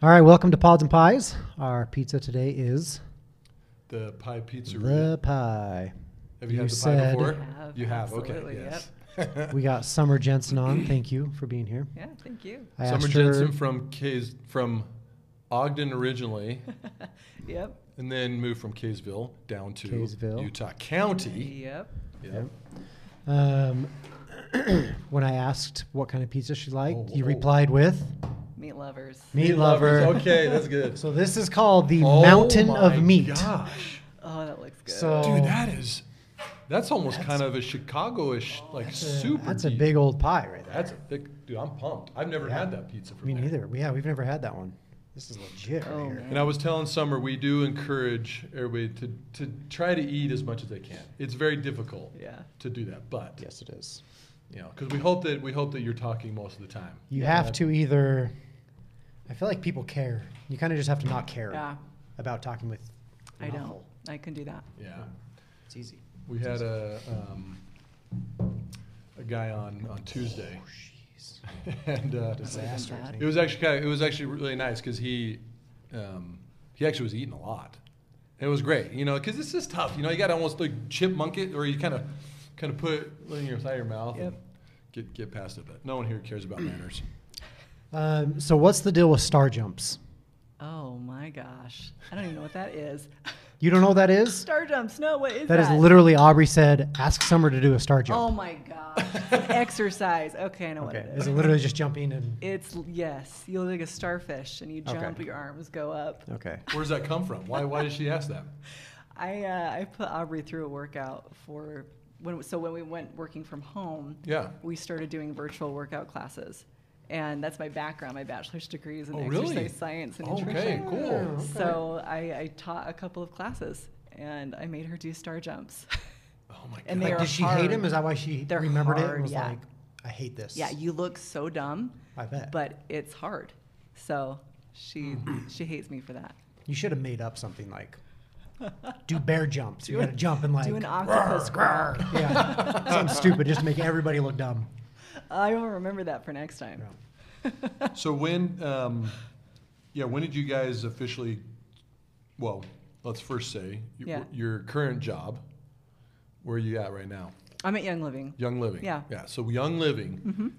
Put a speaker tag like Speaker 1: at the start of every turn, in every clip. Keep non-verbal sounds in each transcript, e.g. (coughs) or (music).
Speaker 1: All right, welcome to Pods and Pies. Our pizza today is
Speaker 2: The pie pizzeria.
Speaker 1: the pie.
Speaker 2: have you,
Speaker 1: you
Speaker 2: had the
Speaker 1: said-
Speaker 2: pie before?
Speaker 3: I have,
Speaker 2: you have.
Speaker 3: absolutely,
Speaker 2: okay. Yes. (laughs)
Speaker 1: We got Summer Jensen on. Thank you for being here.
Speaker 3: Yeah, thank you.
Speaker 1: I
Speaker 2: Summer
Speaker 1: asked her-
Speaker 2: Jensen from Kays, from Ogden
Speaker 3: (laughs)
Speaker 2: originally,
Speaker 3: Yep.
Speaker 2: and then moved from Kaysville down to
Speaker 1: Kaysville.
Speaker 2: Utah County.
Speaker 3: Yep.
Speaker 2: Yeah.
Speaker 1: Yep. um, (clears throat) when I asked what kind of pizza she liked,
Speaker 2: Oh,
Speaker 1: you
Speaker 2: oh.
Speaker 1: replied with
Speaker 3: Meat lovers.
Speaker 1: meat, lover. (laughs)
Speaker 2: Okay, that's good.
Speaker 1: So this is called the
Speaker 2: Oh
Speaker 1: Mountain
Speaker 2: my
Speaker 1: of Meat. Uh,
Speaker 2: Gosh,
Speaker 3: Oh, that looks good.
Speaker 1: So-
Speaker 2: dude, that is that's almost
Speaker 1: That's-
Speaker 2: kind of a Chicago-ish, like
Speaker 1: That's a-
Speaker 2: super.
Speaker 1: That's a
Speaker 2: deep.
Speaker 1: big old pie right there.
Speaker 2: That's a big dude. I'm pumped. I've never
Speaker 1: Yeah.
Speaker 2: had that pizza from
Speaker 1: Me
Speaker 2: there.
Speaker 1: neither. Yeah, we've never had that one. This is legit right
Speaker 3: Oh,
Speaker 1: here.
Speaker 3: man.
Speaker 2: And I was telling Summer, we do encourage everybody to, to try to eat as much as they can. It's very difficult
Speaker 3: yeah.
Speaker 2: to do that, but
Speaker 1: Yes, it is.
Speaker 2: you know, because we hope that we hope that you're talking most of the time.
Speaker 1: You
Speaker 2: Yeah.
Speaker 1: have to either. I feel like people care. You kind of just have to not care
Speaker 3: Yeah.
Speaker 1: about talking with. an
Speaker 3: I don't.
Speaker 1: awful.
Speaker 3: I can do that.
Speaker 2: Yeah,
Speaker 1: It's easy.
Speaker 2: we had a um, a guy on on Tuesday, (laughs)
Speaker 1: Oh, Jeez.
Speaker 2: and uh,
Speaker 1: Disaster.
Speaker 3: bad.
Speaker 2: it was actually kind of, it was actually really nice because he um, he actually was eating a lot. And it was great, you know, because it's just tough. You know, you got to almost like chipmunk it, or you kind of kind of put it in your side of your mouth and
Speaker 3: Yep.
Speaker 2: get get past it. But no one here cares about manners.
Speaker 1: Um, so what's the deal with star jumps?
Speaker 3: Oh my gosh. I don't even know what (laughs) that is.
Speaker 1: You don't know what that is?
Speaker 3: Star jumps. No, what is that?
Speaker 1: That is literally Aubrey said. Ask Summer to do a star jump.
Speaker 3: Oh my gosh. Exercise. Okay, I know
Speaker 1: okay.
Speaker 3: what it
Speaker 1: Is
Speaker 3: is.
Speaker 1: it literally just jumping and?
Speaker 3: It's yes. You look like a starfish, and you
Speaker 1: Okay.
Speaker 3: jump. Your arms go up.
Speaker 1: Okay.
Speaker 2: Where does that come from? Why why did she ask that?
Speaker 3: I uh, I put Aubrey through a workout for when so when we went working from home.
Speaker 2: Yeah.
Speaker 3: we started doing virtual workout classes. And that's my background. My bachelor's degree is in
Speaker 2: Oh,
Speaker 3: exercise
Speaker 2: really?
Speaker 3: science and
Speaker 2: Okay,
Speaker 3: nutrition.
Speaker 2: cool.
Speaker 3: So I, I taught a couple of classes and I made her do star jumps. (laughs)
Speaker 2: Oh my god.
Speaker 3: And they
Speaker 1: Like,
Speaker 3: are
Speaker 1: did she hate
Speaker 3: hard.
Speaker 1: him? Is that why she
Speaker 3: They're
Speaker 1: remembered it
Speaker 3: hard,
Speaker 1: and was
Speaker 3: yeah.
Speaker 1: like, "I hate this."
Speaker 3: yeah, you look so dumb,
Speaker 1: I bet. But
Speaker 3: but it's hard. So she
Speaker 2: Mm-hmm.
Speaker 3: she hates me for that.
Speaker 1: you should have made up something
Speaker 3: (laughs)
Speaker 1: like, "Do bear jumps." You got to jump and like.
Speaker 3: do
Speaker 1: (laughs)
Speaker 3: an octopus (laughs) crawl.
Speaker 1: yeah. Something stupid just to make everybody look dumb.
Speaker 3: I will remember that for next time.
Speaker 1: Yeah.
Speaker 2: So when, um, yeah, when did you guys officially? Well, let's first say y-
Speaker 3: Yeah.
Speaker 2: your current job. Where are you at right now?
Speaker 3: I'm at Young Living.
Speaker 2: Young Living.
Speaker 3: Yeah.
Speaker 2: Yeah. So Young Living,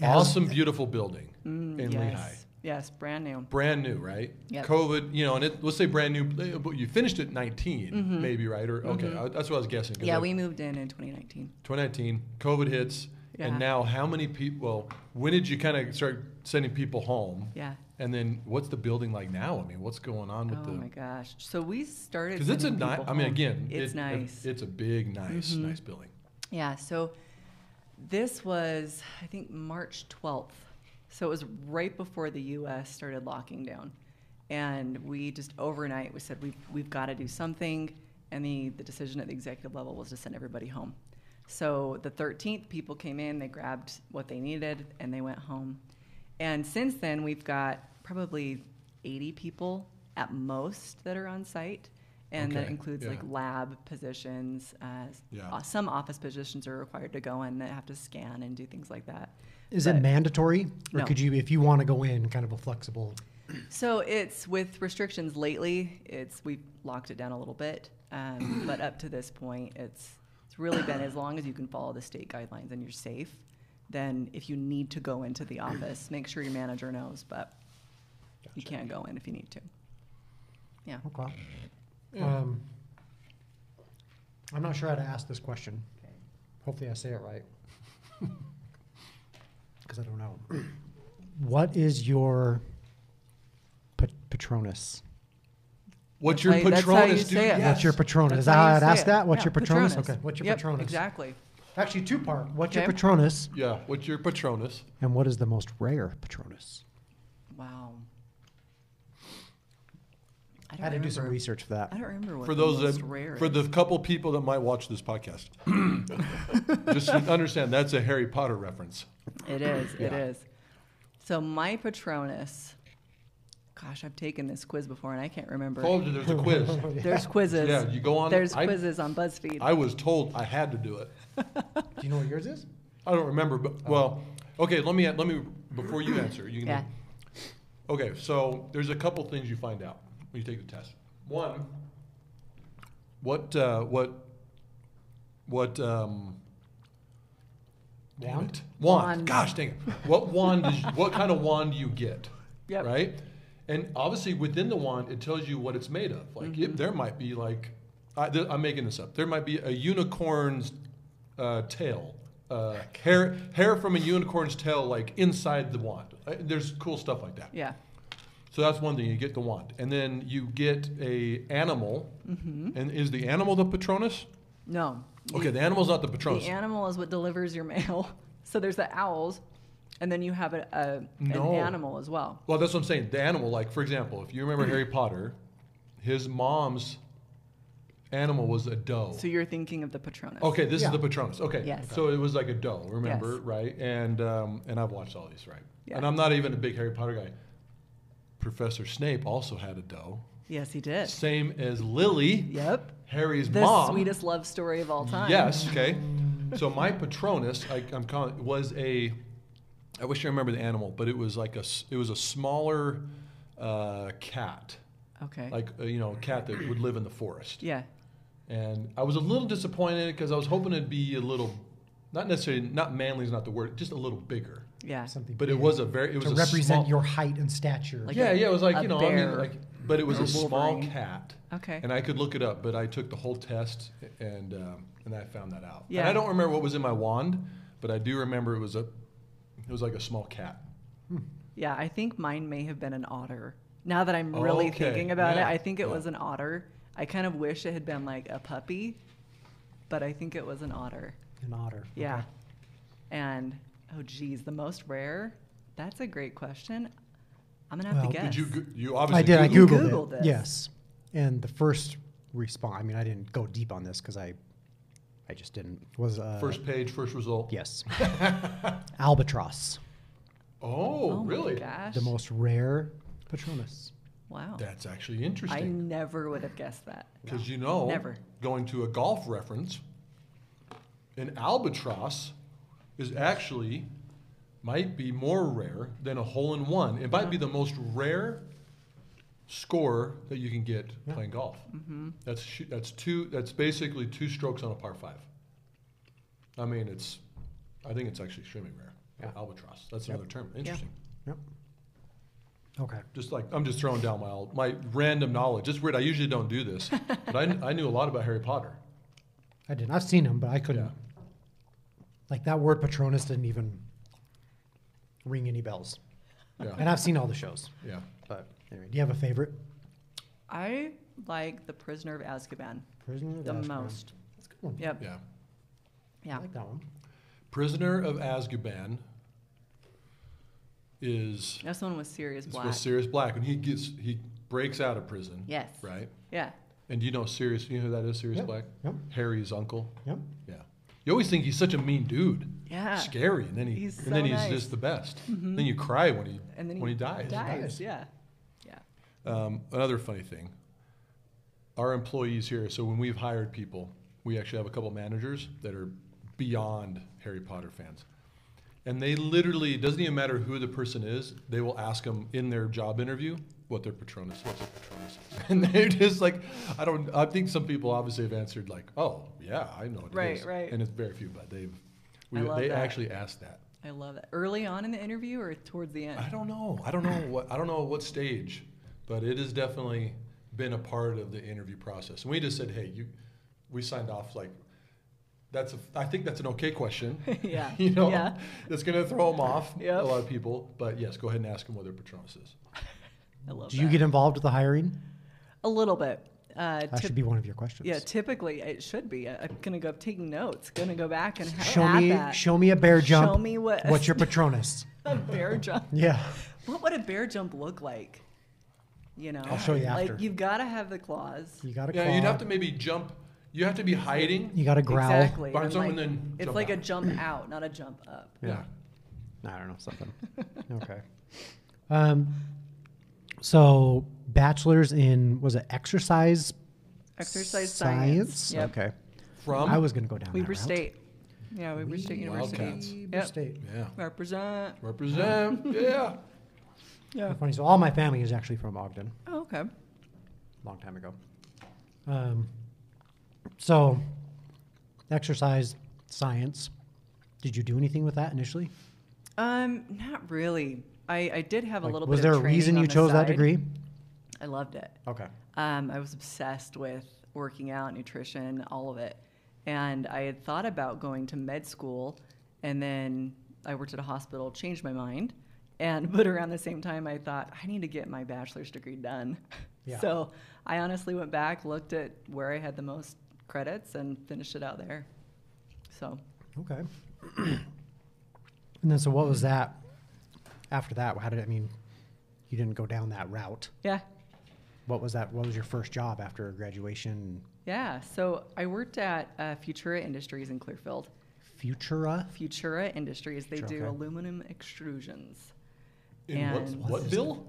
Speaker 1: As-
Speaker 2: awesome, beautiful building in
Speaker 3: Mm, yes.
Speaker 2: Lehigh,
Speaker 3: Yes, brand new.
Speaker 2: brand new, right?
Speaker 3: Yep.
Speaker 2: COVID, you know, and it, let's say brand new, but you finished at 19, maybe, right? Or okay, I, that's what I was guessing. 'cause
Speaker 3: Mm-hmm. Yeah,
Speaker 2: I-
Speaker 3: we moved in in 2019.
Speaker 2: 2019, COVID hits, and
Speaker 3: Yeah.
Speaker 2: now how many people? Well, when did you kind of start sending people home?
Speaker 3: Yeah.
Speaker 2: And then what's the building like now? I mean, what's going on with
Speaker 3: Oh
Speaker 2: the?
Speaker 3: my gosh! So we started
Speaker 2: Because it's a
Speaker 3: sending
Speaker 2: nice.
Speaker 3: people
Speaker 2: I mean,
Speaker 3: home.
Speaker 2: again,
Speaker 3: it's
Speaker 2: it-
Speaker 3: nice. Mm-hmm.
Speaker 2: It's a big, nice, nice building.
Speaker 3: yeah. So this was I think March twelfth. So it was right before the U.S. started locking down, and we just overnight we said we've we've got to do something, and the the decision at the executive level was to send everybody home. So the thirteenth, people came in, they grabbed what they needed, and they went home. And since then, we've got probably 80 people at most that are on site. And that
Speaker 2: Okay,
Speaker 3: includes
Speaker 2: yeah.
Speaker 3: like lab positions. Uh, s-
Speaker 2: Yeah.
Speaker 3: uh, some office positions are required to go in that have to scan and do things like that.
Speaker 1: Is it
Speaker 3: But-
Speaker 1: mandatory, or
Speaker 3: No.
Speaker 1: could you, if you want to go in, kind of a flexible?
Speaker 3: So it's with restrictions lately. It's we locked it down a little bit, um, but up to this point, it's it's really been as long as you can follow the state guidelines and you're safe. Then if you need to go into the office, make sure your manager knows, but you can't go in if you need to. Yeah.
Speaker 1: Okay. Um, I'm not sure how to ask this question. Hopefully, I say it
Speaker 3: (laughs)
Speaker 1: right. Because I don't know. What is your pa- patronus?
Speaker 2: What's
Speaker 3: That's
Speaker 2: your
Speaker 3: how you- that's how you
Speaker 2: patronus, dude?
Speaker 3: say it.
Speaker 2: Yes.
Speaker 1: What's your patronus? Is that
Speaker 3: how
Speaker 1: how
Speaker 3: you
Speaker 1: I'd
Speaker 3: say
Speaker 1: ask
Speaker 3: it.
Speaker 1: that? What's
Speaker 3: Yeah,
Speaker 1: your patronus? Okay. What's your
Speaker 3: Yep,
Speaker 1: patronus?
Speaker 3: Exactly.
Speaker 1: Actually, two part. What's your
Speaker 3: Okay.
Speaker 1: patronus,
Speaker 2: yeah. What's your patronus?
Speaker 1: and what is the most rare patronus?
Speaker 3: Wow. I
Speaker 1: I
Speaker 3: don't
Speaker 1: had to do
Speaker 3: remember.
Speaker 1: some research for that.
Speaker 3: I don't remember what
Speaker 2: For
Speaker 3: the
Speaker 2: those
Speaker 3: most
Speaker 2: that,
Speaker 3: rare
Speaker 2: for
Speaker 3: is.
Speaker 2: the couple people that might watch this
Speaker 3: (laughs)
Speaker 2: podcast, just understand that's a Harry Potter reference.
Speaker 3: It is. It
Speaker 2: Yeah.
Speaker 3: is. So my Patronus. Gosh, I've taken this quiz before and I can't remember.
Speaker 2: Told you there's a quiz.
Speaker 3: (laughs)
Speaker 1: (laughs)
Speaker 3: There's quizzes.
Speaker 2: Yeah, you go on-
Speaker 3: There's
Speaker 2: I-
Speaker 3: quizzes on BuzzFeed.
Speaker 2: I was told I had to do it.
Speaker 1: Do you know what yours is?
Speaker 2: I don't remember, but well, okay. Let me let me before you answer. You can
Speaker 3: yeah.
Speaker 2: Okay, so there's a couple things you find out when you take the test. One, what uh, what what um, damn
Speaker 1: Wand?
Speaker 2: it. Wand.
Speaker 3: Wand.
Speaker 2: Gosh dang it! What wand? Is, what kind of wand do you get?
Speaker 3: Yep.
Speaker 2: Right. And obviously within the wand, it tells you what it's made of. Like it, there might be like, I, th- I'm making this up. There might be a unicorn's uh, tail, uh, hair hair from a unicorn's tail, like inside the wand. Uh, There's cool stuff like that.
Speaker 3: Yeah.
Speaker 2: So that's one thing you get the wand, and then you get a animal. And is the animal the Patronus?
Speaker 3: No.
Speaker 2: Okay, the animal's not the
Speaker 3: The
Speaker 2: Patronus.
Speaker 3: animal is what delivers your mail. (laughs) So there's the owls, and then you have a, a,
Speaker 2: No.
Speaker 3: an animal as well.
Speaker 2: well, that's what I'm saying. The animal, like for example, if you remember Harry Potter, his mom's animal was a doe.
Speaker 3: So you're thinking of the Patronus.
Speaker 2: Okay, this
Speaker 1: Yeah.
Speaker 2: is the Patronus. Okay.
Speaker 3: Yes.
Speaker 2: So it was like a doe, remember,
Speaker 3: Yes.
Speaker 2: right? And um, and I've watched all these, right?
Speaker 3: Yeah.
Speaker 2: And I'm not even a big Harry Potter guy. Professor Snape also had a doe,
Speaker 3: Yes, he did.
Speaker 2: same as Lily,
Speaker 3: Yep.
Speaker 2: Harry's
Speaker 3: The
Speaker 2: mom.
Speaker 3: sweetest love story of all time.
Speaker 2: Yes. Okay. So my Patronus, I, I'm calling, was a. I wish I remember the animal, but it was like a. s- It was a smaller uh, cat,
Speaker 3: Okay.
Speaker 2: like uh, you know, a cat that would live in the forest.
Speaker 3: yeah.
Speaker 2: And I was a little disappointed because I was hoping it'd be a little, not necessarily, not manly is not the word, just a little bigger.
Speaker 3: Yeah.
Speaker 1: Something
Speaker 2: But it
Speaker 1: big
Speaker 2: was a very, it was
Speaker 1: to
Speaker 2: a
Speaker 1: represent
Speaker 2: small-
Speaker 1: your height and stature.
Speaker 3: Like-
Speaker 2: yeah, yeah. It was like
Speaker 3: a
Speaker 2: you know, I
Speaker 3: bear
Speaker 2: mean, like, but it was
Speaker 3: or
Speaker 2: a small
Speaker 3: Wolverine.
Speaker 2: cat.
Speaker 3: Okay.
Speaker 2: And I could look it up, but I took the whole test and um, and I found that out. And
Speaker 3: Yeah.
Speaker 2: I don't remember what was in my wand, but I do remember it was a, it was like a small cat.
Speaker 3: Yeah, I think mine may have been an otter. Now that I'm really
Speaker 2: Oh, Okay,
Speaker 3: thinking about
Speaker 2: yeah,
Speaker 3: it, I think it
Speaker 2: yeah.
Speaker 3: was an otter. I kind of wish it had been like a puppy, but I think it was an otter.
Speaker 1: An otter.
Speaker 3: Yeah.
Speaker 1: Okay.
Speaker 3: And oh geez, the most rare? That's a great question. I'm gonna have
Speaker 1: Well,
Speaker 3: to guess.
Speaker 2: Did you go- you
Speaker 1: I
Speaker 2: obviously
Speaker 1: did. I
Speaker 3: You
Speaker 1: googled,
Speaker 3: Googled
Speaker 1: it.
Speaker 3: this.
Speaker 1: Yes, and the first response. I mean, I didn't go deep on this because I, I just didn't. Was uh,
Speaker 2: first page, first result. (laughs)
Speaker 1: Yes. Albatross,
Speaker 2: Oh,
Speaker 3: oh
Speaker 2: really?
Speaker 3: My gosh.
Speaker 1: the most rare Patronus.
Speaker 3: wow.
Speaker 2: That's actually
Speaker 3: I
Speaker 2: interesting.
Speaker 3: never would have guessed that.
Speaker 2: Because you know,
Speaker 3: Never.
Speaker 2: going to a golf reference, an albatross is actually might be more rare than a hole in one. It might be
Speaker 1: Uh-huh.
Speaker 2: the most rare score that you can get
Speaker 1: Yeah. Mm-hmm.
Speaker 2: playing golf. That's sh- that's two. That's basically two strokes on a par five. I mean, it's. I think it's actually extremely rare.
Speaker 1: Yeah.
Speaker 2: Albatross. That's
Speaker 1: Yep.
Speaker 2: another term. Interesting.
Speaker 1: Yep. Okay.
Speaker 2: Just like I'm just throwing down my all- my random knowledge. It's weird. I usually don't
Speaker 1: (laughs)
Speaker 2: do this, but I, I knew a lot about Harry Potter.
Speaker 1: I didn't. I've seen him, but I couldn't.
Speaker 2: Yeah.
Speaker 1: Like that word Patronus didn't even ring any bells. And
Speaker 2: Yeah,
Speaker 1: I've seen all the shows.
Speaker 2: yeah.
Speaker 1: But anyway, do you have a favorite?
Speaker 3: I like the Prisoner of Azkaban
Speaker 1: Prisoner of
Speaker 3: the
Speaker 1: Azkaban.
Speaker 3: most.
Speaker 1: That's a good one.
Speaker 3: Yep.
Speaker 2: Yeah.
Speaker 1: I
Speaker 3: Yeah.
Speaker 1: like that one.
Speaker 2: Prisoner of Azkaban is
Speaker 3: That's the one with Sirius
Speaker 2: is
Speaker 3: Black.
Speaker 2: with Sirius Black when he gets he breaks out of prison.
Speaker 3: Yes.
Speaker 2: Right.
Speaker 3: Yeah.
Speaker 2: And you know Sirius, you know who that is Sirius
Speaker 1: Yep,
Speaker 2: Black?
Speaker 1: yep.
Speaker 2: Harry's uncle.
Speaker 1: Yep.
Speaker 2: Yeah. You always think he's such a mean dude.
Speaker 3: Yeah.
Speaker 2: Scary, and then he
Speaker 3: He's
Speaker 2: and
Speaker 3: so
Speaker 2: then he's
Speaker 3: nice. Mm-hmm.
Speaker 2: just the best. Then you cry when he
Speaker 3: And then he
Speaker 2: when he dies.
Speaker 1: dies.
Speaker 3: Dies. Yeah. Yeah.
Speaker 2: Um, another funny thing. Our employees here, so when we've hired people, we actually have a couple managers that are beyond Harry Potter fans. And they literally, it doesn't even matter who the person is, they will ask them in their job interview what their Patronus is. What's their Patronus is. (laughs) And they're just like, I don't, I think some people obviously have answered like, oh, yeah, I know what it
Speaker 3: Right,
Speaker 2: is."
Speaker 3: right.
Speaker 2: And it's very few, but they've,
Speaker 3: I
Speaker 2: we,
Speaker 3: love
Speaker 2: they
Speaker 3: that.
Speaker 2: actually asked that.
Speaker 3: I love that. Early on in the interview or towards the end?
Speaker 2: I don't know. I don't know what I don't know what stage, but it has definitely been a part of the interview process. And we just said, hey, you, we signed off like, that's a, I think that's an okay question.
Speaker 3: (laughs) Yeah.
Speaker 2: (laughs) you know,
Speaker 3: Yeah.
Speaker 2: that's gonna throw them off
Speaker 3: Yep.
Speaker 2: a lot of people. But yes, go ahead and ask them what their patronus is.
Speaker 3: I love
Speaker 1: Do you
Speaker 3: that.
Speaker 1: get involved with the hiring?
Speaker 3: a little bit? Uh,
Speaker 1: That
Speaker 3: typ-
Speaker 1: should be one of your questions.
Speaker 3: yeah, typically it should be. I- I'm gonna go taking notes. Gonna go back and ha-
Speaker 1: Show
Speaker 3: add
Speaker 1: me,
Speaker 3: that.
Speaker 1: show me a bear jump.
Speaker 3: Show me what-
Speaker 1: (laughs) What's your Patronus?
Speaker 3: a bear jump.
Speaker 1: (laughs) yeah.
Speaker 3: What would a bear jump look like? You know,
Speaker 1: I'll show you
Speaker 3: like
Speaker 1: after.
Speaker 3: you've got to have the claws.
Speaker 1: You got to.
Speaker 2: Yeah, you'd have to maybe jump. You have to be hiding.
Speaker 1: You got to growl.
Speaker 3: Exactly.
Speaker 2: Barnes
Speaker 3: I'm
Speaker 2: up and
Speaker 3: like-
Speaker 2: then
Speaker 3: it's
Speaker 2: jump
Speaker 3: like a
Speaker 2: out.
Speaker 3: jump out, not a jump
Speaker 1: (clears throat)
Speaker 3: up.
Speaker 1: Yeah. I don't know something. (laughs) okay. Um. So bachelor's in was it exercise?
Speaker 3: Exercise science. Yep.
Speaker 1: Okay.
Speaker 2: From
Speaker 1: I was gonna go down. that
Speaker 3: Weber
Speaker 1: route.
Speaker 3: State. Yeah, Weber State University.
Speaker 2: Wildcats.
Speaker 1: Weber
Speaker 3: Yep.
Speaker 1: State.
Speaker 2: yeah
Speaker 3: (laughs) Represent.
Speaker 2: represent yeah.
Speaker 3: Yeah.
Speaker 1: Funny. So all my family is actually from Ogden.
Speaker 3: Oh, okay.
Speaker 1: long time ago. Um, so, exercise science. Did you do anything with that initially?
Speaker 3: Um, not really. I, I did have a
Speaker 1: Like,
Speaker 3: little
Speaker 1: was
Speaker 3: bit
Speaker 1: there
Speaker 3: of
Speaker 1: a
Speaker 3: training
Speaker 1: reason
Speaker 3: on
Speaker 1: you
Speaker 3: the
Speaker 1: chose that
Speaker 3: side.
Speaker 1: degree?
Speaker 3: I loved it.
Speaker 1: Okay.
Speaker 3: Um, I was obsessed with working out, nutrition, all of it. And I had thought about going to med school, and then I worked at a hospital, changed my mind. And (laughs) but around the same time, I thought I need to get my bachelor's degree done.
Speaker 1: Yeah.
Speaker 3: (laughs) So I honestly went back, looked at where I had the most credits, and finished it out there. So
Speaker 1: Okay. and then, so what was that after that? How did I mean? You didn't go down that route.
Speaker 3: yeah,
Speaker 1: What was that? What was your first job after graduation?
Speaker 3: yeah. So I worked at uh, Futura Industries in Clearfield.
Speaker 1: Futura.
Speaker 3: Futura Industries. They
Speaker 1: Futura,
Speaker 3: do
Speaker 1: okay.
Speaker 3: aluminum extrusions (laughs)
Speaker 2: In what,
Speaker 3: And-
Speaker 1: What
Speaker 2: what
Speaker 1: is
Speaker 2: bill?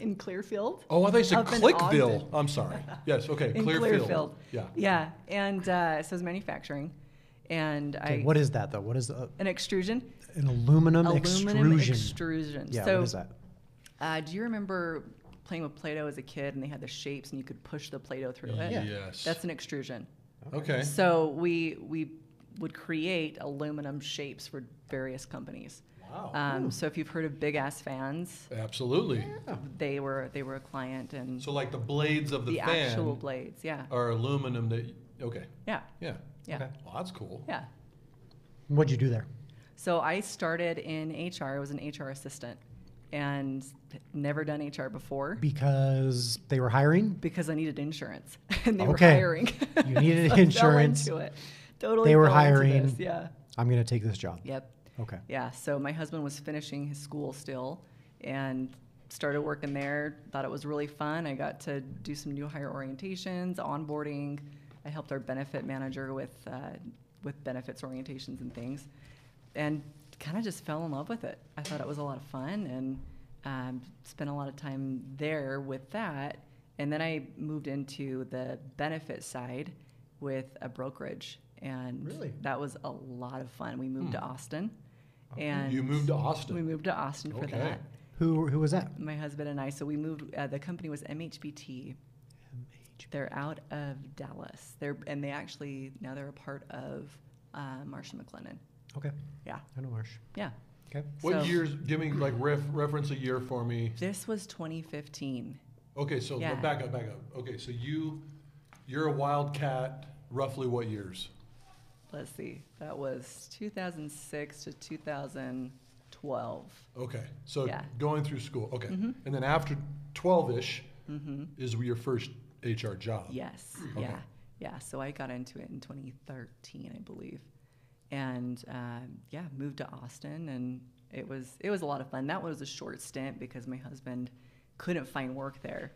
Speaker 3: in Clearfield.
Speaker 2: Oh, I thought you said
Speaker 3: Up in
Speaker 2: Clickville.
Speaker 3: Ogden.
Speaker 2: I'm sorry. Yes, okay,
Speaker 3: In
Speaker 2: Clearfield.
Speaker 3: Clearfield.
Speaker 2: Yeah.
Speaker 3: Yeah, and uh, so it's manufacturing, and
Speaker 1: Okay,
Speaker 3: I
Speaker 1: what is that though? What is uh,
Speaker 3: an extrusion,
Speaker 1: an aluminum,
Speaker 3: aluminum
Speaker 1: extrusion?
Speaker 3: extrusion.
Speaker 1: yeah.
Speaker 3: so,
Speaker 1: what is that?
Speaker 3: Uh, do you remember playing with Play-Doh as a kid, and they had the shapes, and you could push the Play-Doh through it?
Speaker 1: Yeah.
Speaker 2: Yes.
Speaker 3: That's an extrusion.
Speaker 2: okay.
Speaker 3: So we we would create aluminum shapes for various companies.
Speaker 1: Oh.
Speaker 2: Wow.
Speaker 3: Um, so if you've heard of Big Ass Fans,
Speaker 2: Absolutely.
Speaker 3: they were they were a client, and
Speaker 2: So like the blades of the,
Speaker 3: the
Speaker 2: fan
Speaker 3: actual blades, yeah,
Speaker 2: are aluminum. That okay.
Speaker 3: yeah,
Speaker 2: Yeah.
Speaker 3: yeah,
Speaker 1: Okay.
Speaker 2: Well, that's cool.
Speaker 3: yeah.
Speaker 1: What'd you do there?
Speaker 3: So I started in HR. I was an HR assistant and never done HR before
Speaker 1: Because they were hiring.
Speaker 3: because I needed insurance (laughs) and they were
Speaker 1: Okay.
Speaker 3: hiring.
Speaker 1: You needed
Speaker 3: (laughs) I fell
Speaker 1: insurance.
Speaker 3: into it. Totally.
Speaker 1: They were
Speaker 3: fell into
Speaker 1: hiring.
Speaker 3: this, Yeah.
Speaker 1: I'm gonna take this job.
Speaker 3: Yep.
Speaker 1: Okay.
Speaker 3: Yeah. So my husband was finishing his school still and started working there. Thought it was really fun. I got to do some new hire orientations, onboarding. I helped our benefit manager with uh, with benefits orientations and things, and kind of just fell in love with it. I thought it was a lot of fun and um, spent a lot of time there with that. And then I moved into the benefit side with a brokerage, and
Speaker 1: Really? Hmm.
Speaker 3: that was a lot of fun. We moved to Austin, and
Speaker 2: You moved to
Speaker 3: we
Speaker 2: Austin.
Speaker 3: moved to Austin for
Speaker 2: Okay.
Speaker 3: that.
Speaker 1: Who who was that?
Speaker 3: My husband and I. So we moved. Uh, the company was MHBT. They're out of Dallas. They're and they actually now they're a part of uh, Marsh and McLennan.
Speaker 1: Okay.
Speaker 3: Yeah.
Speaker 1: I know Marsh.
Speaker 3: Yeah.
Speaker 1: Okay.
Speaker 2: What
Speaker 3: So
Speaker 2: years? Give me like ref, reference a year for me.
Speaker 3: This was 2015.
Speaker 2: Okay, so
Speaker 3: Yeah.
Speaker 2: back up, back up. Okay, so you, you're a wildcat. Roughly what years?
Speaker 3: Let's see. That was 2006 to 2012.
Speaker 2: Okay, so
Speaker 3: Yeah. Mm-hmm.
Speaker 2: going through school. Okay, and then after twelve ish is your first HR job. Mm-hmm.
Speaker 3: Yes.
Speaker 2: Okay.
Speaker 3: Yeah. Yeah. So I got into it in 2013, I believe, and um, yeah, moved to Austin, and it was it was a lot of fun. That was a short stint because my husband couldn't find work there,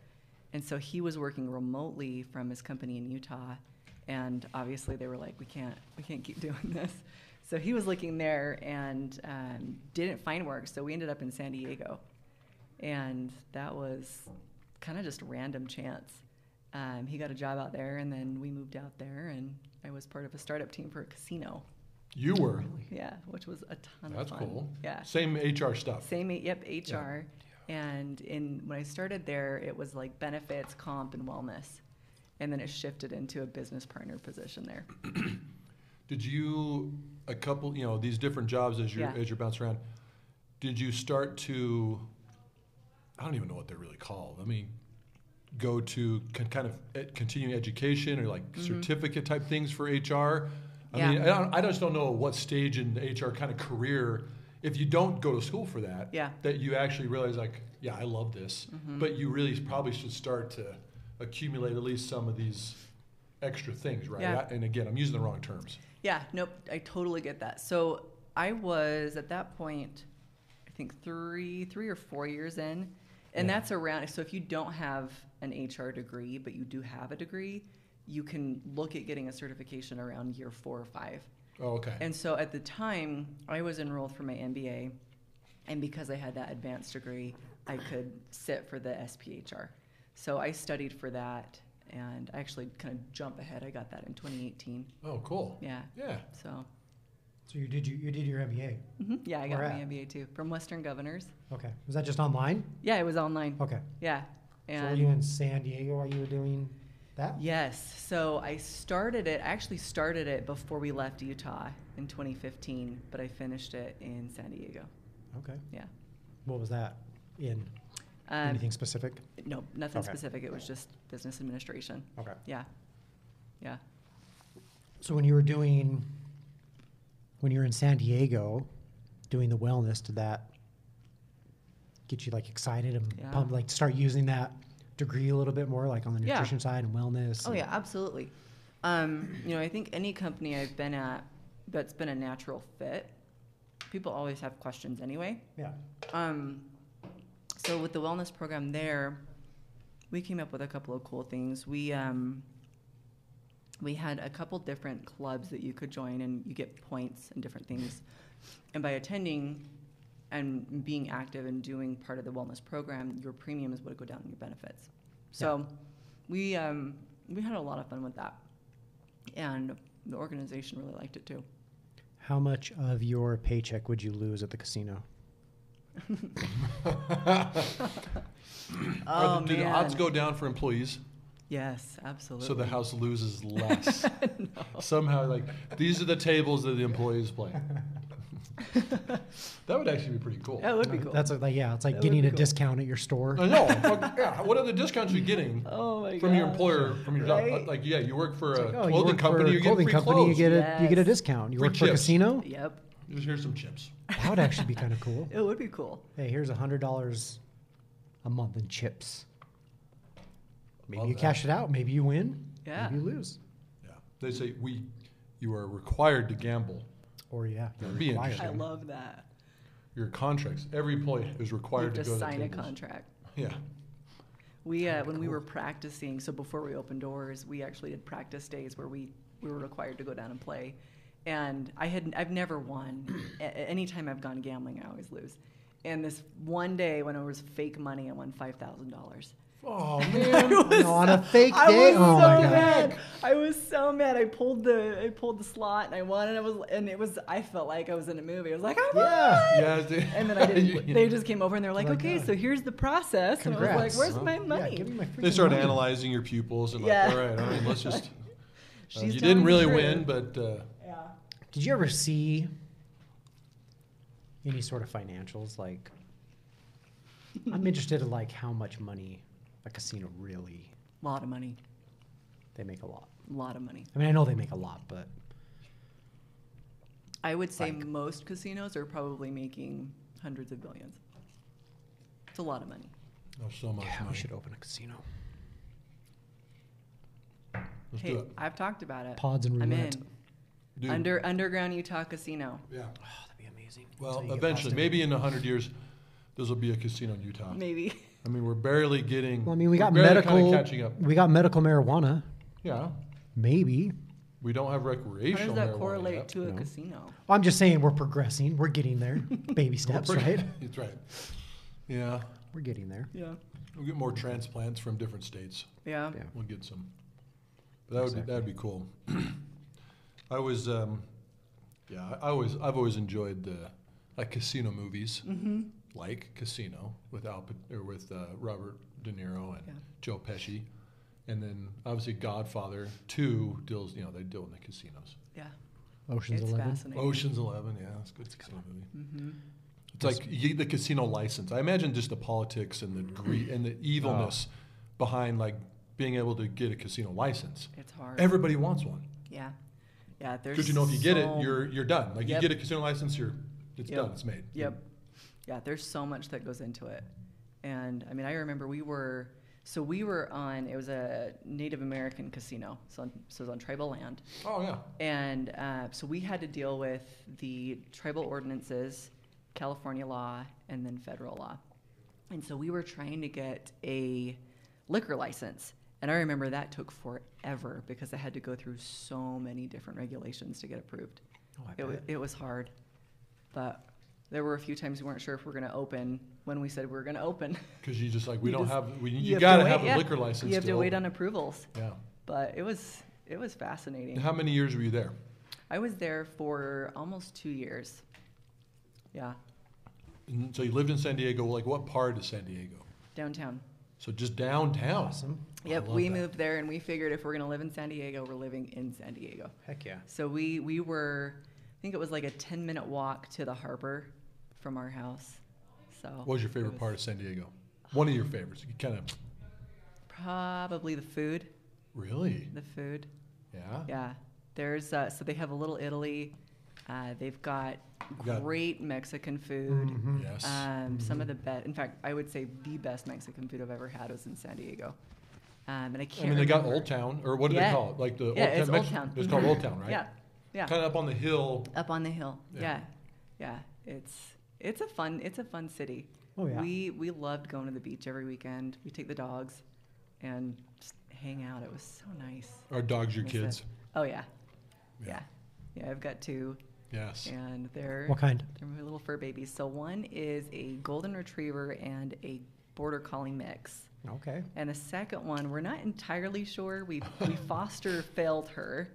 Speaker 3: and so he was working remotely from his company in Utah, and obviously they were like, we can't we can't keep (laughs) doing this. So he was looking there and um, didn't find work. So we ended up in San Diego and that was kind of just random chance. Um, he got a job out there, and then we moved out there, and I was part of a startup team for a casino.
Speaker 2: You were.
Speaker 3: Yeah, which was a ton
Speaker 2: That's
Speaker 3: of fun.
Speaker 2: cool.
Speaker 3: Yeah,
Speaker 2: Same HR stuff.
Speaker 3: same. Yep, HR. And in when I started there, it was like benefits, comp, and wellness, and then it shifted into a business partner position there.
Speaker 2: Did you a couple, you know, these different jobs as you are
Speaker 3: Yeah.
Speaker 2: as you bounce around? Did you start to? I don't even know what they're really called. I mean, go to con- kind of ed- continuing education or like certificate type things for HR. I
Speaker 3: Mm-hmm. Yeah.
Speaker 2: mean, I, don't, I just don't know what stage in the HR kind of career. If you don't go to school for that,
Speaker 3: Yeah. Mm-hmm.
Speaker 2: that you actually realize like, yeah, I love this, but you really probably should start to accumulate at least some of these extra things, right?
Speaker 3: Yeah.
Speaker 2: I- and again, I'm using the wrong terms.
Speaker 3: Yeah, nope, I totally get that. So I was at that point, I think three, three or four years in, and
Speaker 2: Yeah.
Speaker 3: that's around. So if you don't have an HR degree, but you do have a degree, you can look at getting a certification around year four or five.
Speaker 2: Oh, okay.
Speaker 3: And so at the time, I was enrolled for my MBA, and because I had that advanced degree, I could sit for the SPHR. So I studied for that, and I actually kind of jump ahead. I got that in 2018.
Speaker 1: (laughs)
Speaker 2: oh, cool.
Speaker 3: Yeah,
Speaker 2: Yeah.
Speaker 3: so
Speaker 1: So you did you, you did your MBA?
Speaker 3: Mhm. Yeah, I got
Speaker 1: Where
Speaker 3: my
Speaker 1: at?
Speaker 3: MBA too from Western Governors.
Speaker 1: Okay. Was that just online?
Speaker 3: Yeah, it was online.
Speaker 1: Okay.
Speaker 3: Yeah,
Speaker 1: Oh. so were
Speaker 3: and
Speaker 1: you in San Diego while you were doing that?
Speaker 3: Yes. So I started it, I actually started it before we left Utah in 2015, but I finished it in San Diego.
Speaker 1: Okay.
Speaker 3: Yeah.
Speaker 1: What was that in?
Speaker 3: Um,
Speaker 1: Anything specific?
Speaker 3: No, nothing
Speaker 1: Okay.
Speaker 3: specific. It was just business administration.
Speaker 1: Okay.
Speaker 3: Yeah. Yeah.
Speaker 1: So when you were doing, when you were in San Diego, doing the wellness, did that get you like excited and
Speaker 3: Yeah.
Speaker 1: pumped, like start using that degree a little bit more, like on the
Speaker 3: Yeah.
Speaker 1: nutrition side and wellness?
Speaker 3: Oh
Speaker 1: and-
Speaker 3: yeah, absolutely. Um, you know, I think any company I've been at that's been a natural fit, people always have questions anyway.
Speaker 1: Yeah.
Speaker 3: Um, so with the wellness program there, we came up with a couple of cool things. We um, we had a couple different clubs that you could join, and you get points and different things. And by attending and being active and doing part of the wellness program, your premiums would go down in your benefits. So we um, we had a lot of fun with that, and the organization really liked it too.
Speaker 1: How much of your paycheck would you lose at the casino?
Speaker 2: Are the-
Speaker 3: Oh,
Speaker 2: do the odds
Speaker 3: man.
Speaker 2: go down for employees
Speaker 3: Yes, absolutely.
Speaker 2: so the house
Speaker 1: (laughs)
Speaker 2: loses less? Somehow, like these are the tables that the
Speaker 1: (laughs)
Speaker 2: employees play. that would actually be pretty cool.
Speaker 1: Oh.
Speaker 3: That would be cool.
Speaker 1: That's like yeah, it's like
Speaker 3: That would
Speaker 1: getting
Speaker 3: be
Speaker 1: a
Speaker 3: cool.
Speaker 1: discount at your store.
Speaker 2: I know. fuck, yeah. What other discounts are you getting
Speaker 3: Oh my god.
Speaker 2: from your employer, from your
Speaker 3: Right?
Speaker 2: job? Like, yeah, you work for
Speaker 1: It's
Speaker 2: a
Speaker 1: like, oh, you work
Speaker 2: clothing
Speaker 1: for a
Speaker 2: company, you get
Speaker 1: clothing
Speaker 2: free
Speaker 1: company,
Speaker 2: clothes.
Speaker 1: you get a you get a
Speaker 3: Yes.
Speaker 1: discount. You
Speaker 2: Free
Speaker 1: work for a
Speaker 2: chips.
Speaker 3: (laughs)
Speaker 1: casino.
Speaker 3: Yep.
Speaker 2: Just here's some chips.
Speaker 1: That would actually be kind of cool.
Speaker 3: It would be cool.
Speaker 1: Hey, here's a hundred dollars a month in chips. Maybe
Speaker 2: Love
Speaker 1: you
Speaker 2: that.
Speaker 1: cash it out. Maybe you win.
Speaker 3: Yeah.
Speaker 1: Maybe you lose.
Speaker 2: Yeah. They say we, you are required to gamble.
Speaker 1: Or yeah, you're
Speaker 2: Be
Speaker 1: required.
Speaker 2: interesting.
Speaker 3: I love that.
Speaker 2: Your contracts. Every employee is
Speaker 3: You
Speaker 2: required to
Speaker 3: have to
Speaker 2: go to the
Speaker 3: sign a
Speaker 2: tables.
Speaker 3: contract.
Speaker 2: Yeah.
Speaker 3: We uh, when we were practicing, so before we opened doors, we actually did practice days where we we were required to go down and play. And I had I've never won. A- a- anytime I've gone gambling, I always lose. And this one day when it was fake money, I won five thousand dollars. (laughs)
Speaker 2: Oh
Speaker 3: I
Speaker 2: man.
Speaker 3: was
Speaker 1: (laughs) on a
Speaker 3: so-
Speaker 1: fake
Speaker 3: I
Speaker 1: day?
Speaker 3: was
Speaker 1: Oh
Speaker 3: so
Speaker 1: my gosh.
Speaker 3: mad. I was so mad. I pulled the I pulled the slot and I won and I was and it was I felt like I was in a movie. I was like, I won.
Speaker 1: Yeah.
Speaker 2: yeah. dude.
Speaker 1: (laughs)
Speaker 3: And then
Speaker 2: (laughs)
Speaker 3: I didn't.
Speaker 2: You-
Speaker 3: They just came over and they're like,
Speaker 1: Like,
Speaker 3: "Okay,
Speaker 1: yeah.
Speaker 3: so here's the process." And I was
Speaker 1: Congrats.
Speaker 3: like, "Where's my
Speaker 1: Yeah,
Speaker 3: money?"
Speaker 1: give me my freaking
Speaker 2: They started
Speaker 1: money.
Speaker 2: analyzing your pupils and like,
Speaker 3: Yeah.
Speaker 2: all right, all right, let's
Speaker 3: (laughs)
Speaker 2: just. uh,
Speaker 3: She's
Speaker 2: you
Speaker 3: telling
Speaker 2: didn't
Speaker 3: the
Speaker 2: really
Speaker 3: truth.
Speaker 2: win, but uh,
Speaker 3: Yeah.
Speaker 1: Did you ever see any sort of financials? Like, I'm interested in like how much money a casino really
Speaker 3: Lot of money.
Speaker 1: they make a lot.
Speaker 3: Lot of money.
Speaker 1: I mean, I know they make a lot, but
Speaker 3: I would say
Speaker 1: Like-
Speaker 3: most casinos are probably making hundreds of billions. It's a lot of money.
Speaker 2: oh, so much
Speaker 1: yeah, we
Speaker 2: money.
Speaker 1: should open a casino.
Speaker 2: Let's
Speaker 3: hey,
Speaker 2: do it.
Speaker 3: I've talked about it.
Speaker 1: Pods and
Speaker 3: I'm
Speaker 1: roulette.
Speaker 3: in.
Speaker 2: Dude,
Speaker 3: Under Underground Utah Casino.
Speaker 2: yeah.
Speaker 1: Oh, that'd be amazing.
Speaker 2: Well,
Speaker 1: Until you get
Speaker 2: eventually,
Speaker 1: busted.
Speaker 2: maybe in a hundred years, this will be a casino in Utah.
Speaker 3: Maybe.
Speaker 2: I mean, we're barely getting.
Speaker 1: Well, I mean, we
Speaker 2: we're
Speaker 1: got
Speaker 2: barely
Speaker 1: medical.
Speaker 2: Kinda catching up.
Speaker 1: We got medical marijuana.
Speaker 2: Yeah.
Speaker 1: Maybe.
Speaker 2: We don't have
Speaker 3: How does
Speaker 2: recreational.
Speaker 3: that
Speaker 2: marijuana
Speaker 3: correlate
Speaker 2: yet.
Speaker 3: to a
Speaker 1: No.
Speaker 3: casino?
Speaker 1: I'm just saying we're progressing. We're getting there. Baby steps,
Speaker 2: We're- (laughs)
Speaker 1: right?
Speaker 2: That's right. Yeah,
Speaker 1: We're getting there.
Speaker 3: Yeah.
Speaker 2: we'll get more transplants from different states.
Speaker 3: Yeah.
Speaker 1: Yeah.
Speaker 2: We'll get some. But that would be,
Speaker 1: Exactly.
Speaker 2: that'd be cool. (clears throat) I was, um, yeah, I- I always, I've always enjoyed the, like casino movies,
Speaker 3: Mm-hmm.
Speaker 2: like Casino with Al, Pa- or with uh, Robert De Niro and
Speaker 3: Yeah.
Speaker 2: Joe Pesci, and then obviously Godfather Two deals, you know, they deal in the casinos.
Speaker 3: Yeah.
Speaker 1: Ocean's
Speaker 3: It's
Speaker 1: Eleven.
Speaker 3: fascinating.
Speaker 2: Ocean's Eleven, yeah, it's a good casino movie.
Speaker 3: hmm
Speaker 2: It's like you get the casino license. I imagine just the politics and the greed and the evilness behind like being able to get a casino license.
Speaker 3: It's hard.
Speaker 2: Everybody wants one.
Speaker 3: yeah. Yeah. There's.
Speaker 2: Because you know if you get it,
Speaker 3: so
Speaker 2: you're you're done. Like
Speaker 3: Yep.
Speaker 2: you get a casino license, you're it's
Speaker 3: Yep.
Speaker 2: done. It's made.
Speaker 3: Yep. Yeah, there's so much that goes into it. And I mean, I remember we were, so we were on, it was a Native American casino, so, on, so it was on tribal land.
Speaker 2: Oh yeah.
Speaker 3: And uh, so we had to deal with the tribal ordinances, California law, and then federal law. And so we were trying to get a liquor license. And I remember that took forever because I had to go through so many different regulations to get approved.
Speaker 1: Oh, I
Speaker 3: It, wa-
Speaker 1: bet.
Speaker 3: it was hard, but there were a few times we weren't sure if we're going to open when we said we were going to open.
Speaker 2: Because you just like we
Speaker 3: (laughs) You
Speaker 2: don't
Speaker 3: just-
Speaker 2: have we, you,
Speaker 3: have to
Speaker 2: gotta
Speaker 3: wait,
Speaker 2: have a
Speaker 3: yeah.
Speaker 2: liquor license.
Speaker 3: You have to wait
Speaker 2: open.
Speaker 3: on approvals,
Speaker 2: Yeah.
Speaker 3: but it was it was
Speaker 2: And
Speaker 3: fascinating.
Speaker 2: how many years were you there?
Speaker 3: I was there for almost two years. Yeah,
Speaker 2: And so you lived in San Diego. Like what part of San Diego?
Speaker 3: downtown.
Speaker 2: So just downtown.
Speaker 1: Awesome.
Speaker 3: Yep,
Speaker 2: love
Speaker 3: we
Speaker 2: that.
Speaker 3: moved there and we figured if we're going to live in San Diego, we're living in San Diego.
Speaker 1: Heck yeah.
Speaker 3: So we we were I think it was like a 10 minute walk to the harbor from our house. So
Speaker 2: What was your
Speaker 3: it
Speaker 2: favorite
Speaker 3: was
Speaker 2: part of San Diego? One of your favorites. You kind of
Speaker 3: Probably the food.
Speaker 2: really,
Speaker 3: The food.
Speaker 2: yeah.
Speaker 3: Yeah. There's uh, so they have a little Italy. Uh, they've got
Speaker 2: got-
Speaker 3: great Mexican food.
Speaker 1: Mm-hmm.
Speaker 2: Yes.
Speaker 3: Um, Some of the best, in fact, I would say the best Mexican food I've ever had was in San Diego. Um, and I
Speaker 2: I
Speaker 3: can't.
Speaker 2: mean, they got
Speaker 3: remember-
Speaker 2: Old Town, or what do they
Speaker 3: Yeah.
Speaker 2: call it? Like the
Speaker 3: Yeah,
Speaker 2: Old
Speaker 3: it's
Speaker 2: Town.
Speaker 3: Old
Speaker 2: Mex-
Speaker 3: Town. Mm-hmm.
Speaker 2: It's called Old Town, right?
Speaker 3: Yeah, yeah.
Speaker 2: Kind of up on the hill.
Speaker 3: up on the hill.
Speaker 2: Yeah.
Speaker 3: Yeah. yeah, It's it's a fun it's a fun city.
Speaker 1: Oh, yeah.
Speaker 3: We we loved going to the beach every weekend. We take the dogs, and just hang out. It was so nice.
Speaker 2: Are dogs your
Speaker 3: Miss it.
Speaker 2: kids?
Speaker 3: Oh yeah.
Speaker 2: Yeah.
Speaker 3: yeah, yeah, I've got two,
Speaker 2: Yes.
Speaker 3: and they're
Speaker 1: What kind?
Speaker 3: they're my little fur babies. So one is a golden retriever and a border collie mix.
Speaker 1: Okay.
Speaker 3: And the second one, we're not entirely sure. We,
Speaker 2: (laughs)
Speaker 3: we foster failed her,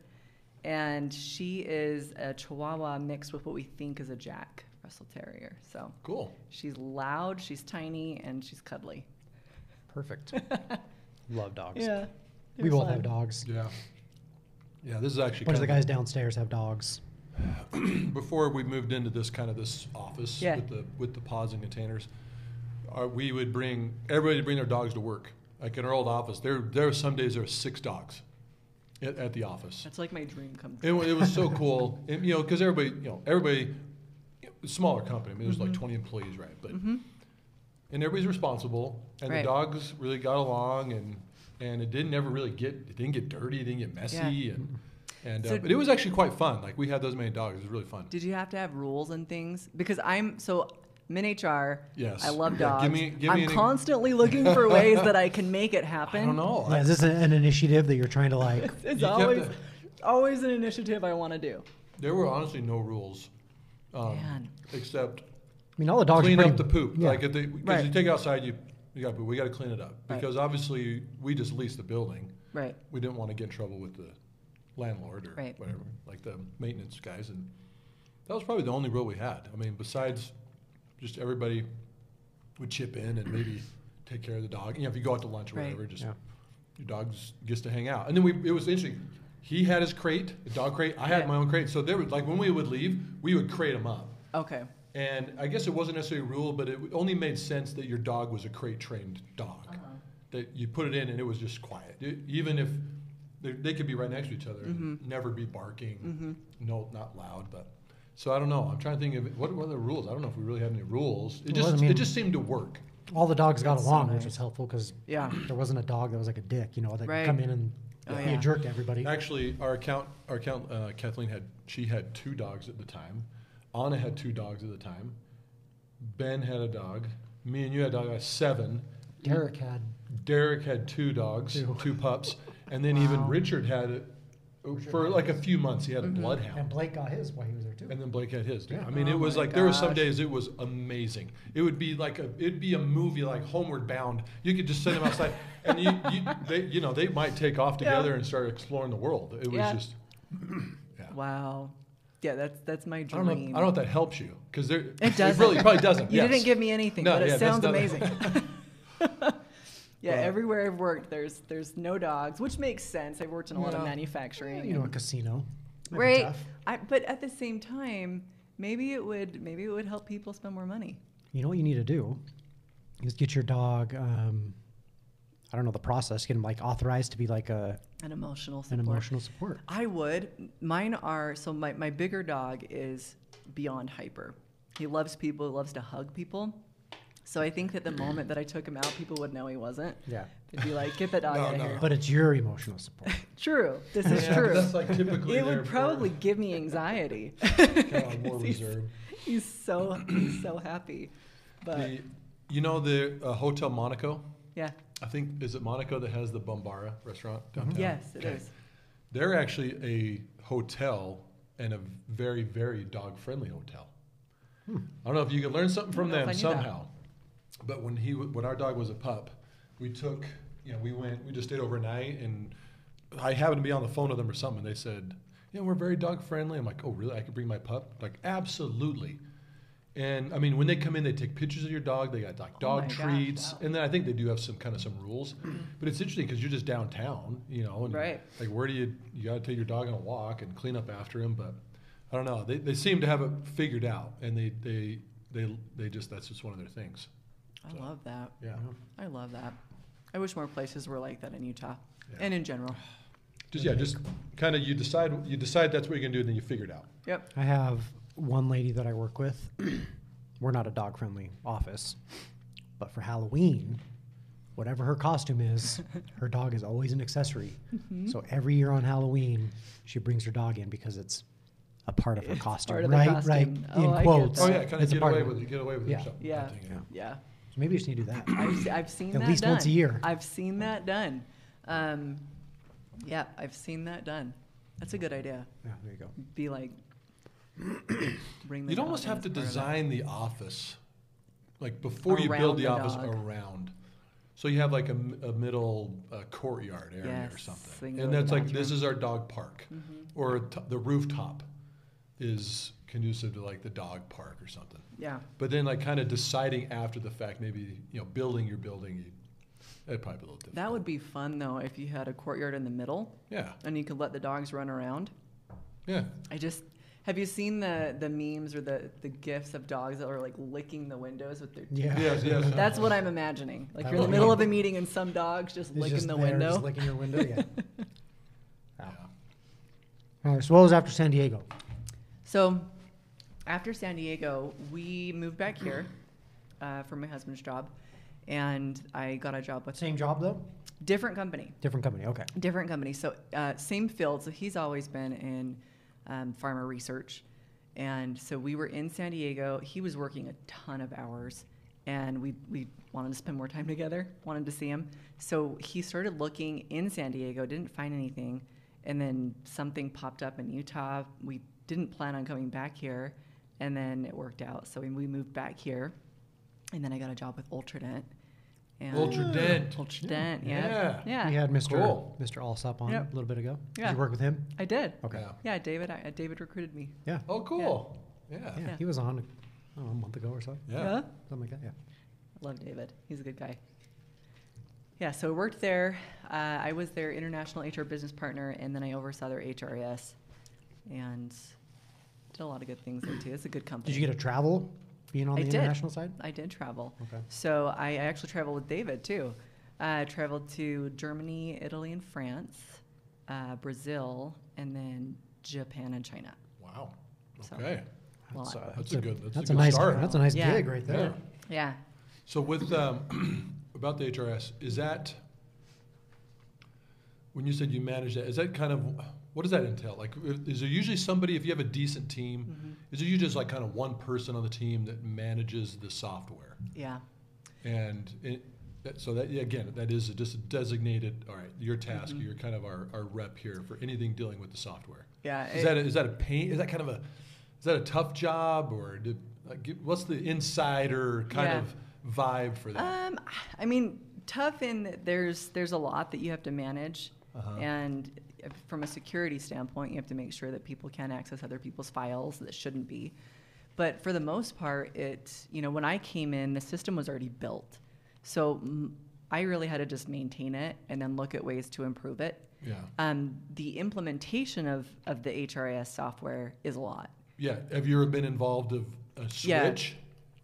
Speaker 3: and she is a Chihuahua mixed with what we think is a Jack Russell Terrier. So
Speaker 2: Cool.
Speaker 3: she's loud, she's tiny, and
Speaker 2: (laughs)
Speaker 3: she's cuddly.
Speaker 1: Perfect. (laughs) Love dogs.
Speaker 3: they're
Speaker 1: We both
Speaker 3: fun.
Speaker 1: have dogs.
Speaker 2: Yeah. Yeah, this is actually
Speaker 1: A bunch of the
Speaker 2: kind
Speaker 1: guys downstairs have dogs.
Speaker 2: of- before we moved into this kind of this office
Speaker 3: Yeah.
Speaker 2: with the with the pods and containers. Our, we would bring everybody would bring their dogs to work. Like in our old office, there there were some days there were six dogs at, at the office.
Speaker 3: That's like my dream come
Speaker 2: It,
Speaker 3: true.
Speaker 2: wa- it was so cool, and, you know, because everybody, you know, everybody, it was a smaller company. I mean, there's like 20 employees, right? But
Speaker 3: Mm-hmm.
Speaker 2: and everybody's responsible, and
Speaker 3: Right.
Speaker 2: the dogs really got along, and and it didn't ever really get it didn't get dirty, it didn't get messy,
Speaker 3: Yeah.
Speaker 2: and and uh,
Speaker 3: So-
Speaker 2: but it was actually quite fun. Like we had those many dogs; it was really fun.
Speaker 3: Did you have to have rules and things? Because I'm so I'm in HR.
Speaker 2: Yes.
Speaker 3: I love
Speaker 2: Yeah,
Speaker 3: dogs.
Speaker 2: give me- give me
Speaker 3: I'm
Speaker 2: any-
Speaker 3: constantly looking for ways that I can make it
Speaker 2: (laughs)
Speaker 3: happen.
Speaker 2: I don't know.
Speaker 1: Yeah, is this an initiative that you're trying to like?
Speaker 3: It's
Speaker 2: You kept
Speaker 3: always
Speaker 2: it.
Speaker 3: always an initiative I want to do.
Speaker 2: there were honestly no rules, um,
Speaker 3: Man.
Speaker 2: except
Speaker 1: I mean, all the dogs are
Speaker 2: clean
Speaker 1: pretty,
Speaker 2: up the poop.
Speaker 1: Yeah.
Speaker 2: Like if they, because
Speaker 3: Right.
Speaker 2: you take it outside, you you got poop. We got to clean it up
Speaker 3: Right.
Speaker 2: because obviously we just leased the building.
Speaker 3: Right.
Speaker 2: we didn't want to get in trouble with the landlord or
Speaker 3: Right.
Speaker 2: whatever, like the maintenance guys, and that was probably the only rule we had. I mean, besides just everybody would chip in and maybe take care of the dog. You know, if you go out to lunch or
Speaker 3: Right.
Speaker 2: whatever, just
Speaker 1: Yeah.
Speaker 2: your dog just gets to hang out. And then we, it was interesting. He had his crate, the dog crate. I had
Speaker 3: Yeah.
Speaker 2: my own crate. So there was like when we would leave, we would crate him up.
Speaker 3: Okay.
Speaker 2: And I guess it wasn't necessarily a rule, but it only made sense that your dog was a crate trained dog. That you put it in and it was just quiet. It- even if they, they could be right next to each other, and never be barking, no, not loud. But so I don't know. I'm trying to think of what were the rules. I don't know if we really had any rules. It
Speaker 1: Well,
Speaker 2: just
Speaker 1: I mean-
Speaker 2: it just seemed to work.
Speaker 1: all the dogs got
Speaker 3: That's so
Speaker 1: along, which
Speaker 3: nice.
Speaker 1: was helpful because
Speaker 3: Yeah.
Speaker 1: there wasn't a dog that was like a dick, you know, that
Speaker 3: Right.
Speaker 1: could come in and
Speaker 3: Oh,
Speaker 1: be
Speaker 3: yeah.
Speaker 1: a jerk to everybody.
Speaker 2: Actually, our account our account uh, Kathleen had she had two dogs at the time. Anna had two dogs at the time. Ben had a dog. Me and you had a dog. I was seven.
Speaker 1: Derek had
Speaker 2: Derek had two dogs,
Speaker 1: Two.
Speaker 2: two, pups, and then even Richard had it for like a few months. He had a
Speaker 1: and
Speaker 2: bloodhound,
Speaker 1: Blake got his while he was there too.
Speaker 2: and then Blake had his.
Speaker 1: Mm-hmm. Yeah.
Speaker 2: I mean,
Speaker 3: Oh
Speaker 2: it was
Speaker 3: my
Speaker 2: like there were some
Speaker 3: gosh.
Speaker 2: days it was amazing. It would be like a it'd be a movie like Homeward Bound. You could just send them
Speaker 3: (laughs)
Speaker 2: outside, and you you, they, you know they might take off
Speaker 3: Yeah.
Speaker 2: together and start exploring the world. It was
Speaker 3: Yeah.
Speaker 2: just yeah.
Speaker 3: Wow. Yeah, that's that's my
Speaker 2: I
Speaker 3: dream.
Speaker 2: don't know. I don't know if that helps you because there
Speaker 3: It doesn't.
Speaker 2: really probably doesn't.
Speaker 3: You
Speaker 2: yes.
Speaker 3: didn't give me anything,
Speaker 2: No,
Speaker 3: but it
Speaker 2: yeah, that's
Speaker 3: sounds
Speaker 2: not-
Speaker 3: amazing.
Speaker 2: (laughs)
Speaker 3: (laughs) yeah,
Speaker 2: Well-
Speaker 3: everywhere I've worked, there's there's no dogs, which makes sense. I've worked in a lot of
Speaker 2: Yeah.
Speaker 3: manufacturing.
Speaker 1: you know, a
Speaker 3: and-
Speaker 1: casino. Might be
Speaker 3: right.
Speaker 1: tough.
Speaker 3: I, but at the same time, maybe it would maybe it would help people spend more money.
Speaker 1: You know what you need to do is get your dog. Um, I don't know the process. Get him like authorized to be like a
Speaker 3: And emotional
Speaker 1: an
Speaker 3: support.
Speaker 1: emotional support.
Speaker 3: I would. Mine are so my, my bigger dog is beyond hyper. He loves people, he loves to hug people. So I think that
Speaker 2: (clears throat)
Speaker 3: the moment that I took him out, people would know he wasn't.
Speaker 1: Yeah,
Speaker 3: They'd be like, get that dog
Speaker 2: No,
Speaker 3: out of
Speaker 2: no.
Speaker 3: here.
Speaker 1: but it's your emotional support.
Speaker 3: True. This is
Speaker 2: Yeah, but
Speaker 3: true.
Speaker 2: That's like typically
Speaker 3: it
Speaker 2: their-
Speaker 3: would probably give me anxiety.
Speaker 2: (laughs) kind of more
Speaker 3: (laughs) 'Cause he's-
Speaker 2: reserved.
Speaker 3: He's so he's so happy. But
Speaker 2: The, you know the uh, Hotel Monaco?
Speaker 3: yeah.
Speaker 2: I think is it Monaco that has the Bombara restaurant downtown?
Speaker 3: Yes, it
Speaker 2: Okay.
Speaker 3: is.
Speaker 2: They're actually a hotel and a very very dog friendly hotel. I don't know if you could learn something from
Speaker 3: don't know
Speaker 2: them
Speaker 3: if I knew that.
Speaker 2: somehow. But when he w- when our dog was a pup, we took you know we went we just stayed overnight and I happened to be on the phone with them or something. and They said yeah, we're very dog friendly. I'm like, oh, really? I could bring my pup? Like, absolutely. And I mean, when they come in, they take pictures of your dog. They got like
Speaker 3: Oh my
Speaker 2: dog
Speaker 3: gosh,
Speaker 2: treats,
Speaker 3: wow.
Speaker 2: and then I think they do have some kind of some rules. but it's interesting because you're just downtown, you know, and
Speaker 3: Right.
Speaker 2: like where do you you got to take your dog on a walk and clean up after him? But I don't know. They, they seem to have it figured out, and they they they they just that's just one of their things.
Speaker 3: I love that.
Speaker 2: Yeah.
Speaker 3: I love that. I wish more places were like that in Utah
Speaker 2: Yeah.
Speaker 3: and in general.
Speaker 2: Just yeah, just kind of you decide you decide that's what you're gonna do, and then you figure it out.
Speaker 3: Yep.
Speaker 1: I have one lady that I work with. (clears throat) We're not a dog friendly office, but for Halloween, whatever her costume
Speaker 3: (laughs)
Speaker 1: is, her dog is always an accessory.
Speaker 3: Mm-hmm.
Speaker 1: So every year on Halloween, she brings her dog in because it's a part of her
Speaker 3: It's
Speaker 1: costume,
Speaker 3: part of the
Speaker 1: right?
Speaker 3: costume.
Speaker 1: Right?
Speaker 3: Oh, I
Speaker 1: in
Speaker 3: get
Speaker 1: quotes.
Speaker 2: Oh
Speaker 3: that.
Speaker 2: yeah, kind of
Speaker 1: It's a
Speaker 2: get
Speaker 1: part
Speaker 2: away
Speaker 1: of it.
Speaker 2: with it. Get away with
Speaker 1: Yeah.
Speaker 2: it. so-
Speaker 3: Yeah.
Speaker 2: I think,
Speaker 3: Yeah.
Speaker 1: So maybe we just need to do that.
Speaker 3: I've, se- I've seen
Speaker 1: At
Speaker 3: that
Speaker 1: least
Speaker 3: done.
Speaker 1: once a year.
Speaker 3: I've seen that done. Um, yeah, I've seen that done. That's a good idea.
Speaker 1: Yeah, there you go.
Speaker 3: Be like, (coughs) bring the.
Speaker 2: You'd
Speaker 3: dog
Speaker 2: almost
Speaker 3: in
Speaker 2: have
Speaker 3: as
Speaker 2: to
Speaker 3: part of that.
Speaker 2: design the office, like before you build
Speaker 3: Around
Speaker 2: the,
Speaker 3: the
Speaker 2: office
Speaker 3: dog.
Speaker 2: around. So you have like a, m- a middle uh, courtyard area or
Speaker 3: Yes, Mm-hmm. they can
Speaker 2: something,
Speaker 3: go
Speaker 2: and
Speaker 3: to the
Speaker 2: that's like this
Speaker 3: bathroom.
Speaker 2: is our dog park, or t- the rooftop is conducive to like the dog park or something.
Speaker 3: Yeah.
Speaker 2: But then like kind of deciding after the fact, maybe you know building your building, you, that'd probably be a little difficult.
Speaker 3: That would be fun though if you had a courtyard in the middle
Speaker 2: yeah,
Speaker 3: and you could let the dogs run around.
Speaker 2: yeah.
Speaker 3: I just have you seen the the memes or the the gifs of dogs that are like licking the windows with their
Speaker 1: Yeah. (laughs)
Speaker 2: Yes, yes.
Speaker 3: That's what I'm imagining. Like
Speaker 1: That
Speaker 3: you're in the
Speaker 1: would
Speaker 3: middle
Speaker 1: be-
Speaker 3: of a meeting and some dogs just
Speaker 1: It's
Speaker 3: licking
Speaker 1: just
Speaker 3: the
Speaker 1: there,
Speaker 3: window.
Speaker 1: Just licking your window. Yeah.
Speaker 2: Yeah.
Speaker 1: All right. So what was after San Diego?
Speaker 3: (laughs) So after San Diego, we moved back here uh, for my husband's job, and I got a job with
Speaker 1: Same job though,
Speaker 3: different company.
Speaker 1: different company. Okay.
Speaker 3: Different company. So uh, same field. So he's always been in um, farmer research, and so we were in San Diego. He was working a ton of hours, and we we wanted to spend more time together. Wanted to see him. So he started looking in San Diego. Didn't find anything, and then something popped up in Utah. We didn't plan on coming back here, and then it worked out. So we we moved back here, and then I got a job with Ultradent. And
Speaker 2: Ultradent.
Speaker 3: Ultradent,
Speaker 2: Yeah.
Speaker 3: yeah. Yeah.
Speaker 1: We had Mr.
Speaker 2: Cool.
Speaker 1: Mr. Allsop on
Speaker 3: Yep.
Speaker 1: a little bit ago. Did
Speaker 3: Yeah.
Speaker 1: you work with him?
Speaker 3: I did.
Speaker 1: Okay.
Speaker 2: Yeah.
Speaker 3: Yeah, David. I, David recruited me.
Speaker 1: Yeah.
Speaker 2: Oh, cool. Yeah.
Speaker 1: Yeah,
Speaker 3: Yeah.
Speaker 1: he was on I don't know, a month ago or so,
Speaker 2: Yeah.
Speaker 1: something like that. Yeah.
Speaker 3: I love David. He's a good guy. Yeah, so I worked there. Uh, I was their international HR business partner, and then I oversaw their HRIS, and did a lot of good things there too. It's a good company.
Speaker 1: Did you get to travel being on
Speaker 3: I
Speaker 1: the
Speaker 3: did.
Speaker 1: international side?
Speaker 3: I did travel.
Speaker 1: Okay.
Speaker 3: So I, I actually traveled with David too. Uh, I traveled to Germany, Italy, and France, uh, Brazil, and then Japan and China.
Speaker 2: Wow.
Speaker 3: So-
Speaker 2: Okay.
Speaker 3: Well,
Speaker 1: uh,
Speaker 2: That's a good- that's a good
Speaker 1: nice
Speaker 2: start.
Speaker 1: That's a nice
Speaker 3: Yeah.
Speaker 1: gig right there.
Speaker 3: Yeah,
Speaker 2: So with um, (clears throat) about the HRS, is that when you said you manage that? Is that kind of what does that entail? Like, if- is there usually somebody if you have a decent team? Is there usually just like kind of one person on the team that manages the software?
Speaker 3: yeah.
Speaker 2: And it, that, so that yeah, again, that is just a designated. All right, your task. You're kind of our, our rep here for anything dealing with the software.
Speaker 3: Yeah,
Speaker 2: Is
Speaker 3: it-
Speaker 2: that a, is that a pain? Is that kind of a is that a tough job or did, like, give- what's the insider kind
Speaker 3: Yeah.
Speaker 2: of vibe for that?
Speaker 3: Um, I mean, tough in that there's there's a lot that you have to manage,
Speaker 2: Uh-huh.
Speaker 3: and from a security standpoint, you have to make sure that people can access other people's files that shouldn't be. But for the most part, it you know when I came in, the system was already built, so mm, I really had to just maintain it and then look at ways to improve it.
Speaker 2: Yeah.
Speaker 3: Um, the implementation of of the HRIS software is a lot.
Speaker 2: Yeah. Have you ever been involved of a
Speaker 3: Yeah.
Speaker 2: switch?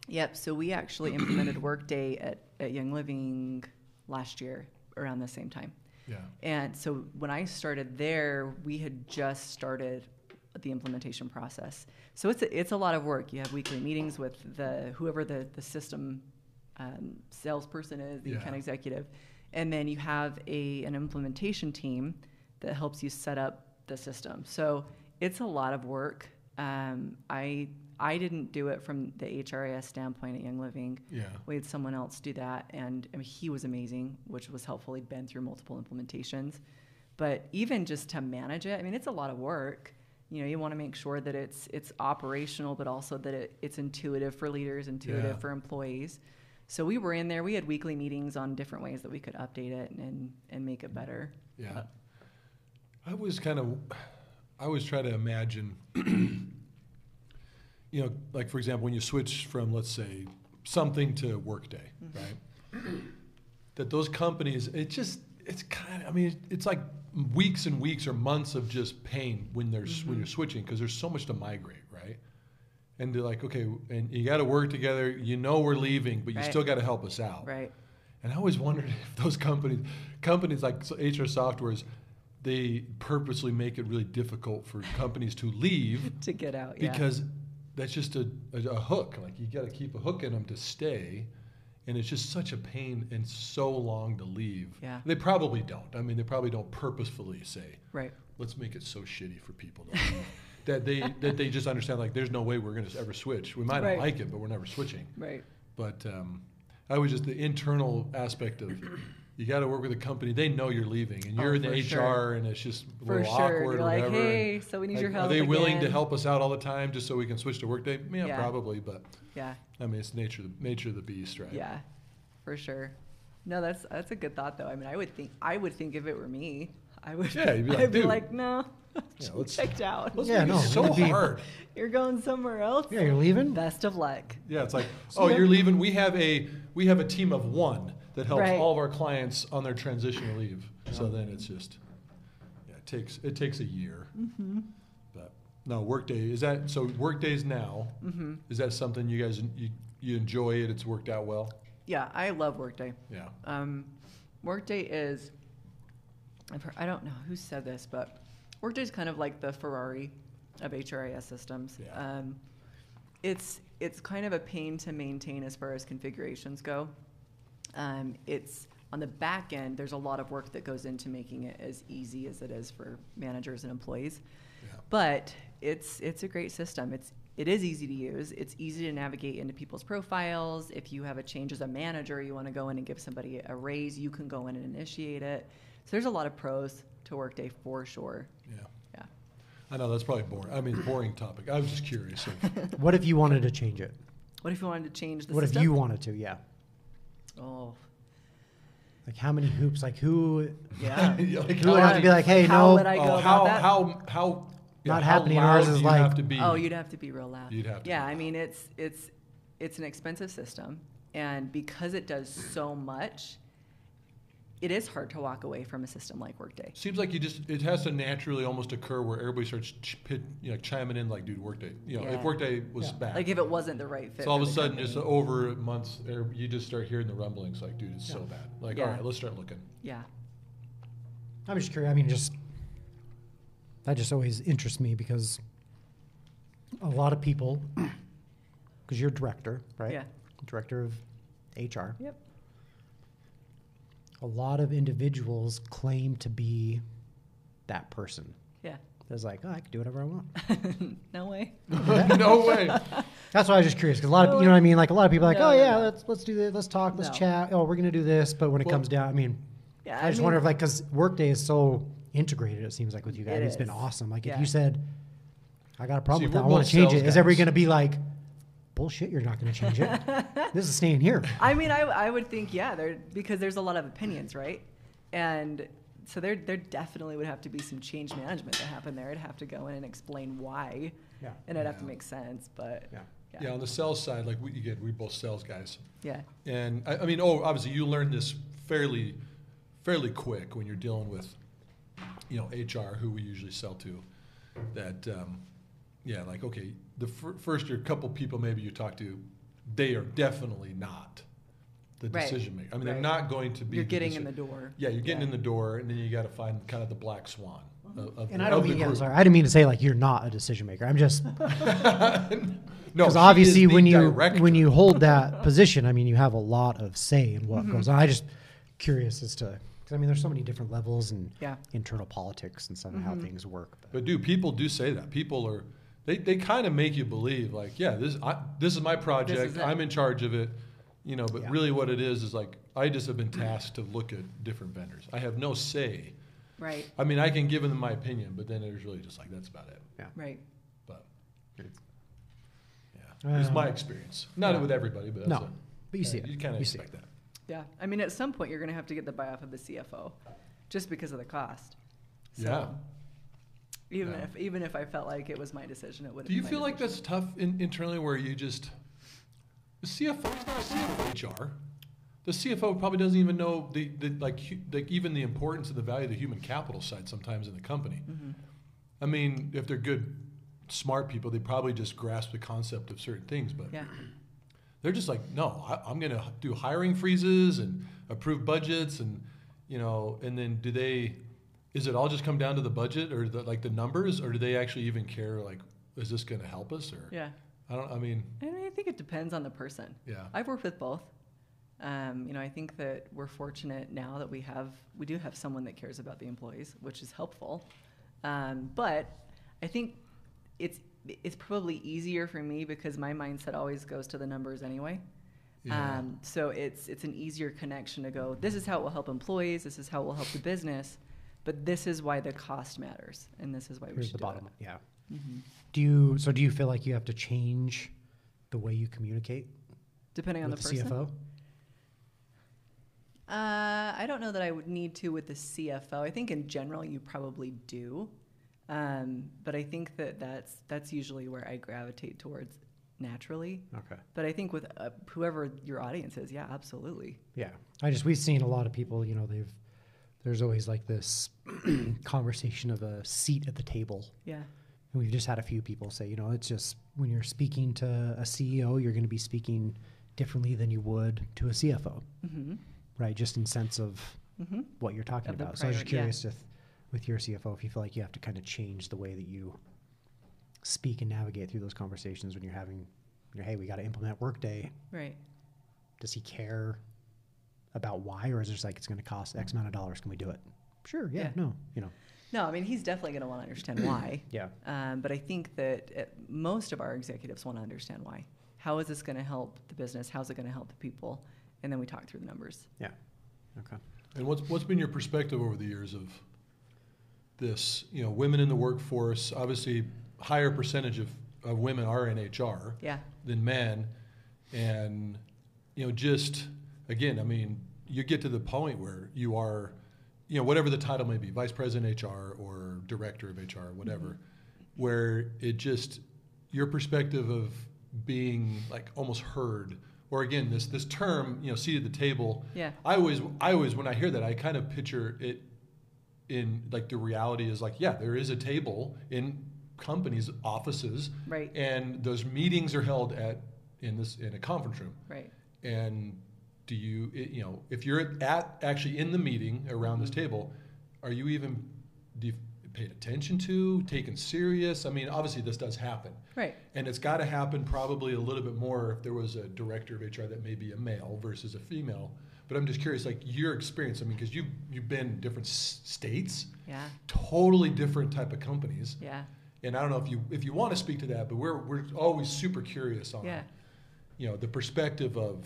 Speaker 3: Yep. So we actually implemented Workday at, at Young Living last year around the same time.
Speaker 2: Yeah.
Speaker 3: And so when I started there, we had just started the implementation process. So it's a, it's a lot of work. You have weekly meetings with the whoever the the system um, salesperson is, the
Speaker 2: Yeah.
Speaker 3: account executive, and then you have a an implementation team that helps you set up the system. So it's a lot of work. Um, I I didn't do it from the HRIS standpoint at Young Living.
Speaker 2: Yeah.
Speaker 3: We had someone else do that, and I mean, he was amazing, which was helpful. He'd been through multiple implementations, but even just to manage it, I mean, it's a lot of work. You know, you want to make sure that it's it's operational, but also that it, it's intuitive for leaders, intuitive
Speaker 2: Yeah.
Speaker 3: for employees. So we were in there. We had weekly meetings on different ways that we could update it and and make it better.
Speaker 2: Yeah. I was kind of, I always try to imagine, (clears throat) you know, like for example, when you switch from, let's say, something to workday, right? (clears throat) That those companies, it just, it's kind of, I mean, it's like weeks and weeks or months of just pain when there's when you're switching because there's so much to migrate, right? And they're like, okay, and you got to work together. You know we're leaving, but you
Speaker 3: Right.
Speaker 2: still got to help us out.
Speaker 3: Right.
Speaker 2: And I always wondered (laughs) if those companies, companies like so- HR softwares, they purposely make it really difficult for companies to leave
Speaker 3: To get out, (laughs) yeah.
Speaker 2: because that's just a, a, a hook. Like you got to keep a hook in them to stay. And it's just such a pain and so long to leave.
Speaker 3: Yeah.
Speaker 2: They probably don't. I mean, they probably don't purposefully say,
Speaker 3: Right.
Speaker 2: let's make it so shitty for people to
Speaker 3: (laughs)
Speaker 2: leave. that they that they just understand like there's no way we're going to ever switch. We might
Speaker 3: Right.
Speaker 2: not like it, but we're never switching.
Speaker 3: Right.
Speaker 2: But um, I was just the internal aspect of you got to work with a company. They know you're leaving, and
Speaker 3: Oh,
Speaker 2: you're in the
Speaker 3: for
Speaker 2: HR,
Speaker 3: sure.
Speaker 2: and it's just a
Speaker 3: For
Speaker 2: little
Speaker 3: sure.
Speaker 2: awkward
Speaker 3: You're
Speaker 2: or
Speaker 3: like,
Speaker 2: whatever. and
Speaker 3: hey, so we need
Speaker 2: like,
Speaker 3: your help.
Speaker 2: Are they willing to
Speaker 3: again."
Speaker 2: help us out all the time just so we can switch to workday? Yeah,
Speaker 3: Yeah.
Speaker 2: probably. But
Speaker 3: Yeah.
Speaker 2: I mean, it's nature of the nature of the beast, right?
Speaker 3: Yeah, for sure. No, that's that's a good thought though. I mean, I would think I would think if it were me, I would.
Speaker 2: Yeah, you'd be like,
Speaker 3: I'd be
Speaker 2: "Dude."
Speaker 3: like, no, (laughs)
Speaker 2: Yeah, let's-
Speaker 3: checked out.
Speaker 2: Let's
Speaker 1: Yeah,
Speaker 2: make it
Speaker 1: no, it
Speaker 2: so
Speaker 1: would be-
Speaker 2: hard.
Speaker 3: You're going somewhere else.
Speaker 1: Yeah, you're leaving.
Speaker 3: Best of luck.
Speaker 2: Yeah, it's like, oh,
Speaker 1: then-
Speaker 2: you're leaving. We have a we have a team of one that helps
Speaker 3: Right.
Speaker 2: all of our clients on their transition to leave. So then it's just, yeah, it takes it takes a year.
Speaker 3: Mm-hmm.
Speaker 2: But no, workday is that so workdays now.
Speaker 3: Mm-hmm.
Speaker 2: Is that something you guys you, you enjoy it? It's worked out well.
Speaker 3: Yeah, I love Workday.
Speaker 2: Yeah,
Speaker 3: Um, Workday is. I've heard, I don't know who said this, but Workday is kind of like the Ferrari of HRIS systems.
Speaker 2: Yeah.
Speaker 3: Um, it's it's kind of a pain to maintain as far as configurations go. Um, it's on the back end. There's a lot of work that goes into making it as easy as it is for managers and employees.
Speaker 2: Yeah.
Speaker 3: But it's it's a great system. It's it is easy to use. It's easy to navigate into people's profiles. If you have a change as a manager, you want to go in and give somebody a raise, you can go in and initiate it. So there's a lot of pros to Workday for sure.
Speaker 2: yeah.
Speaker 3: Yeah.
Speaker 2: I know that's probably boring. I mean, boring topic. I was just curious. If,
Speaker 1: What if you wanted to change it?
Speaker 3: What if you wanted to change the
Speaker 1: What
Speaker 3: system?
Speaker 1: if you wanted to? Yeah.
Speaker 3: Oh,
Speaker 1: Like how many hoops? Like who?
Speaker 3: (laughs) yeah.
Speaker 2: (laughs) like,
Speaker 1: Who would have to be like, hey,
Speaker 3: How
Speaker 1: no,
Speaker 3: would I go
Speaker 2: oh,
Speaker 3: about
Speaker 2: how,
Speaker 3: that?
Speaker 2: how how yeah,
Speaker 1: Not
Speaker 2: how
Speaker 1: happening. Ours
Speaker 2: loud
Speaker 1: is
Speaker 2: do you
Speaker 1: like-
Speaker 2: have to be?
Speaker 3: Oh, you'd have to be real loud.
Speaker 2: You'd have to
Speaker 3: Yeah,
Speaker 2: be
Speaker 3: I mean, it's it's it's an expensive system, and because it does so much, it is hard to walk away from a system like Workday.
Speaker 2: Seems like you just it has to naturally almost occur where everybody starts ch- pit, you know chiming in like, dude, workday. You know,
Speaker 3: Yeah.
Speaker 2: if workday was
Speaker 1: Yeah.
Speaker 2: back,
Speaker 3: Like if it wasn't the right fit.
Speaker 2: so all
Speaker 3: for
Speaker 2: of a
Speaker 3: the
Speaker 2: sudden,
Speaker 3: company.
Speaker 2: just over months, er, you just start hearing the rumblings. Like, dude, it's so bad. Like, all
Speaker 3: Yeah.
Speaker 2: right, let's start looking.
Speaker 3: (laughs)
Speaker 2: (laughs)
Speaker 3: Yeah.
Speaker 1: I'm just curious. I mean, just that just always interests me because a lot of people, (clears throat) because you're director, right?
Speaker 3: Yeah.
Speaker 1: Director of HR.
Speaker 3: Yep.
Speaker 1: A lot of individuals claim to be that person.
Speaker 3: Yeah.
Speaker 1: That's like, oh, I can do whatever I
Speaker 3: (laughs)
Speaker 1: want.
Speaker 3: no way.
Speaker 2: no way.
Speaker 1: That's why I was just curious because a lot of you know what I mean. Like a lot of people are like,
Speaker 3: No,
Speaker 1: oh
Speaker 3: no,
Speaker 1: yeah,
Speaker 3: no.
Speaker 1: let's let's do this, let's talk, let's
Speaker 3: No.
Speaker 1: chat. Oh, we're gonna do this, but when it
Speaker 2: Well-
Speaker 1: comes down, I mean,
Speaker 3: Yeah.
Speaker 1: I just
Speaker 3: mean,
Speaker 1: wonder if like because workday is so integrated. It seems like with you guys,
Speaker 3: It
Speaker 1: it has been
Speaker 3: is.
Speaker 1: awesome. Like if
Speaker 3: Yeah.
Speaker 1: you said, I got a problem
Speaker 2: See,
Speaker 1: with that,
Speaker 2: we're
Speaker 1: I want
Speaker 2: both
Speaker 1: to change it.
Speaker 2: sales
Speaker 1: Is everybody
Speaker 2: guys.
Speaker 1: gonna be like, bullshit? You're not gonna
Speaker 3: (laughs)
Speaker 1: change it. this is staying here.
Speaker 3: I mean, I, I would think yeah, there because there's a lot of opinions,
Speaker 1: Mm-hmm.
Speaker 3: right? And so there there definitely would have to be some change management that happened there. I'd have to go in and explain why,
Speaker 1: Yeah.
Speaker 3: and it'd have to
Speaker 2: Yeah.
Speaker 3: make sense. But
Speaker 1: Yeah.
Speaker 3: yeah,
Speaker 2: Yeah, on the sales side, like we again, we're both sales guys,
Speaker 3: yeah.
Speaker 2: and I, I mean, oh, obviously, you learn this fairly, fairly quick when you're dealing with, you know, HR, who we usually sell to. That, um, yeah, like okay, the fir- first year, couple people maybe you talk to, they are definitely not the
Speaker 3: Right.
Speaker 2: decision maker. I mean,
Speaker 3: Right.
Speaker 2: they're not going to be.
Speaker 3: You're
Speaker 2: the
Speaker 3: getting in
Speaker 2: decision-
Speaker 3: the door.
Speaker 2: Yeah, you're getting
Speaker 3: Yeah.
Speaker 2: in the door, and then you got to find kind of the black swan. Of, of
Speaker 1: And
Speaker 2: the,
Speaker 1: I don't
Speaker 2: of the
Speaker 1: mean yeah, I'm
Speaker 2: group.
Speaker 1: sorry. I didn't mean to say like you're not a decision maker. I'm
Speaker 2: (laughs)
Speaker 1: just
Speaker 2: No,
Speaker 1: because
Speaker 2: she is
Speaker 1: obviously
Speaker 2: the
Speaker 1: when you
Speaker 2: director.
Speaker 1: when you hold
Speaker 3: (laughs)
Speaker 1: that position, I mean you have a lot of say in
Speaker 3: Mm-hmm.
Speaker 1: what goes on. I just curious as to because I mean there's so many different levels and
Speaker 3: Yeah. Mm-hmm.
Speaker 1: internal politics and some how things work. But
Speaker 2: But do people do say that? People are they, they kind of make you believe like, yeah, this I, this is my project.
Speaker 3: is it.
Speaker 2: I'm in charge of it. You know, but
Speaker 1: Yeah.
Speaker 2: really what it is is like I just have been tasked to look at different vendors. I have no say.
Speaker 3: Right.
Speaker 2: I mean, I can give them my opinion, but then it's really just like that's about it.
Speaker 3: Right.
Speaker 2: But yeah, it's
Speaker 1: Um,
Speaker 2: my experience. Not
Speaker 1: yeah.
Speaker 2: with everybody, but that's
Speaker 1: no,
Speaker 2: it.
Speaker 1: but you see
Speaker 2: Yeah,
Speaker 1: it.
Speaker 2: You kind of
Speaker 1: You see
Speaker 2: expect that.
Speaker 3: Yeah. I mean, at some point, you're going to have to get the buy off of the CFO, just because of the cost. So,
Speaker 2: Yeah.
Speaker 3: Even
Speaker 2: Yeah.
Speaker 3: if even if I felt like it was my decision, it would.
Speaker 2: Do you feel like that's tough in, internally where you just CFO is not a CFO HR. The CFO probably doesn't even know the, the like hu- like even the importance of the value of the human capital side sometimes in the company.
Speaker 3: Mm-hmm.
Speaker 2: I mean, if they're good, smart people, they probably just grasp the concept of certain things, but
Speaker 3: Yeah.
Speaker 2: they're just like, no, I, I'm going to do hiring freezes and approve budgets, and you know, and then do they? Is it all just come down to the budget or the, like the numbers, or do they actually even care? Like, is this going to help us? Or
Speaker 3: Yeah.
Speaker 2: I don't. I mean,
Speaker 3: I, mean, I think it depends on the person.
Speaker 2: yeah,
Speaker 3: I've worked with both. Um, you know, I think that we're fortunate now that we have we do have someone that cares about the employees, which is helpful. Um, but I think it's it's probably easier for me because my mindset always goes to the numbers anyway.
Speaker 2: yeah.
Speaker 3: Um, so it's it's an easier connection to go. This is how it will help employees. This is how it will help the business. But this is why the cost matters, and this is why we
Speaker 1: Here's
Speaker 3: should
Speaker 1: the
Speaker 3: do
Speaker 1: bottom.
Speaker 3: it. Mm-hmm.
Speaker 1: Yeah. Do you so do you feel like you have to change the way you communicate
Speaker 3: Depending on
Speaker 1: with
Speaker 3: the
Speaker 1: the,
Speaker 3: person.
Speaker 1: CFO?
Speaker 3: Uh, I don't know that I would need to with the CFO. I think in general you probably do, um, but I think that that's that's usually where I gravitate towards naturally.
Speaker 1: Okay.
Speaker 3: But I think with uh, whoever your audience is, yeah, absolutely.
Speaker 1: Yeah. I just we've seen a lot of people, you know, they've there's always like this (clears throat) conversation of a seat at the table.
Speaker 3: Yeah,
Speaker 1: And we've just had a few people say, you know, it's just when you're speaking to a CEO, you're going to be speaking differently than you would to a CFO,
Speaker 3: hmm
Speaker 1: right? Just in sense of
Speaker 3: hmm
Speaker 1: what you're talking
Speaker 3: Of the
Speaker 1: about. so I was just
Speaker 3: priority, yeah.
Speaker 1: curious if, with your CFO, if you feel like you have to kind of change the way that you speak and navigate through those conversations when you're having, you know, hey, we got to implement Workday.
Speaker 3: right.
Speaker 1: Does he care about why, or is it just like it's going to cost X amount of dollars? Can we do it? Sure. Yeah.
Speaker 3: Yeah.
Speaker 1: No. You know.
Speaker 3: No, I mean he's definitely going to want to understand (clears throat) why.
Speaker 1: Yeah.
Speaker 3: Um, but I think that uh most of our executives want to understand why. How is this going to help the business? How's it going to help the people? And then we talk through the numbers.
Speaker 1: Yeah. Okay.
Speaker 2: And what's what's been your perspective over the years of this? You know, women in the workforce. Obviously, higher percentage of, of women are in HR.
Speaker 3: Yeah.
Speaker 2: than men. And, you know, just again, I mean, you get to the point where you are, you know, whatever the title may be, vice president HR or director of HR, whatever, where it just, your perspective of being like almost heard, or again, this, this term, you know, seat at the table.
Speaker 3: Yeah.
Speaker 2: I always, I always, when I hear that, I kind of picture it in like the reality is like, yeah, there is a table in companies' offices
Speaker 3: Right.
Speaker 2: and those meetings are held at in this in a conference room
Speaker 3: Right.
Speaker 2: and do you it, you know if you're at actually in the meeting around this table are you even do you paid attention to taken serious i mean obviously this does happen
Speaker 3: Right.
Speaker 2: and it's got to happen probably a little bit more if there was a director of hr that may be a male versus a female but i'm just curious like your experience i mean because you you've been in different s- states
Speaker 3: Yeah.
Speaker 2: totally different type of companies
Speaker 3: Yeah.
Speaker 2: and I don't know if you if you want to speak to that, but we're we're always super curious on
Speaker 3: Yeah.
Speaker 2: you know the perspective of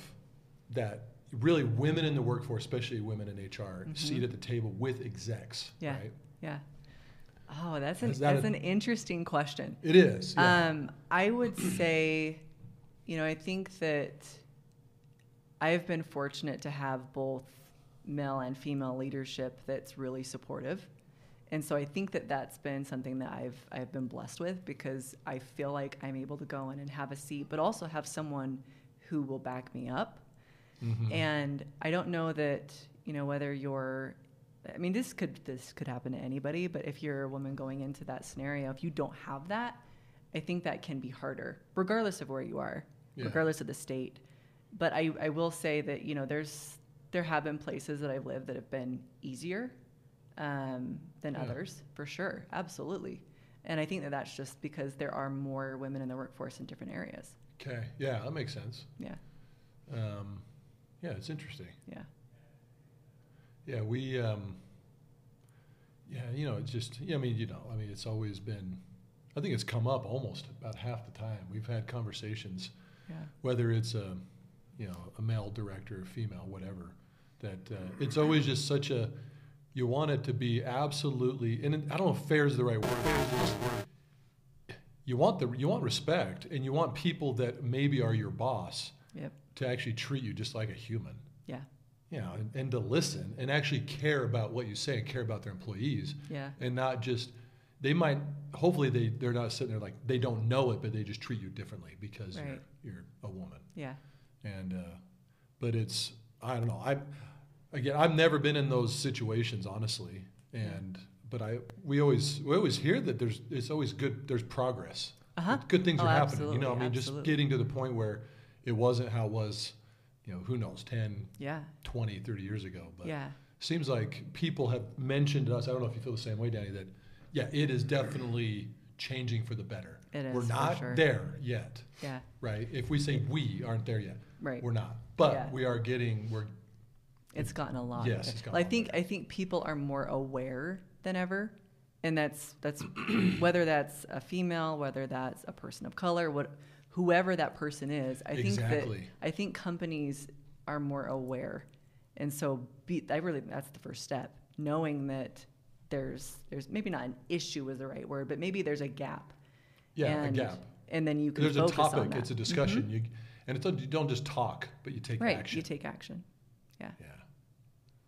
Speaker 2: that really women in the workforce, especially women in HR, seat at the table with execs.
Speaker 3: Mm-hmm. Yeah.
Speaker 2: Right?
Speaker 3: Yeah. Oh, that's an
Speaker 2: Is that
Speaker 3: that's
Speaker 2: a-
Speaker 3: an interesting question.
Speaker 2: It is. Yeah.
Speaker 3: Um, I would say, you know, I think that I've been fortunate to have both male and female leadership that's really supportive. And so I think that that's been something that I've I've been blessed with because I feel like I'm able to go in and have a seat, but also have someone who will back me up.
Speaker 2: Mhm.
Speaker 3: And I don't know that, you know, whether you're I mean this could this could happen to anybody, but if you're a woman going into that scenario, if you don't have that, I think that can be harder, regardless of where you are,
Speaker 2: Yeah.
Speaker 3: regardless of the state. But I, I will say that, you know, there's there have been places that I've lived that have been easier um, than
Speaker 2: Yeah.
Speaker 3: others, for sure. Absolutely. And I think that that's just because there are more women in the workforce in different areas.
Speaker 2: okay. Yeah, that makes sense.
Speaker 3: Yeah.
Speaker 2: Um, yeah, it's interesting.
Speaker 3: Yeah.
Speaker 2: Yeah, we. Um, yeah, you know, it's just. Yeah, I mean, you know, I mean, it's always been. I think it's come up almost about half the time. We've had conversations
Speaker 3: Yeah.
Speaker 2: whether it's a you know a male director or female whatever that uh, it's always just such a you want it to be absolutely and i don't know if fair is the right word you want the you want respect and you want people that maybe are your boss
Speaker 3: Yep.
Speaker 2: to actually treat you just like a human
Speaker 3: Yeah.
Speaker 2: you know and, and to listen and actually care about what you say and care about their employees
Speaker 3: Yeah.
Speaker 2: and not just they might hopefully they they're not sitting there like they don't know it, but they just treat you differently because
Speaker 3: Right.
Speaker 2: you're you're a woman.
Speaker 3: Yeah.
Speaker 2: And uh, but it's I don't know I again I've never been in those situations honestly, and but I we always we always hear that there's it's always good there's progress.
Speaker 3: Uh-huh.
Speaker 2: Good things
Speaker 3: Oh,
Speaker 2: are happening. You know, I
Speaker 3: absolutely,
Speaker 2: mean, just
Speaker 3: absolutely.
Speaker 2: getting to the point where it wasn't how it was, you know, who knows, 10,
Speaker 3: Yeah.
Speaker 2: 20, 30 years ago. But
Speaker 3: Yeah.
Speaker 2: seems like people have mentioned to us. I don't know if you feel the same way, Danny. That yeah, it is definitely changing for the better.
Speaker 3: It
Speaker 2: We're
Speaker 3: is, for
Speaker 2: not
Speaker 3: sure.
Speaker 2: there yet,
Speaker 3: Yeah.
Speaker 2: right? If we say we aren't there yet,
Speaker 3: Right.
Speaker 2: We're not, but
Speaker 3: Yeah.
Speaker 2: we are getting. We're
Speaker 3: It's gotten a lot.
Speaker 2: Yes, it's gotten
Speaker 3: Well,
Speaker 2: a
Speaker 3: I
Speaker 2: lot
Speaker 3: think I think people are more aware than ever, and that's that's (clears throat) whether that's a female, whether that's a person of color, what whoever that person is. I think
Speaker 2: Exactly.
Speaker 3: that I think companies are more aware, and so be, I really that's the first step, knowing that there's there's maybe not an issue is the right word, but maybe there's a gap.
Speaker 2: yeah
Speaker 3: and,
Speaker 2: a gap.
Speaker 3: And then you can
Speaker 2: There's a
Speaker 3: focus on
Speaker 2: topic.
Speaker 3: that. Mm-hmm.
Speaker 2: It's a discussion. You and it's not you don't just talk, but you take
Speaker 3: right.
Speaker 2: action.
Speaker 3: You take action. Yeah.
Speaker 2: yeah,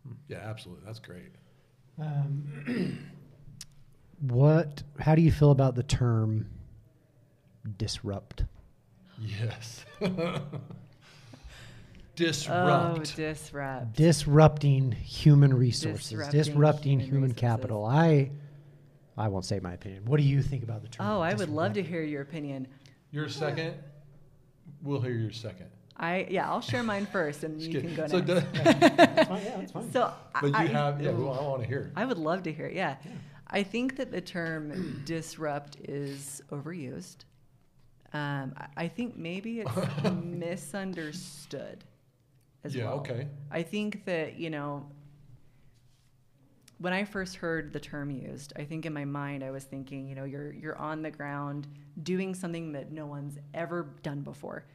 Speaker 2: Hmm. yeah, absolutely. That's great.
Speaker 1: Um, (clears throat) what? How do you feel about the term disrupt?
Speaker 2: Yes. (laughs)
Speaker 3: Oh,
Speaker 2: Disrupt.
Speaker 3: disrupt.
Speaker 1: Disrupting human resources, disrupting,
Speaker 3: Disrupting
Speaker 1: human,
Speaker 3: human resources.
Speaker 1: capital. I, I won't say my opinion. What do you think about the term?
Speaker 3: Oh, I would love to
Speaker 1: disrupt?
Speaker 3: hear your opinion.
Speaker 2: your second. We'll hear your second.
Speaker 3: I yeah, I'll share mine first, and
Speaker 2: Just
Speaker 3: you
Speaker 2: kidding.
Speaker 3: can go
Speaker 2: so
Speaker 3: next.
Speaker 2: do-
Speaker 3: (laughs)
Speaker 1: That's fine, yeah, that's fine.
Speaker 3: so
Speaker 2: (laughs)
Speaker 3: I-
Speaker 2: But
Speaker 3: (laughs) I,
Speaker 2: you have, yeah, well, I want to hear.
Speaker 3: I would love to hear. it, Yeah. I think that the term (clears throat) disrupt is overused. Um, I, I think
Speaker 2: (laughs)
Speaker 3: maybe it's misunderstood as
Speaker 2: yeah,
Speaker 3: well.
Speaker 2: okay.
Speaker 3: I think that, you know, when I first heard the term used, I think in my mind I was thinking, you know, you're you're on the ground doing something that no one's ever done before.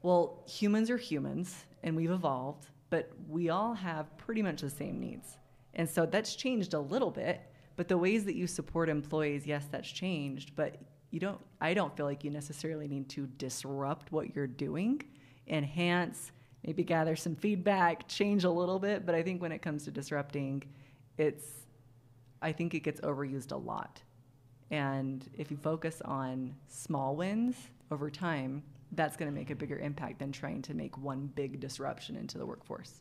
Speaker 3: Well, humans are humans and we've evolved, but we all have pretty much the same needs. And so that's changed a little bit, but the ways that you support employees, yes, that's changed, but you don't I don't feel like you necessarily need to disrupt what you're doing, enhance, maybe gather some feedback, change a little bit, but I think when it comes to disrupting, it's I think it gets overused a lot. And if you focus on small wins over time, that's going to make a bigger impact than trying to make one big disruption into the workforce.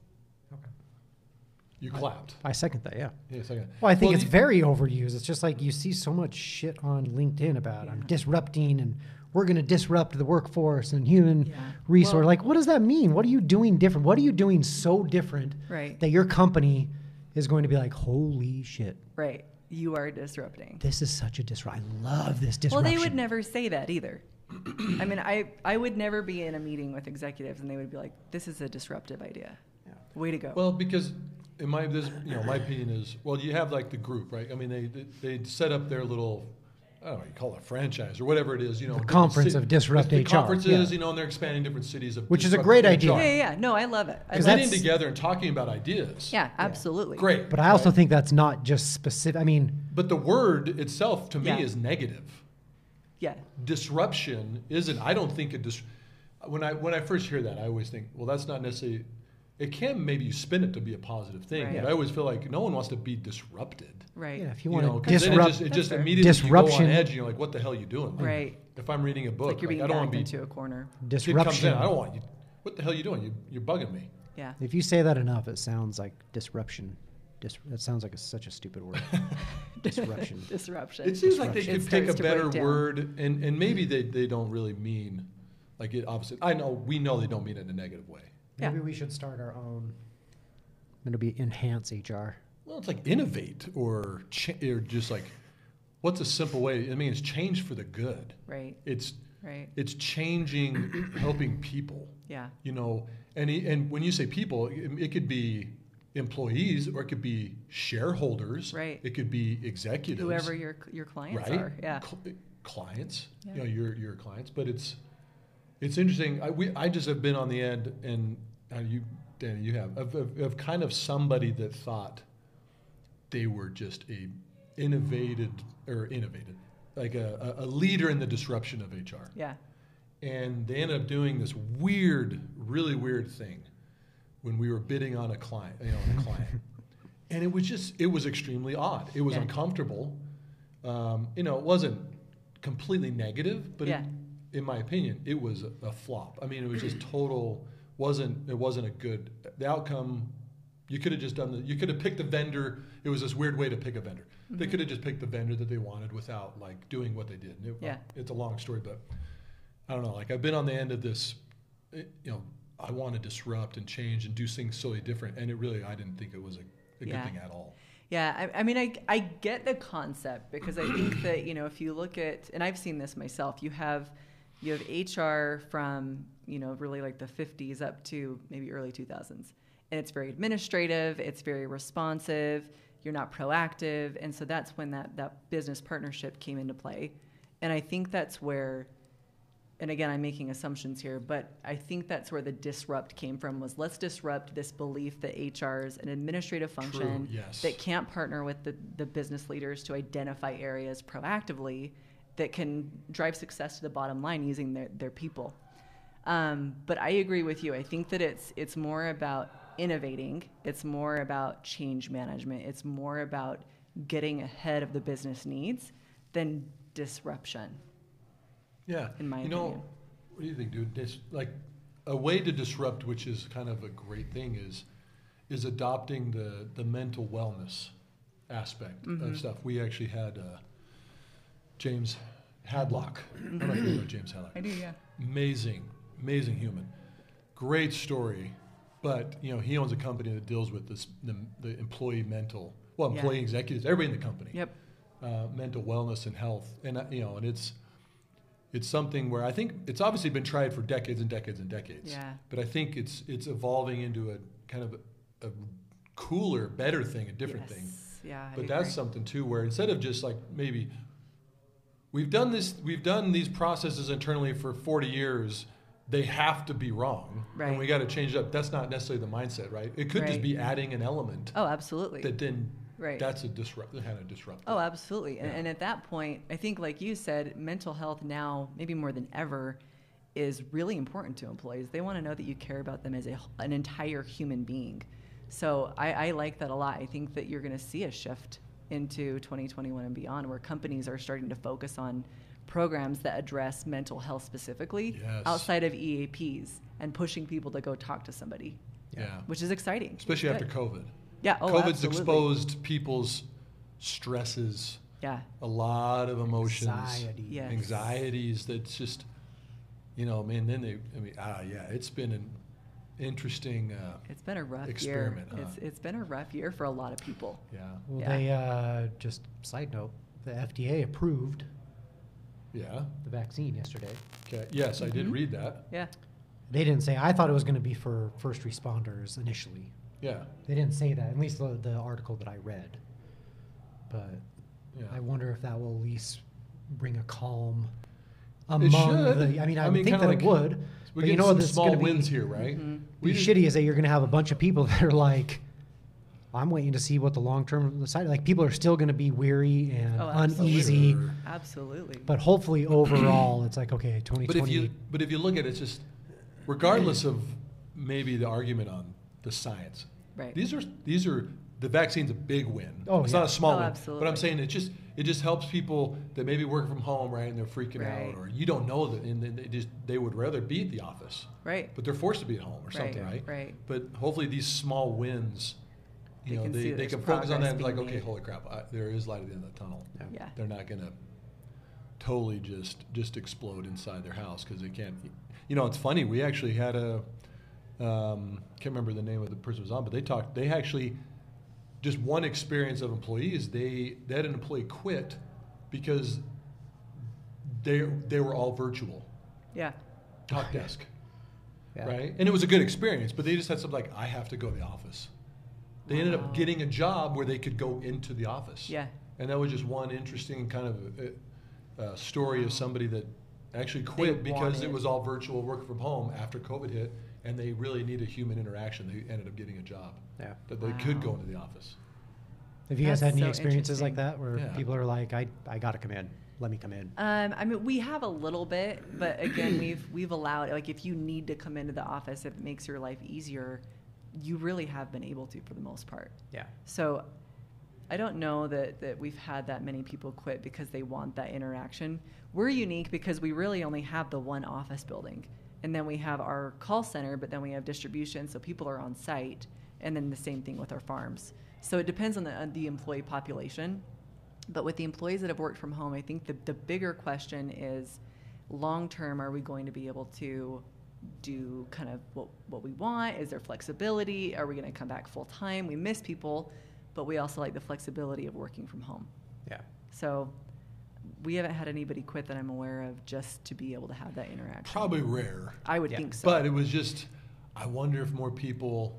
Speaker 2: You clapped.
Speaker 1: I second that. Yeah.
Speaker 2: Yeah, second.
Speaker 1: Well, I think it's
Speaker 2: you-
Speaker 1: very overused. It's just like you see so much shit on LinkedIn about I'm
Speaker 3: Yeah.
Speaker 1: disrupting and we're going to disrupt the workforce and human
Speaker 3: Yeah.
Speaker 1: resource.
Speaker 3: Well-
Speaker 1: like, what does that mean? What are you doing different? What are you doing so different
Speaker 3: Right.
Speaker 1: that your company is going to be like, holy shit,
Speaker 3: Right. You are disrupting.
Speaker 1: this is such a disrupt. I love this disruption.
Speaker 3: Well, they would never say that either. (clears throat) I mean, I, I would never be in a meeting with executives and they would be like, this is a disruptive idea.
Speaker 1: Yeah.
Speaker 3: Way to go.
Speaker 2: Well, because in my this, you know, my opinion is, well, you have like the group, right? I mean, they they they set up their little, I don't know, you call it a franchise or whatever it is, you know.
Speaker 1: The conference
Speaker 2: city-
Speaker 1: of Disrupt
Speaker 2: the
Speaker 1: HR,
Speaker 2: Conferences,
Speaker 1: yeah.
Speaker 2: you know, and they're expanding different cities of.
Speaker 1: Which is a
Speaker 2: Disrupt
Speaker 1: great
Speaker 2: HR.
Speaker 1: idea.
Speaker 3: yeah, yeah, yeah. No, I love it. I
Speaker 2: Because
Speaker 3: love
Speaker 2: getting
Speaker 1: that's-
Speaker 2: together and talking about ideas.
Speaker 3: it. Yeah, absolutely.
Speaker 2: Great.
Speaker 1: But I also
Speaker 2: right?
Speaker 1: think that's not just specific. I mean,
Speaker 2: But the word itself to me
Speaker 3: Yeah.
Speaker 2: is negative.
Speaker 3: Yeah.
Speaker 2: disruption isn't i don't think a dis- when i when i first hear that i always think well that's not necessarily it can maybe you spin it to be a positive thing
Speaker 3: Right.
Speaker 2: but i always feel like no one wants to be disrupted
Speaker 3: Right.
Speaker 1: yeah, if you,
Speaker 2: know,
Speaker 1: want to
Speaker 2: 'cause then it
Speaker 1: disrupt,
Speaker 2: just, it
Speaker 3: That's
Speaker 2: just
Speaker 3: fair.
Speaker 2: immediately you go
Speaker 1: Disruption.
Speaker 2: on edge and you're like what the hell are you doing Like,
Speaker 3: Right.
Speaker 2: if i'm reading a book
Speaker 3: Like you're being
Speaker 2: i don't want
Speaker 3: backed
Speaker 2: to be
Speaker 3: into a corner.
Speaker 2: kid comes in
Speaker 1: disruption.
Speaker 2: i don't want you what the hell are you doing you, you're bugging me
Speaker 3: Yeah.
Speaker 1: If you say that enough, it sounds like disruption. Dis- that sounds like a, such a stupid
Speaker 2: (laughs)
Speaker 1: word. Disruption.
Speaker 3: Disruption.
Speaker 2: it seems like they
Speaker 1: Disruption.
Speaker 2: could
Speaker 3: It
Speaker 2: pick a
Speaker 3: starts to
Speaker 2: better
Speaker 3: break down.
Speaker 2: word and, and maybe they, they don't really mean like it opposite i know we know they don't mean it in a negative way
Speaker 3: Yeah.
Speaker 1: Maybe we should start our own. It'll be enhance HR.
Speaker 2: Well, it's like innovate or cha- or just like what's a simple way? I mean, it's change for the good.
Speaker 3: Right.
Speaker 2: It's
Speaker 3: Right.
Speaker 2: it's changing, helping people.
Speaker 3: Yeah.
Speaker 2: You know, and he- and when you say people, it, it could be employees or it could be shareholders.
Speaker 3: Right.
Speaker 2: It could be executives.
Speaker 3: Whoever your your clients
Speaker 2: right?
Speaker 3: are. Yeah.
Speaker 2: Cl- clients.
Speaker 3: Yeah.
Speaker 2: You know, your your clients, but it's it's interesting. I we I just have been on the end, and uh, you, Danny, you have of, of, of kind of somebody that thought they were just a innovated or innovated like a, a a leader in the disruption of HR,
Speaker 3: Yeah.
Speaker 2: and they ended up doing this weird, really weird thing when we were bidding on a
Speaker 3: (laughs)
Speaker 2: client, you know, on a client, and it was just it was extremely odd. It was
Speaker 3: Yeah.
Speaker 2: uncomfortable. Um, you know, it wasn't completely negative, but it-
Speaker 3: Yeah.
Speaker 2: in my opinion, it was a, a flop. I mean, it was just total. wasn't It wasn't a good. The outcome. You could have just done the. You could have picked the vendor. It was this weird way to pick a vendor.
Speaker 3: Mm-hmm.
Speaker 2: They could have just picked the vendor that they wanted without like doing what they did. And it-
Speaker 3: Yeah.
Speaker 2: It's a long story, but I don't know. Like I've been on the end of this. eh, You know, I want to disrupt and change and do things totally different, and it really I didn't think it was a, a
Speaker 3: Yeah.
Speaker 2: good thing at all.
Speaker 3: Yeah, I, I mean, I, I get the concept because I think that you know if you look at and I've seen this myself, you have you have HR from you know really like the 50s up to maybe early 2000s, and it's very administrative, it's very responsive, you're not proactive, and so that's when that that business partnership came into play, and I think that's where. And again, I'm making assumptions here, but I think that's where the disrupt came from was let's disrupt this belief that HR is an administrative function
Speaker 2: yes.
Speaker 3: that can't partner with the, the business leaders to identify areas proactively that can drive success to the bottom line using their, their people. Um, but I agree with you. I think that it's it's more about innovating. It's more about change management. It's more about getting ahead of the business needs than disruption.
Speaker 2: Yeah.
Speaker 3: in my
Speaker 2: you
Speaker 3: opinion.
Speaker 2: know, what do you think, dude? Dis- like a way to disrupt, which is kind of a great thing, is is adopting the the mental wellness aspect
Speaker 3: Mm-hmm.
Speaker 2: of stuff. We actually had uh, James Hadlock. I don't know if you know James Hadlock.
Speaker 3: do, yeah.
Speaker 2: Amazing, amazing human. Great story, but you know he owns a company that deals with this the, the employee mental, well,
Speaker 3: Yeah.
Speaker 2: employee executives, everybody in the company
Speaker 3: Yep.
Speaker 2: uh, mental wellness and health, and uh, you know, and it's it's something where I think it's obviously been tried for decades and decades and decades.
Speaker 3: Yeah.
Speaker 2: But I think it's it's evolving into a kind of a, cooler, better thing, a different thing.
Speaker 3: Yes. Yeah. I
Speaker 2: But that's
Speaker 3: agree.
Speaker 2: something too, where instead of just like maybe we've done this, we've done these processes internally for 40 years. They have to be wrong,
Speaker 3: Right.
Speaker 2: and we got to change it up. That's not necessarily the mindset, right? It could just
Speaker 3: Right.
Speaker 2: be adding an element
Speaker 3: Oh, absolutely.
Speaker 2: that then
Speaker 3: Right.
Speaker 2: that's a disrupt, kind of disrupt.
Speaker 3: Oh, absolutely. And,
Speaker 2: Yeah.
Speaker 3: and at that point, I think, like you said, mental health now, maybe more than ever, is really important to employees. They want to know that you care about them as a, h- an entire human being. So I, I like that a lot. I think that you're going to see a shift into 2021 and beyond where companies are starting to focus on programs that address mental health specifically
Speaker 2: Yes.
Speaker 3: outside of EAPs and pushing people to go talk to somebody,
Speaker 2: yeah.
Speaker 3: which is exciting.
Speaker 2: especially
Speaker 3: Good.
Speaker 2: after COVID.
Speaker 3: Yeah. Oh,
Speaker 2: COVID's
Speaker 3: absolutely.
Speaker 2: exposed people's stresses,
Speaker 3: Yeah.
Speaker 2: a lot of emotions,
Speaker 1: Anxiety.
Speaker 3: Yeah.
Speaker 2: anxieties. That's just, you know, man. Then they, I mean, ah, yeah, it's been an interesting, uh,
Speaker 3: It's been a rough
Speaker 2: Experiment, huh?
Speaker 3: year. It's, it's been a rough year for a lot of people.
Speaker 2: yeah,
Speaker 1: Well,
Speaker 3: Yeah.
Speaker 1: they uh, just side note, the FDA approved
Speaker 2: yeah.
Speaker 1: the vaccine yesterday.
Speaker 2: Okay. Yes, I did read that.
Speaker 3: Yeah.
Speaker 1: They didn't say. I thought it was going to be for first responders initially.
Speaker 2: Yeah,
Speaker 1: They didn't say that. At least the, the article that I read. But
Speaker 2: yeah.
Speaker 1: I wonder if that will at least bring a calm
Speaker 2: It
Speaker 1: among
Speaker 2: should.
Speaker 1: the. I mean, I,
Speaker 2: I
Speaker 1: would
Speaker 2: mean,
Speaker 1: think that
Speaker 2: kinda like-
Speaker 1: it would.
Speaker 2: We're
Speaker 1: but
Speaker 2: getting
Speaker 1: you know
Speaker 2: some
Speaker 1: this is
Speaker 2: small
Speaker 1: gonna be-
Speaker 2: wins here, right?
Speaker 1: be
Speaker 2: just-
Speaker 1: shitty is that you're going to have a bunch of people (laughs) that are like, I'm waiting to see what the long term side. Like people are still going to be weary and
Speaker 3: Oh, absolutely.
Speaker 1: uneasy.
Speaker 2: Sure.
Speaker 3: Absolutely.
Speaker 1: But hopefully, overall, it's like okay, 2020.
Speaker 2: But if you but if you look at it, it's just regardless of maybe the argument on the science.
Speaker 3: Right.
Speaker 2: These are these are the vaccine's a big win.
Speaker 1: Oh,
Speaker 2: it's
Speaker 1: yeah.
Speaker 2: not a small
Speaker 3: Oh,
Speaker 2: win. But
Speaker 3: absolutely.
Speaker 2: I'm saying it just it just helps people that maybe work from home, right, and they're freaking
Speaker 3: Right.
Speaker 2: out, or you don't know that, and then they just they would rather be at the office,
Speaker 3: right.
Speaker 2: but they're forced to be at home or something,
Speaker 3: Right,
Speaker 2: right?
Speaker 3: right.
Speaker 2: But hopefully these small wins, you
Speaker 3: They
Speaker 2: know,
Speaker 3: can see
Speaker 2: they,
Speaker 3: that
Speaker 2: they
Speaker 3: there's
Speaker 2: can focus on
Speaker 3: progress
Speaker 2: that and be
Speaker 3: being
Speaker 2: like, okay,
Speaker 3: made.
Speaker 2: holy crap, I, there is light at the end of the tunnel
Speaker 3: Yeah.
Speaker 2: they're not going to totally just just explode inside their house because they can't. You know, it's funny. We actually had a um, can't remember the name of the person who was on, but they talked. They actually just one experience of employees. They they had an employee quit because they they were all virtual
Speaker 3: Yeah.
Speaker 2: talk
Speaker 1: Yeah.
Speaker 2: desk,
Speaker 1: Yeah.
Speaker 2: right? And it was a good experience, but they just had something like I have to go to the office. They ended
Speaker 3: Wow.
Speaker 2: up getting a job where they could go into the office.
Speaker 3: Yeah.
Speaker 2: And that was just one interesting kind of uh, uh, story of somebody that actually quit because
Speaker 3: wanted-
Speaker 2: it was all virtual work from home after COVID hit, and they really needed human interaction. They ended up getting a job
Speaker 1: yeah.
Speaker 2: that they could
Speaker 3: Wow.
Speaker 2: go into the office.
Speaker 1: Have you guys
Speaker 3: That's
Speaker 1: had any
Speaker 3: so
Speaker 1: experiences like
Speaker 3: interesting.
Speaker 1: that where
Speaker 2: Yeah.
Speaker 1: people are like, I I gotta come in, let me come in.
Speaker 3: Um, I mean, we have a little bit,
Speaker 2: (clears throat)
Speaker 3: but again, we've we've allowed like if you need to come into the office, if it makes your life easier, you really have been able to for the most part.
Speaker 1: Yeah.
Speaker 3: So, I don't know that, that we've had that many people quit because they want that interaction. We're unique because we really only have the one office building. And then we have our call center, but then we have distribution, so people are on site. And then the same thing with our farms. So it depends on the, on the employee population. But with the employees that have worked from home, I think the, the bigger question is long term, are we going to be able to do kind of what, what we want? Is there flexibility? Are we going to come back full time? We miss people, but we also like the flexibility of working from home.
Speaker 1: Yeah.
Speaker 3: So we haven't had anybody quit that I'm aware of just to be able to have that interaction.
Speaker 2: Probably rare.
Speaker 3: I would
Speaker 1: Yeah.
Speaker 3: think so.
Speaker 2: But it was just, I wonder if more people,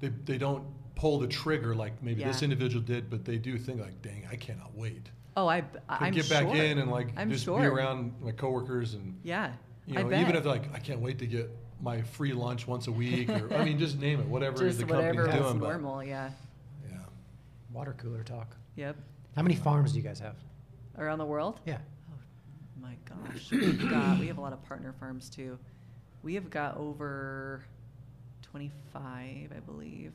Speaker 2: they, they don't pull the trigger like maybe this
Speaker 3: Yeah.
Speaker 2: individual did, but they do think like, dang, I cannot wait
Speaker 3: oh, I,
Speaker 2: to
Speaker 3: I'm
Speaker 2: get
Speaker 3: sure.
Speaker 2: back in and like
Speaker 3: I'm
Speaker 2: just be
Speaker 3: sure.
Speaker 2: around my coworkers and
Speaker 3: Yeah.
Speaker 2: you
Speaker 3: I
Speaker 2: know
Speaker 3: bet.
Speaker 2: even if like I can't wait to get my free lunch once a week or I mean just name it whatever
Speaker 3: just
Speaker 2: the
Speaker 3: whatever
Speaker 2: company's
Speaker 3: was
Speaker 2: doing. but-
Speaker 3: normal. Yeah.
Speaker 2: yeah.
Speaker 1: Water cooler talk.
Speaker 3: Yep.
Speaker 1: How many farms do you guys have?
Speaker 3: Around the world. Oh,
Speaker 1: Yeah.
Speaker 3: My gosh, we've got, we have a lot of partner farms too. We have got over 25, I believe.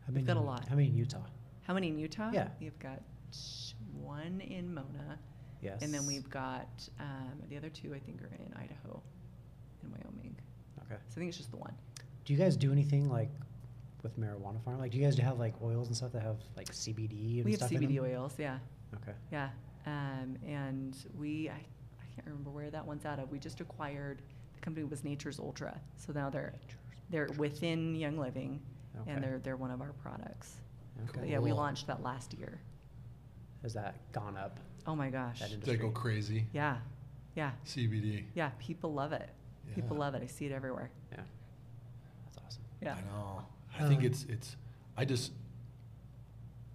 Speaker 1: How
Speaker 3: We've
Speaker 1: many
Speaker 3: got a
Speaker 1: in-
Speaker 3: lot.
Speaker 1: How many in Utah?
Speaker 3: How many in Utah?
Speaker 1: Yeah.
Speaker 3: We've got s- one in Mona,
Speaker 1: Yes.
Speaker 3: and then we've got um, the other two, I think, are in Idaho and Wyoming.
Speaker 1: Okay.
Speaker 3: So I think it's just the one.
Speaker 1: Do you guys do anything like with marijuana farm? Like, do you guys have like oils and stuff that have like CBD and
Speaker 3: we have
Speaker 1: stuff in
Speaker 3: CBD
Speaker 1: them?
Speaker 3: oils, yeah.
Speaker 1: Okay.
Speaker 3: Yeah, um, and we, I, I can't remember where that one's out of. We just acquired, the company was Nature's Ultra. So now they're, they're within Young Living
Speaker 1: Okay.
Speaker 3: and they're, they're one of our products.
Speaker 1: okay.
Speaker 3: But yeah, we
Speaker 2: Cool.
Speaker 3: launched that last year.
Speaker 1: Has that gone up?
Speaker 3: Oh my gosh.
Speaker 1: That
Speaker 2: They go
Speaker 1: Industry.
Speaker 2: crazy.
Speaker 3: Yeah, yeah,
Speaker 2: CBD.
Speaker 3: yeah. People love it. People
Speaker 2: Yeah.
Speaker 3: love it. I see it everywhere.
Speaker 1: Yeah. That's awesome.
Speaker 3: Yeah.
Speaker 2: I know. I think
Speaker 1: Um,
Speaker 2: it's it's. I just.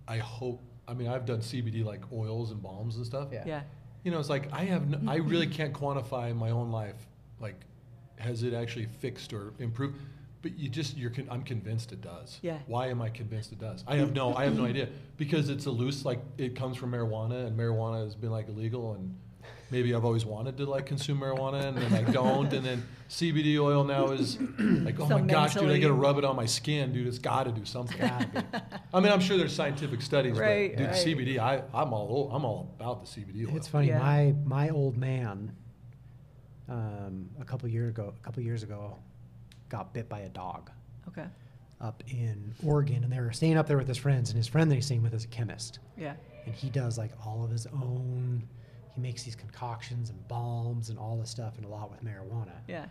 Speaker 2: I hope. I mean, I've done CBD like oils and balms and stuff.
Speaker 1: Yeah.
Speaker 3: Yeah.
Speaker 2: You know, it's like I have. No, I really
Speaker 3: Mm-hmm.
Speaker 2: can't quantify in my own life, like, has it actually fixed or improved? But you just you're. Con- I'm convinced it does.
Speaker 3: Yeah.
Speaker 2: Why am I convinced it does? I have no. I have no idea because it's a loose. Like it comes from marijuana, and marijuana has been like illegal and. Maybe I've always wanted to like consume marijuana and then I don't, and then CBD oil now is like, oh
Speaker 3: So
Speaker 2: my gosh, dude, I gotta
Speaker 3: mentally-
Speaker 2: rub it on my skin, dude. It's got to do something.
Speaker 1: Gotta be.
Speaker 2: I mean, I'm sure there's scientific studies,
Speaker 3: Right,
Speaker 2: but dude,
Speaker 3: right.
Speaker 2: CBD, I, I'm all o- I'm all about the CBD oil.
Speaker 1: It's funny.
Speaker 3: Yeah.
Speaker 1: My my old man, um, a couple years ago, a couple years ago, got bit by a dog
Speaker 3: (laughs) Okay.
Speaker 1: up in Oregon, and they were staying up there with his friends, and his friend that he's staying with is a chemist,
Speaker 3: Yeah.
Speaker 1: and he does like all of his own. He makes these concoctions and balms and all this stuff, and a lot with marijuana.
Speaker 3: Yeah.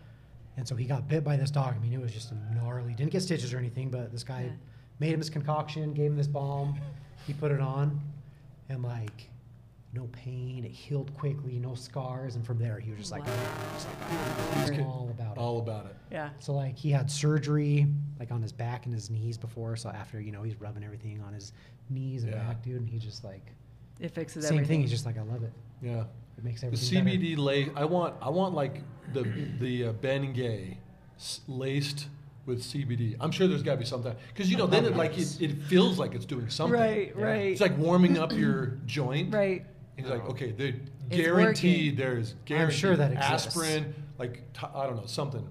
Speaker 1: And so he got bit by this dog. I mean, it was just gnarly. Didn't get stitches or anything, but this guy
Speaker 3: Yeah.
Speaker 1: made him this concoction, gave him this balm. He put it on, and like, no pain. It healed quickly, no scars. And from there, he was just like,
Speaker 3: Wow.
Speaker 1: just like, all about it.
Speaker 2: all about it.
Speaker 3: Yeah.
Speaker 1: So like, he had surgery like on his back and his knees before. So after, you know, he's rubbing everything on his knees and
Speaker 2: Yeah.
Speaker 1: back, dude. And he's just like,
Speaker 3: It fixes
Speaker 1: same thing.
Speaker 3: everything.
Speaker 1: He's just like, I love it.
Speaker 2: Yeah,
Speaker 1: It makes
Speaker 2: the
Speaker 1: everything better.
Speaker 2: CBD lace. I want I want like the the uh, Ben Gay s- laced with CBD. I'm sure there's got to be something because you know then it like it, it feels like it's doing something.
Speaker 3: Right.
Speaker 1: Yeah.
Speaker 3: Right.
Speaker 2: It's like warming up your joint.
Speaker 3: right.
Speaker 2: He's like, okay, they
Speaker 3: It's working.
Speaker 2: guaranteed there's
Speaker 1: I'm
Speaker 2: guaranteed
Speaker 1: sure that exists.
Speaker 2: aspirin, like t- I don't know something.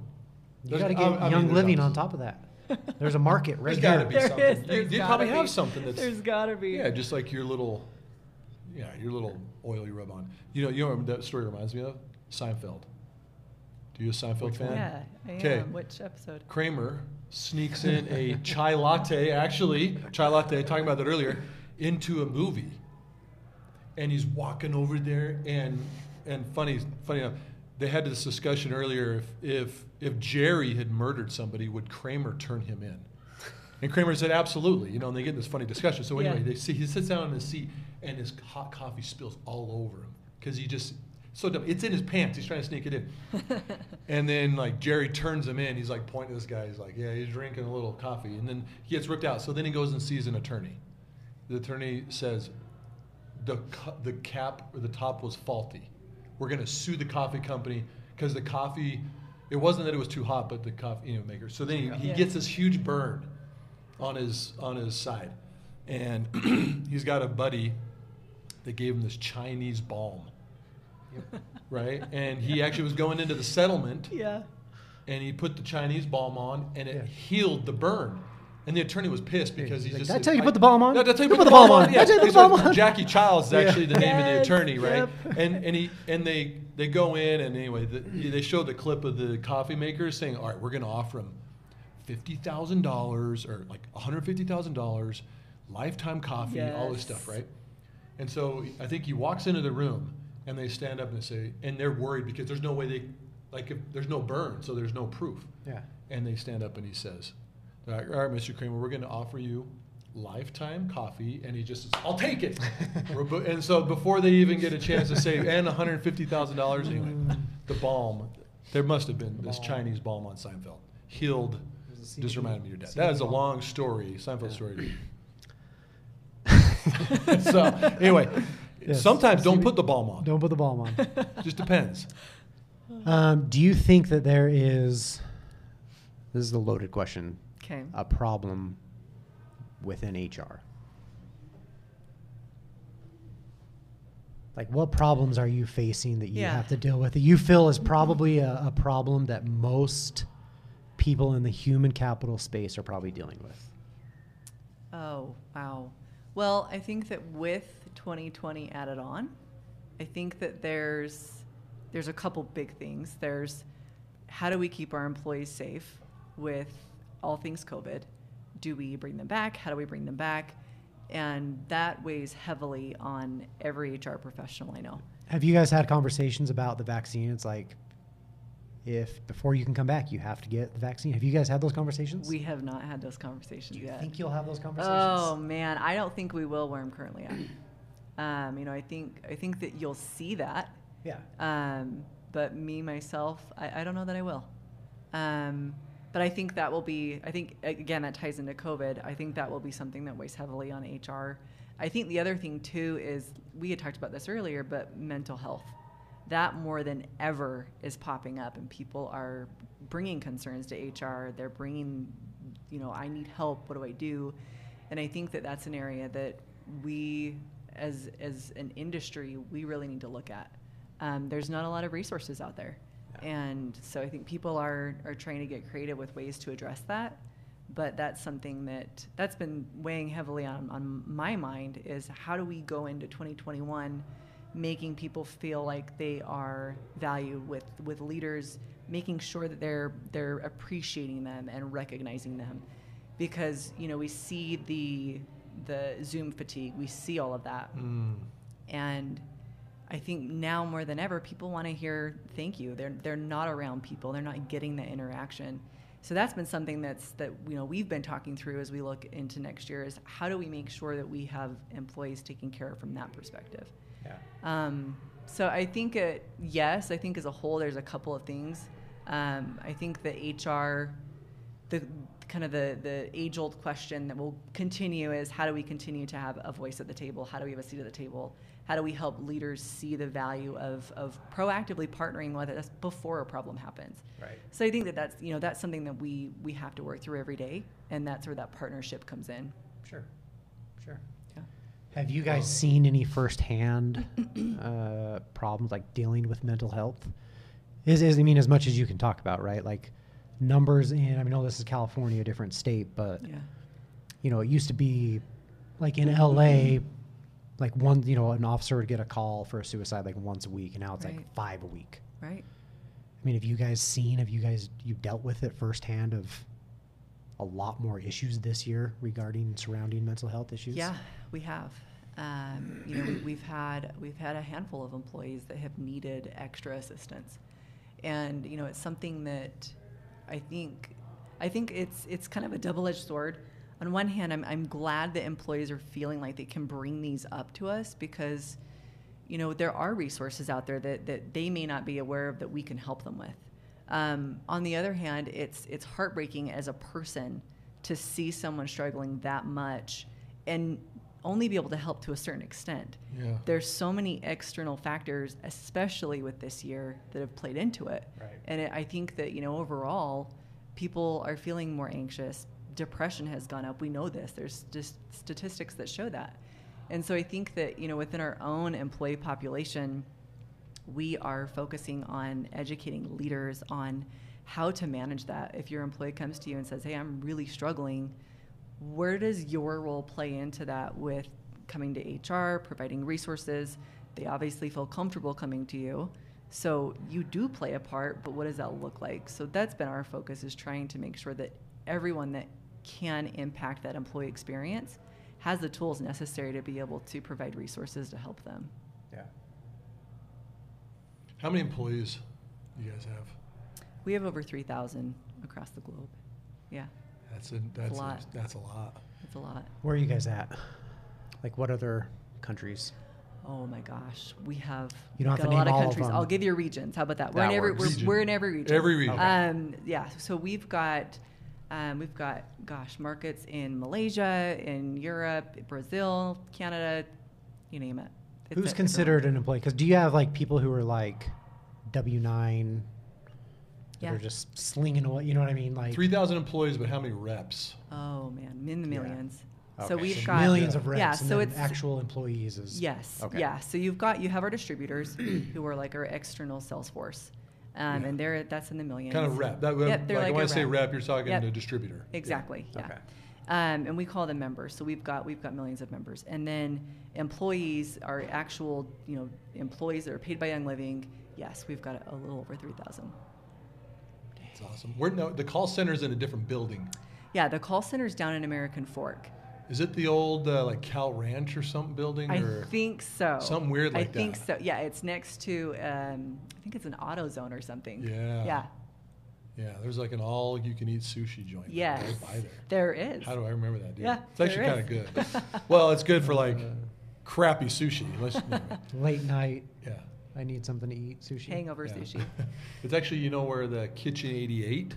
Speaker 1: You
Speaker 2: There's-
Speaker 1: got to get
Speaker 2: um, I- I mean,
Speaker 1: Young
Speaker 2: there's
Speaker 1: Living
Speaker 2: obvious-
Speaker 1: on top of that.
Speaker 3: (laughs)
Speaker 1: There's a market right
Speaker 2: There's
Speaker 1: there.
Speaker 2: got to be
Speaker 3: There
Speaker 2: something.
Speaker 3: is,
Speaker 2: you
Speaker 3: there's
Speaker 2: they
Speaker 3: gotta
Speaker 2: probably
Speaker 3: be.
Speaker 2: have something that's
Speaker 3: There's gotta be.
Speaker 2: yeah, just like your little yeah, your little oil you rub on. You know, you know what that story reminds me of Seinfeld. Do you a Seinfeld
Speaker 1: Which one?
Speaker 2: fan?
Speaker 3: Yeah. I
Speaker 2: Okay.
Speaker 3: am. Which episode?
Speaker 2: Kramer sneaks in a chai latte, actually, chai latte, talking about that earlier, into a movie. And he's walking over there and and funny funny enough, they had this discussion earlier if if if Jerry had murdered somebody, would Kramer turn him in? And Kramer said, Absolutely, you know, and they get in this funny discussion. So anyway,
Speaker 3: Yeah.
Speaker 2: they see he sits down in his seat and his hot coffee spills all over him. Because he just so dumb. It's in his pants. He's trying to sneak it in. (laughs) And then like Jerry turns him in. He's like pointing at this guy. He's like, yeah, he's drinking a little coffee. And then he gets ripped out. So then he goes and sees an attorney. The attorney says, the cu- the cap or the top was faulty. We're gonna sue the coffee company because the coffee. It wasn't that it was too hot, but the coffee you know, maker. So then he, he
Speaker 3: Yeah.
Speaker 2: gets this huge burn on his on his side, and (clears throat) he's got a buddy that gave him this Chinese balm, right? And he actually was going into the settlement
Speaker 3: yeah.
Speaker 2: and he put the Chinese balm on, and it
Speaker 1: Yeah.
Speaker 2: healed the burn. And the attorney was pissed because he
Speaker 1: He's like,
Speaker 2: just.
Speaker 1: "That's how you put the bomb on?
Speaker 2: No, that's how you
Speaker 1: You put the bomb on. (laughs)
Speaker 2: Yeah,
Speaker 1: That's how you put
Speaker 2: these
Speaker 1: the
Speaker 2: are-
Speaker 1: bomb on."
Speaker 2: Jackie Childs is
Speaker 1: Yeah.
Speaker 2: actually the name of the
Speaker 3: Yes,
Speaker 2: attorney, right?
Speaker 1: yep.
Speaker 2: And and he and they they go in and anyway the, they showed the clip of the coffee maker saying, "All right, we're going to offer him fifty thousand dollars or like one hundred fifty thousand dollars, lifetime coffee, all this
Speaker 3: Yes.
Speaker 2: stuff, right?" And so I think he walks into the room and they stand up and say, and they're worried because there's no way they, like, if, there's no burn, so there's no proof.
Speaker 1: Yeah.
Speaker 2: And they stand up and he says, All right, all right, Mr. Kramer, we're going to offer you lifetime coffee. And he just says, I'll take it. Rebo- and so before they even get a chance to say, and $150,000 anyway, the balm, there must have been this
Speaker 1: balm.
Speaker 2: Chinese balm on Seinfeld. Healed,
Speaker 1: It was a
Speaker 2: just
Speaker 1: CBD
Speaker 2: reminded me of your dad. That is a
Speaker 1: balm.
Speaker 2: (laughs) long story, Seinfeld story.
Speaker 1: Yes.
Speaker 2: (laughs) so (laughs) anyway, sometimes don't put the balm on.
Speaker 1: Don't put the bomb on.
Speaker 3: (laughs)
Speaker 2: Just depends.
Speaker 1: Um, do you think that there is, this is a loaded question,
Speaker 3: Okay.
Speaker 1: a problem within HR? Like, what problems are you facing that you
Speaker 3: Yeah.
Speaker 1: have to deal with that you feel is probably a, a problem that most people in the human capital space are probably dealing with?
Speaker 3: Oh, wow. Well, I think that with 2020 added on, I think that there's there's a couple big things. There's how do we keep our employees safe with all things COVID? Do we bring them back? How do we bring them back? And that weighs heavily on every HR professional I know.
Speaker 1: Have you guys had conversations about the vaccine? It's like, if before you can come back, you have to get the vaccine. Have you guys had those conversations?
Speaker 3: We have not had those conversations
Speaker 1: Do you
Speaker 3: yet.
Speaker 1: think you'll have those conversations?
Speaker 3: Oh man, I don't think we will where I'm currently at. Um, you know, I think I think that you'll see that
Speaker 1: Yeah.
Speaker 3: Um, but me, myself, I, I don't know that I will. Um, but I think that will be, I think, again, that ties into COVID. I think that will be something that weighs heavily on HR. I think the other thing, too, is we had talked about this earlier, but mental health. That more than ever is popping up, and people are bringing concerns to HR. They're bringing, you know, I need help. What do I do? And I think that that's an area that we, as as an industry, we really need to look at um, there's not a lot of resources out there. And so I think people are, are trying to get creative with ways to address that. But that's something that that's been weighing heavily on, on my mind is how do we go into 2021 making people feel like they are value with, with leaders, making sure that they're they're appreciating them and recognizing them. Because, you know, we see the the Zoom fatigue, we see all of that.
Speaker 2: Mm.
Speaker 3: And I think now more than ever, people want to hear thank you. They're they're not around people. They're not getting that interaction. So that's been something that's that you know we've been talking through as we look into next year is how do we make sure that we have employees taken care of from that perspective.
Speaker 1: Yeah.
Speaker 3: Um, so I think it, yes, I think as a whole, there's a couple of things. Um, I think the HR, the kind of the, the age old question that will continue is how do we continue to have a voice at the table? How do we have a seat at the table? How do we help leaders see the value of, of proactively partnering, whether that's before a problem happens?
Speaker 1: Right.
Speaker 3: So I think that that's, you know, that's something that we, we have to work through every day. And that's where that partnership comes in.
Speaker 1: Sure. Sure.
Speaker 3: Yeah.
Speaker 1: Have you guys seen any firsthand uh, problems like dealing with mental health? Is, is I mean, as much as you can talk about, right? Like numbers in. I mean, oh, this is California, a different state, but
Speaker 3: Yeah.
Speaker 1: you know, it used to be like in LA, like one, you know, an officer would get a call for a suicide like once a week, and now it's
Speaker 3: Right.
Speaker 1: like five a week.
Speaker 3: Right.
Speaker 1: I mean, have you guys seen? Have you guys you dealt with it firsthand of a lot more issues this year regarding surrounding mental health issues?
Speaker 3: Yeah, we have. Um, you know, we, we've had we've had a handful of employees that have needed extra assistance, and you know, it's something that I think I think it's it's kind of a double-edged sword. On one hand, I'm I'm glad that employees are feeling like they can bring these up to us because you know there are resources out there that, that they may not be aware of that we can help them with um, on the other hand it's it's heartbreaking as a person to see someone struggling that much and only be able to help to a certain extent
Speaker 2: Yeah.
Speaker 3: there's so many external factors especially with this year that have played into it
Speaker 1: Right.
Speaker 3: and it, i think that you know overall people are feeling more anxious depression has gone up we know this there's just statistics that show that and so i think that you know within our own employee population we are focusing on educating leaders on how to manage that. If your employee comes to you and says, "Hey, I'm really struggling," Where does your role play into that with coming to HR, providing resources? They obviously feel comfortable coming to you. So you do play a part, but what does that look like? So that's been our focus is trying to make sure that everyone that can impact that employee experience has the tools necessary to be able to provide resources to help them.
Speaker 1: Yeah.
Speaker 2: How many employees do you guys have?
Speaker 3: We have over 3,000 across the globe. Yeah,
Speaker 2: That's a that's a,
Speaker 3: lot.
Speaker 2: that's a lot.
Speaker 3: it's a lot.
Speaker 1: Where are you guys at? Like, what other countries?
Speaker 3: Oh my gosh, we have
Speaker 1: You don't
Speaker 3: got
Speaker 1: have to
Speaker 3: a lot
Speaker 1: name
Speaker 3: of
Speaker 1: all of
Speaker 3: countries.
Speaker 1: them.
Speaker 3: I'll give you regions. How about that? We're
Speaker 4: That
Speaker 3: in every
Speaker 4: works.
Speaker 3: we're,
Speaker 2: Region.
Speaker 3: we're in every region.
Speaker 2: Every region.
Speaker 1: Okay.
Speaker 3: Um, yeah, so we've got um, we've got gosh markets in Malaysia, in Europe, Brazil, Canada, you name it. It's
Speaker 1: Who's
Speaker 3: a-
Speaker 1: considered an employee? Because do you have like people who are like W nine that
Speaker 3: Yeah.
Speaker 1: are just slinging away? You know what I mean? Like
Speaker 2: Three thousand employees, but how many reps?
Speaker 3: Oh man, in the
Speaker 1: Yeah.
Speaker 3: millions.
Speaker 4: Okay.
Speaker 3: So we've
Speaker 1: there's
Speaker 3: got
Speaker 1: millions of reps.
Speaker 3: Yeah,
Speaker 1: and
Speaker 3: so
Speaker 1: then
Speaker 3: it's
Speaker 1: actual employees is
Speaker 3: (clears throat) Yes.
Speaker 4: Okay.
Speaker 3: Yeah. So you've got you have our distributors (clears throat) who are like our external sales force, um,
Speaker 2: Yeah.
Speaker 3: and they're that's in the millions.
Speaker 2: Kind of rep. That would-
Speaker 3: Yep, they're
Speaker 2: like,
Speaker 3: like
Speaker 2: when
Speaker 3: a
Speaker 2: I say
Speaker 3: rep.
Speaker 2: rep, you're talking
Speaker 3: Yep.
Speaker 2: to distributor.
Speaker 3: Exactly. Yeah.
Speaker 1: Okay.
Speaker 3: Um, and we call them members. So we've got we've got millions of members, and then employees are actual you know employees that are paid by Young Living. Yes, we've got a little over three thousand.
Speaker 2: It's awesome. Where no, the call center's in a different building.
Speaker 3: Yeah, the call center's down in American Fork.
Speaker 2: Is it the old uh, like Cal Ranch or something building?
Speaker 3: I
Speaker 2: or
Speaker 3: think so.
Speaker 2: something weird like
Speaker 3: I think
Speaker 2: that.
Speaker 3: so. Yeah, it's next to um, I think it's an auto zone or something.
Speaker 2: Yeah.
Speaker 3: Yeah.
Speaker 2: yeah, there's like an all-you-can-eat sushi joint.
Speaker 3: Yes.
Speaker 2: Right by there.
Speaker 3: There is.
Speaker 2: How do I remember that? Dude?
Speaker 3: Yeah,
Speaker 2: it's actually
Speaker 3: there
Speaker 2: kind
Speaker 3: is.
Speaker 2: of good.
Speaker 3: (laughs)
Speaker 2: well, it's good for
Speaker 1: Uh,
Speaker 2: like crappy sushi. Let's,
Speaker 1: late night.
Speaker 2: yeah,
Speaker 1: I need something to eat. Sushi.
Speaker 3: Hangover
Speaker 2: yeah.
Speaker 3: sushi.
Speaker 2: (laughs) it's actually you know where the Kitchen 88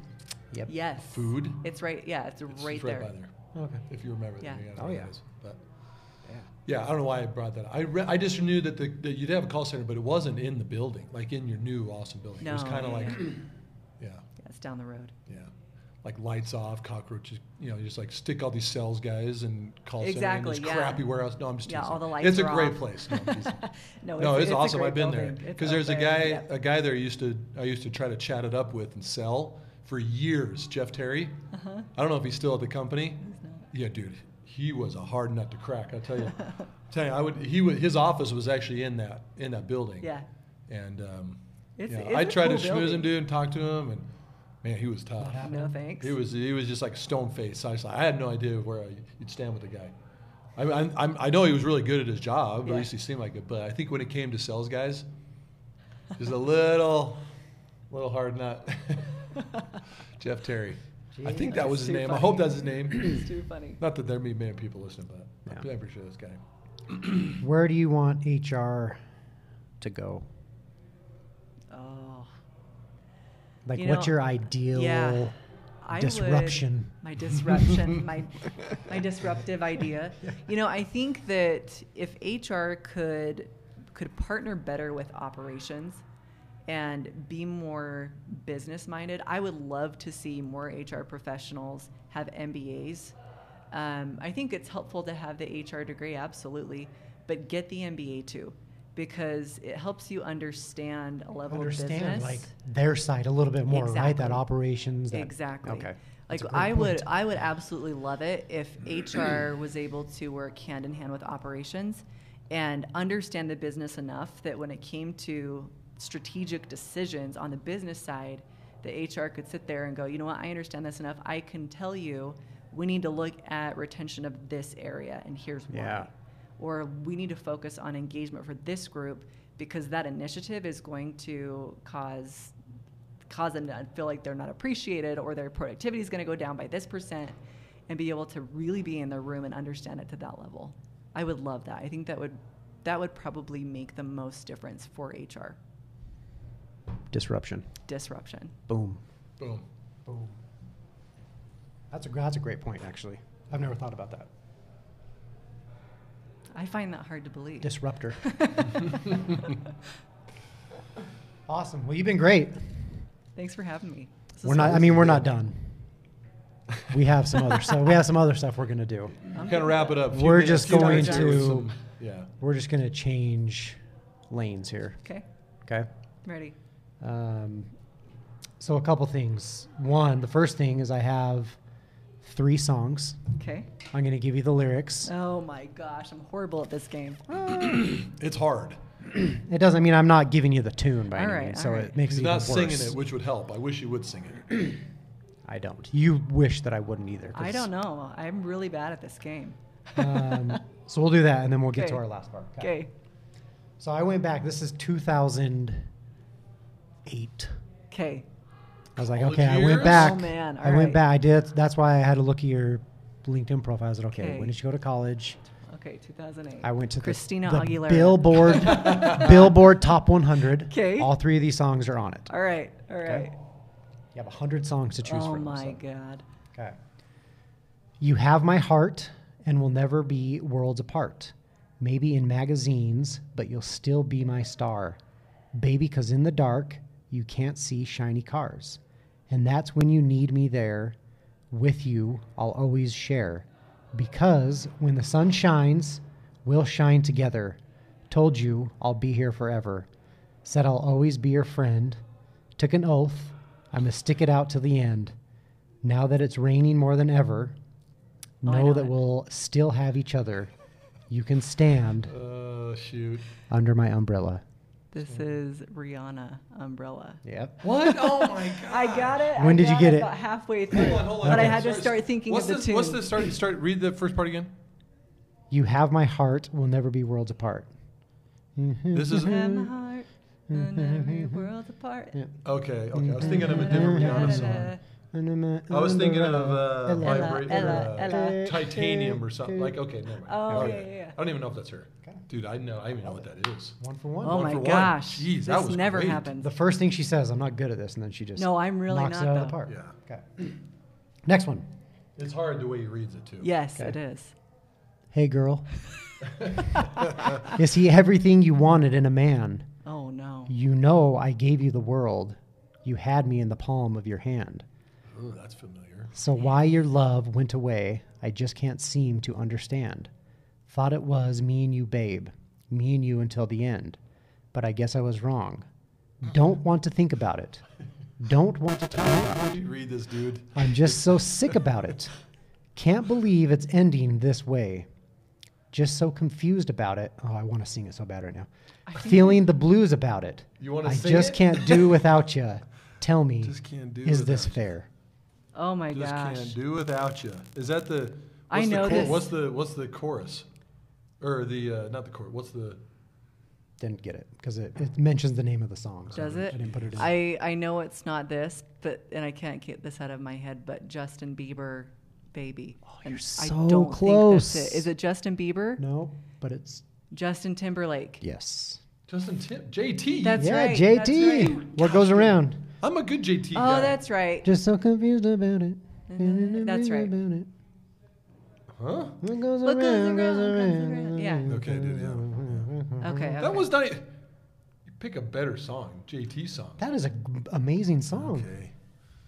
Speaker 1: Yep.
Speaker 3: Yes.
Speaker 2: food.
Speaker 3: It's right. Yeah, it's,
Speaker 2: It's
Speaker 3: right
Speaker 2: just
Speaker 3: there.
Speaker 2: right by there.
Speaker 1: Okay.
Speaker 2: If you remember,
Speaker 3: Yeah.
Speaker 2: that. you gotta
Speaker 1: Oh,
Speaker 2: know
Speaker 1: yeah.
Speaker 2: what it is, But
Speaker 1: Yeah.
Speaker 2: yeah, I don't know why I brought that. up. I re- I just knew that the that you'd have a call center, but it wasn't in the building, like in your new awesome building. it was
Speaker 3: No,
Speaker 2: kind of
Speaker 3: yeah,
Speaker 2: like, (clears throat)
Speaker 3: yeah.
Speaker 2: yeah,
Speaker 3: Yeah, it's down the road.
Speaker 2: yeah, like lights off, cockroaches. You know, you just like stick all these sales guys and call center
Speaker 3: Exactly,
Speaker 2: and this
Speaker 3: yeah.
Speaker 2: crappy warehouse. No, I'm just
Speaker 3: Yeah,
Speaker 2: teasing.
Speaker 3: all the lights
Speaker 2: It's a
Speaker 3: are
Speaker 2: great
Speaker 3: off.
Speaker 2: place.
Speaker 3: (laughs)
Speaker 2: No, I'm teasing.
Speaker 3: No,
Speaker 2: no, it's,
Speaker 3: a
Speaker 2: awesome.
Speaker 3: great
Speaker 2: I've been
Speaker 3: building.
Speaker 2: there
Speaker 3: It's
Speaker 2: because
Speaker 3: up
Speaker 2: there's a guy,
Speaker 3: there, yeah.
Speaker 2: a guy there used to. I used to try to chat it up with and sell for years. Jeff Terry.
Speaker 3: Uh-huh.
Speaker 2: I don't know if he's still at the company.
Speaker 3: He's not.
Speaker 2: Yeah, dude, he was a hard nut to crack. I
Speaker 3: (laughs)
Speaker 2: tell you, tell you, I would. He would. His office was actually in that in that building.
Speaker 3: Yeah.
Speaker 2: And um,
Speaker 3: It's-
Speaker 2: yeah,
Speaker 3: it's
Speaker 2: I
Speaker 3: a
Speaker 2: tried
Speaker 3: cool
Speaker 2: to schmooze him,
Speaker 3: building.
Speaker 2: dude, and talk to him, and man, he was tough.
Speaker 3: No thanks.
Speaker 2: He was he was just like stone faced. I was like, I had no idea where I, you'd stand with the guy. I, I, I'm- I know he was really good at his job.
Speaker 3: Yeah.
Speaker 2: At least he seemed like it. But I think when it came to sales guys, just a little, little hard nut. (laughs) Jeff Terry. I think that
Speaker 3: That's
Speaker 2: was his
Speaker 3: too
Speaker 2: name. I
Speaker 3: funny.
Speaker 2: hope that's his name.
Speaker 3: (laughs) (clears throat) It's too funny.
Speaker 2: (clears throat) Not that there may be many people listening, but I'm
Speaker 1: Yeah.
Speaker 2: pretty sure this guy.
Speaker 1: Where do you want HR to go?
Speaker 3: Oh,
Speaker 1: Like,
Speaker 3: You
Speaker 1: what's
Speaker 3: know,
Speaker 1: your ideal?
Speaker 3: yeah. I would-
Speaker 1: Disruption.
Speaker 3: my (laughs)
Speaker 2: (laughs)
Speaker 3: disruption. my my disruptive idea. You know, I think that if HR could could partner better with operations and be more business minded, I would love to see more HR professionals have MBAs. Um, I think it's helpful to have the HR degree, absolutely, but get the MBA too, because it helps you understand a level of
Speaker 1: Understand
Speaker 3: business.
Speaker 1: like their side a little bit more, right? That
Speaker 3: Exactly.
Speaker 1: operations. That,
Speaker 3: Exactly.
Speaker 1: Okay.
Speaker 3: Like
Speaker 1: That's a great
Speaker 3: I would,
Speaker 1: point.
Speaker 3: I would absolutely love it if HR was able to work hand in hand with operations and understand the business enough that when it came to strategic decisions on the business side, the HR could sit there and go, you know what, I understand this enough. I can tell you, we need to look at retention of this area, and here's why
Speaker 1: Yeah.
Speaker 3: or we need to focus on engagement for this group because that initiative is going to cause cause them to feel like they're not appreciated or their productivity is going to go down by this percent and be able to really be in the room and understand it to that level. I would love that. I think that would that would probably make the most difference for HR
Speaker 1: Disruption.
Speaker 3: disruption.
Speaker 1: Boom.
Speaker 2: Boom.
Speaker 1: Boom. That's a that's a great point, actually. I've never thought about that.
Speaker 3: I find that hard to
Speaker 1: (laughs) (laughs)
Speaker 3: believe.
Speaker 1: Disruptor. awesome. Well, you've been great.
Speaker 3: (laughs) Thanks for having me. This is
Speaker 1: we're not. I
Speaker 3: fun.
Speaker 1: mean, we're not done. (laughs) We have some other stuff. We have some other stuff we're gonna do.
Speaker 3: I'm
Speaker 2: Kind of wrap it up. Few
Speaker 1: We're
Speaker 2: minutes-
Speaker 1: just
Speaker 2: few
Speaker 1: going
Speaker 2: minutes here with
Speaker 1: to-
Speaker 2: some- yeah.
Speaker 1: We're just gonna change lanes here.
Speaker 3: Okay,
Speaker 1: Okay.
Speaker 3: I'm ready.
Speaker 1: Um, so a couple things. One, the first thing is I have three songs.
Speaker 3: Okay.
Speaker 1: I'm going to give you the lyrics.
Speaker 3: Oh my gosh, I'm horrible at this game.
Speaker 2: (clears throat) It's hard.
Speaker 1: (clears throat) It doesn't mean I'm not giving you the tune by
Speaker 3: All
Speaker 1: any
Speaker 3: right,
Speaker 1: means,
Speaker 3: all
Speaker 1: so
Speaker 3: right.
Speaker 1: it makes
Speaker 2: He's
Speaker 1: it even
Speaker 2: not singing
Speaker 1: worse.
Speaker 2: it, which would help. I wish he would sing it.
Speaker 3: (clears throat)
Speaker 1: I don't. You wish that I wouldn't either. 'cause,
Speaker 3: I don't know. I'm really bad at this game. (laughs)
Speaker 1: um, so we'll do that, and then we'll get to
Speaker 3: Okay.
Speaker 1: our last part.
Speaker 3: Okay.
Speaker 1: So I went back. This is 2008.
Speaker 3: Okay.
Speaker 1: I was like,
Speaker 2: College
Speaker 1: okay, I
Speaker 2: years?
Speaker 1: went back.
Speaker 3: Oh, man,
Speaker 1: I went
Speaker 3: alright.
Speaker 1: back. I did. That's why I had to look at your LinkedIn profile. I was like, okay,
Speaker 3: Okay.
Speaker 1: when did you go to college?
Speaker 3: Okay. 2008.
Speaker 1: I went to the-
Speaker 3: Christina
Speaker 1: the
Speaker 3: Aguilera. (laughs)
Speaker 1: Billboard, Billboard Top 100.
Speaker 3: 'Kay.
Speaker 1: All three of these songs are on it.
Speaker 3: All right. All right.
Speaker 1: You have 100 songs to choose
Speaker 3: Oh
Speaker 1: from.
Speaker 3: my
Speaker 1: so-
Speaker 3: god.
Speaker 1: Okay. You have my heart and will never be worlds apart. Maybe in magazines, but you'll still be my star. Baby, because in the dark, you can't see shiny cars. And that's when you need me there. With you, I'll always share. Because when the sun shines, we'll shine together. Told you I'll be here forever. Said I'll always be your friend. Took an oath, I must stick it out to the end. Now that it's raining more than ever,
Speaker 3: Oh, I
Speaker 1: know
Speaker 3: know
Speaker 1: that
Speaker 3: it.
Speaker 1: we'll still have each other. You can stand
Speaker 2: Uh, shoot.
Speaker 1: under my umbrella.
Speaker 3: This is Rihanna Umbrella.
Speaker 1: Yep.
Speaker 2: What? Oh (laughs)
Speaker 3: (laughs)
Speaker 2: my god.
Speaker 3: I got it.
Speaker 1: When
Speaker 3: I
Speaker 1: did you
Speaker 3: got
Speaker 1: get it?
Speaker 3: About halfway through,
Speaker 2: Hold on, hold on.
Speaker 3: but I
Speaker 2: Okay,
Speaker 3: had to
Speaker 2: sorry.
Speaker 3: start thinking
Speaker 2: what's
Speaker 3: of the
Speaker 2: this,
Speaker 3: tune.
Speaker 2: What's the start? Start. Read the first part again.
Speaker 1: You have my heart, we'll never be worlds apart. Mm-hmm.
Speaker 2: This is
Speaker 3: And my heart and every world's apart. Oh
Speaker 1: Yeah.
Speaker 2: okay. Okay.
Speaker 1: Mm-hmm.
Speaker 2: I was thinking of a different Rihanna song. I was thinking of uh,
Speaker 3: Ella,
Speaker 2: vibrate-
Speaker 3: Ella,
Speaker 2: uh,
Speaker 3: Ella.
Speaker 2: titanium or something. Like okay, never mind.
Speaker 3: Oh,
Speaker 2: All
Speaker 3: yeah, yeah, yeah.
Speaker 2: I don't even know if that's her. Dude, I know. I don't even know what that is.
Speaker 1: One for one.
Speaker 3: Oh
Speaker 2: One
Speaker 3: my
Speaker 2: for one.
Speaker 3: gosh.
Speaker 2: Jeez,
Speaker 3: this
Speaker 2: that was
Speaker 3: never
Speaker 2: great.
Speaker 3: happens.
Speaker 1: The first thing she says, I'm not good at this, and then she just
Speaker 3: No, I'm really
Speaker 1: knocks
Speaker 3: not,
Speaker 1: it out of
Speaker 3: though.
Speaker 1: the park.
Speaker 2: Yeah.
Speaker 1: Okay. Next one.
Speaker 2: It's hard the way he reads it too.
Speaker 3: Yes,
Speaker 1: Okay.
Speaker 3: it is.
Speaker 1: Hey girl. Is he everything you wanted in a man?
Speaker 3: Oh no.
Speaker 1: You know I gave you the world. You had me in the palm of your hand.
Speaker 2: Ooh, that's familiar.
Speaker 1: So why your love went away, I just can't seem to understand. Thought it was me and you, babe, me and you until the end. But I guess I was wrong. Don't want to think about it. Don't want to talk about it.
Speaker 2: How do you read this, dude?
Speaker 1: I'm just so sick about it. Can't believe it's ending this way. Just so confused about it. Oh, I want to sing it so bad right now. Feeling the blues about it.
Speaker 2: You wanna
Speaker 1: I
Speaker 2: sing
Speaker 1: just
Speaker 2: it?
Speaker 1: can't do without you. Tell me,
Speaker 2: Just can't do
Speaker 1: is this
Speaker 2: without ya.
Speaker 1: fair?
Speaker 3: Oh my
Speaker 2: Just
Speaker 3: gosh.
Speaker 2: can't do without you. Is that the?
Speaker 3: I
Speaker 2: what's the
Speaker 3: know
Speaker 2: chor-
Speaker 3: this.
Speaker 2: What's the what's the chorus? Or the uh, not the chorus. What's the?
Speaker 1: Didn't get it because it, it mentions the name of the song. so
Speaker 3: Does it?
Speaker 1: I didn't put it in.
Speaker 2: (laughs)
Speaker 3: I, I know it's not this, but and I can't get this out of my head, but Justin Bieber, baby. Oh,
Speaker 1: you're
Speaker 3: I
Speaker 1: so
Speaker 3: don't
Speaker 1: close.
Speaker 3: Think that's it. Is it Justin Bieber?
Speaker 1: no, but it's
Speaker 3: Justin Timberlake.
Speaker 1: yes.
Speaker 2: Justin Tim JT.
Speaker 3: That's
Speaker 1: yeah,
Speaker 3: right,
Speaker 1: JT.
Speaker 3: that's right.
Speaker 1: What goes around?
Speaker 2: I'm a good JT
Speaker 3: Oh,
Speaker 2: guy.
Speaker 3: that's right.
Speaker 1: Just so confused about it.
Speaker 3: Mm-hmm. That's right.
Speaker 1: About it.
Speaker 2: huh.
Speaker 1: What goes
Speaker 3: What goes
Speaker 1: around, goes
Speaker 3: around, comes
Speaker 1: around.
Speaker 3: around. Yeah.
Speaker 2: Okay, dude. Yeah.
Speaker 3: Okay.
Speaker 2: That was not. e, You pick a better song, JT song.
Speaker 1: That is an amazing song.
Speaker 2: Okay.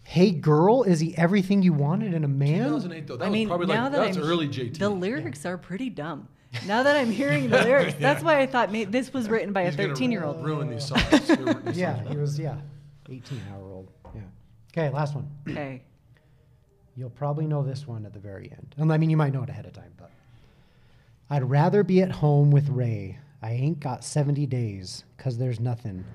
Speaker 1: Hey girl, is he everything you wanted in a man?
Speaker 2: 2008 though. That
Speaker 3: I mean,
Speaker 2: was probably
Speaker 3: now
Speaker 2: like
Speaker 3: that
Speaker 2: that's
Speaker 3: I'm,
Speaker 2: early JT.
Speaker 3: The lyrics are pretty dumb. Now that I'm hearing the
Speaker 2: (laughs)
Speaker 3: lyrics, that's why I thought may this was written by
Speaker 2: He's
Speaker 3: a
Speaker 2: gonna
Speaker 3: 13 year old.
Speaker 2: Ruin these songs. They're- these songs
Speaker 1: Yeah,
Speaker 2: are-
Speaker 1: he was yeah, 18 hour old. Yeah. Okay, last one.
Speaker 3: (laughs)
Speaker 2: (laughs)
Speaker 3: Okay.
Speaker 1: You'll probably know this one at the very end. And I mean, you might know it ahead of time, but I'd rather be at home with Ray. I ain't got 70 days cuz there's nothing.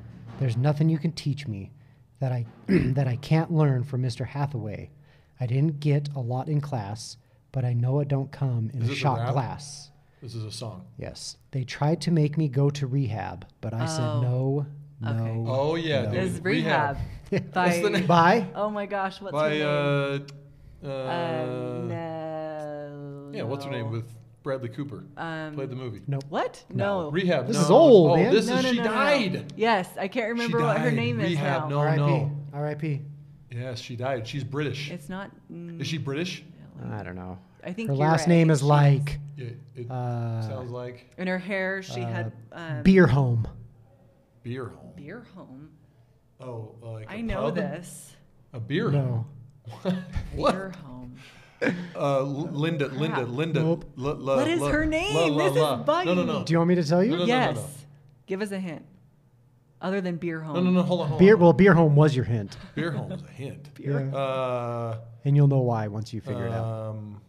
Speaker 1: There's nothing you can teach me that I (clears throat) that I can't learn from Mr. Hathaway. I didn't get a lot in class, but I know it don't come in
Speaker 2: Is
Speaker 1: a
Speaker 2: this a
Speaker 1: shot
Speaker 2: rap?
Speaker 1: glass.
Speaker 2: This is a song.
Speaker 1: Yes. They tried to make me go to rehab, but I
Speaker 3: Oh.
Speaker 1: said no, no.
Speaker 2: Oh
Speaker 1: (laughs)
Speaker 2: yeah,
Speaker 1: No.
Speaker 2: dude.
Speaker 3: This is Rehab.
Speaker 2: (laughs) That's the
Speaker 3: by,
Speaker 2: name. (laughs)
Speaker 1: Bye.
Speaker 3: oh my gosh, what's her
Speaker 2: By
Speaker 3: name?
Speaker 2: uh, uh,
Speaker 3: Uh, no,
Speaker 2: yeah, what's her
Speaker 3: no.
Speaker 2: name with Bradley Cooper?
Speaker 3: Um,
Speaker 2: Played the movie.
Speaker 1: No.
Speaker 3: What?
Speaker 1: No.
Speaker 3: No.
Speaker 2: Rehab.
Speaker 1: This
Speaker 2: no.
Speaker 1: is old,
Speaker 2: Oh,
Speaker 1: man.
Speaker 2: This
Speaker 3: No,
Speaker 2: is
Speaker 3: no,
Speaker 2: she
Speaker 3: no, no, no.
Speaker 2: died.
Speaker 3: Yes, I can't remember what her
Speaker 2: died.
Speaker 3: name is
Speaker 2: Rehab,
Speaker 3: now.
Speaker 2: no.
Speaker 1: R.I.P.
Speaker 2: Oh, no.
Speaker 1: R.I.P.
Speaker 2: Yes, she died. She's British.
Speaker 3: It's not. mm,
Speaker 2: is she British?
Speaker 1: I don't know.
Speaker 3: I think
Speaker 1: Her
Speaker 3: you're
Speaker 1: last
Speaker 3: right. I
Speaker 1: name
Speaker 3: think
Speaker 1: is
Speaker 3: she
Speaker 1: like
Speaker 2: Yeah, it
Speaker 1: Uh,
Speaker 2: sounds like
Speaker 3: In her hair, she had um,
Speaker 1: Beer Home.
Speaker 2: beer home.
Speaker 3: beer home.
Speaker 2: Oh, like
Speaker 3: I
Speaker 2: a
Speaker 3: know
Speaker 2: pub?
Speaker 3: this.
Speaker 2: A beer
Speaker 1: No.
Speaker 2: home. (laughs) What?
Speaker 3: Beer home.
Speaker 2: Uh, L- Linda, Linda, Linda.
Speaker 1: Nope.
Speaker 2: La- la-
Speaker 3: What is
Speaker 2: la-
Speaker 3: her
Speaker 2: la-
Speaker 3: name?
Speaker 2: la-
Speaker 3: This is
Speaker 2: la. No, no,
Speaker 3: bugging.
Speaker 2: no.
Speaker 1: Do you want me to tell you?
Speaker 2: No, no, no.
Speaker 3: yes. Give us a hint. Other than beer home.
Speaker 2: No, no, no. Hold on. Hold
Speaker 1: Beer,
Speaker 2: on.
Speaker 1: well, beer home was your hint,
Speaker 2: Beer home's a hint.
Speaker 1: Beer. Yeah.
Speaker 2: Uh,
Speaker 1: and you'll know why once you figure it out.
Speaker 2: um,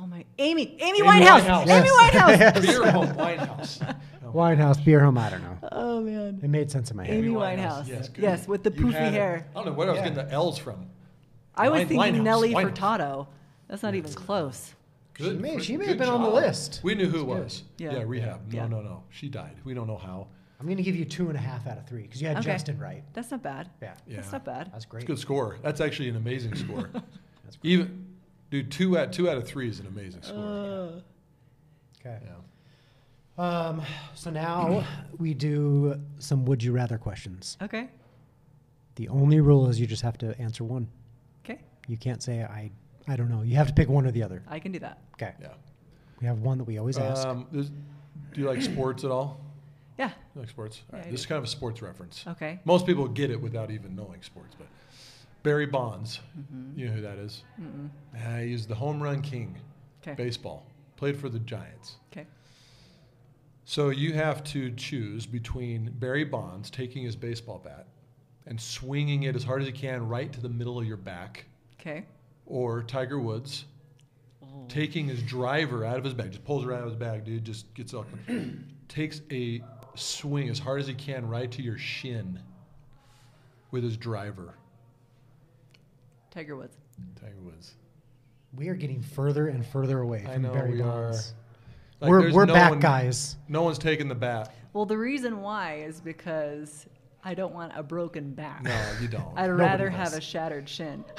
Speaker 3: Oh my, Amy, Amy,
Speaker 2: Amy
Speaker 3: Winehouse,
Speaker 2: Winehouse.
Speaker 3: Amy
Speaker 1: (laughs)
Speaker 3: Winehouse.
Speaker 2: beer home
Speaker 3: (laughs)
Speaker 2: winehouse. Oh,
Speaker 1: Winehouse, beer home, I don't know.
Speaker 3: Oh man,
Speaker 1: It made sense in my head.
Speaker 3: Amy Winehouse.
Speaker 2: Yes, good.
Speaker 3: Yes, with the
Speaker 2: You
Speaker 3: poofy
Speaker 2: had it.
Speaker 3: hair.
Speaker 2: I don't know where I was
Speaker 1: Yeah.
Speaker 2: getting the L's from.
Speaker 3: I was
Speaker 2: Wine-
Speaker 3: thinking
Speaker 2: Winehouse,
Speaker 3: Nelly
Speaker 2: Winehouse.
Speaker 3: Furtado. That's not even close.
Speaker 1: She may-
Speaker 2: fr-
Speaker 1: she may
Speaker 2: good
Speaker 1: have been on the list.
Speaker 2: We knew who it
Speaker 1: That's good.
Speaker 2: was.
Speaker 3: Yeah.
Speaker 2: Yeah, rehab. No,
Speaker 3: Yeah.
Speaker 2: no, no. She died. We don't know how.
Speaker 1: I'm going to give you two and a half out of three because you had
Speaker 3: Okay.
Speaker 1: Justin right.
Speaker 3: That's not bad.
Speaker 1: Yeah,
Speaker 2: Yeah.
Speaker 3: That's not bad.
Speaker 1: that's
Speaker 2: It's
Speaker 1: great.
Speaker 2: a good score. That's actually an amazing
Speaker 3: (laughs)
Speaker 2: score.
Speaker 1: That's great.
Speaker 2: Even, dude, two out two out of three is an amazing score.
Speaker 3: Uh,
Speaker 1: Okay.
Speaker 2: yeah.
Speaker 1: Um, so now we do some would you rather questions.
Speaker 3: okay.
Speaker 1: The only rule is you just have to answer one.
Speaker 3: Okay.
Speaker 1: You can't say I I don't know. You have to pick one or the other.
Speaker 3: I can do that.
Speaker 1: Okay.
Speaker 2: Yeah.
Speaker 1: We have one that we always ask.
Speaker 2: Um, does- do you like sports at all?
Speaker 3: Yeah.
Speaker 2: You like sports? All
Speaker 3: Yeah,
Speaker 2: right.
Speaker 3: I
Speaker 2: this
Speaker 3: do.
Speaker 2: is kind of a sports reference.
Speaker 3: Okay.
Speaker 2: Most people get it without even knowing sports, but Barry Bonds,
Speaker 3: Mm-hmm.
Speaker 2: you know who that is?
Speaker 3: Mm-mm.
Speaker 2: Uh, he's the home run king,
Speaker 3: Okay.
Speaker 2: baseball. Played for the Giants.
Speaker 3: Okay.
Speaker 2: So you have to choose between Barry Bonds taking his baseball bat and swinging it as hard as he can right to the middle of your back,
Speaker 3: Okay.
Speaker 2: or Tiger Woods
Speaker 1: Oh.
Speaker 2: taking his driver out of his bag, just pulls her out of his bag, dude, just gets up, (clears throat) takes a swing as hard as he can right to your shin with his driver.
Speaker 3: Tiger Woods.
Speaker 2: Tiger Woods.
Speaker 1: we are getting further and further away
Speaker 2: I
Speaker 1: from
Speaker 2: know
Speaker 1: Barry
Speaker 2: we are.
Speaker 1: Bonds.
Speaker 2: Like,
Speaker 1: we're
Speaker 2: there's
Speaker 1: we're
Speaker 2: no
Speaker 1: back,
Speaker 2: one-
Speaker 1: guys.
Speaker 2: No one's taking the bat.
Speaker 3: Well, the reason why is because I don't want a broken back.
Speaker 2: No,
Speaker 1: (laughs)
Speaker 2: you don't.
Speaker 3: I'd
Speaker 1: Nobody
Speaker 3: rather
Speaker 1: does.
Speaker 3: have a shattered shin. (laughs)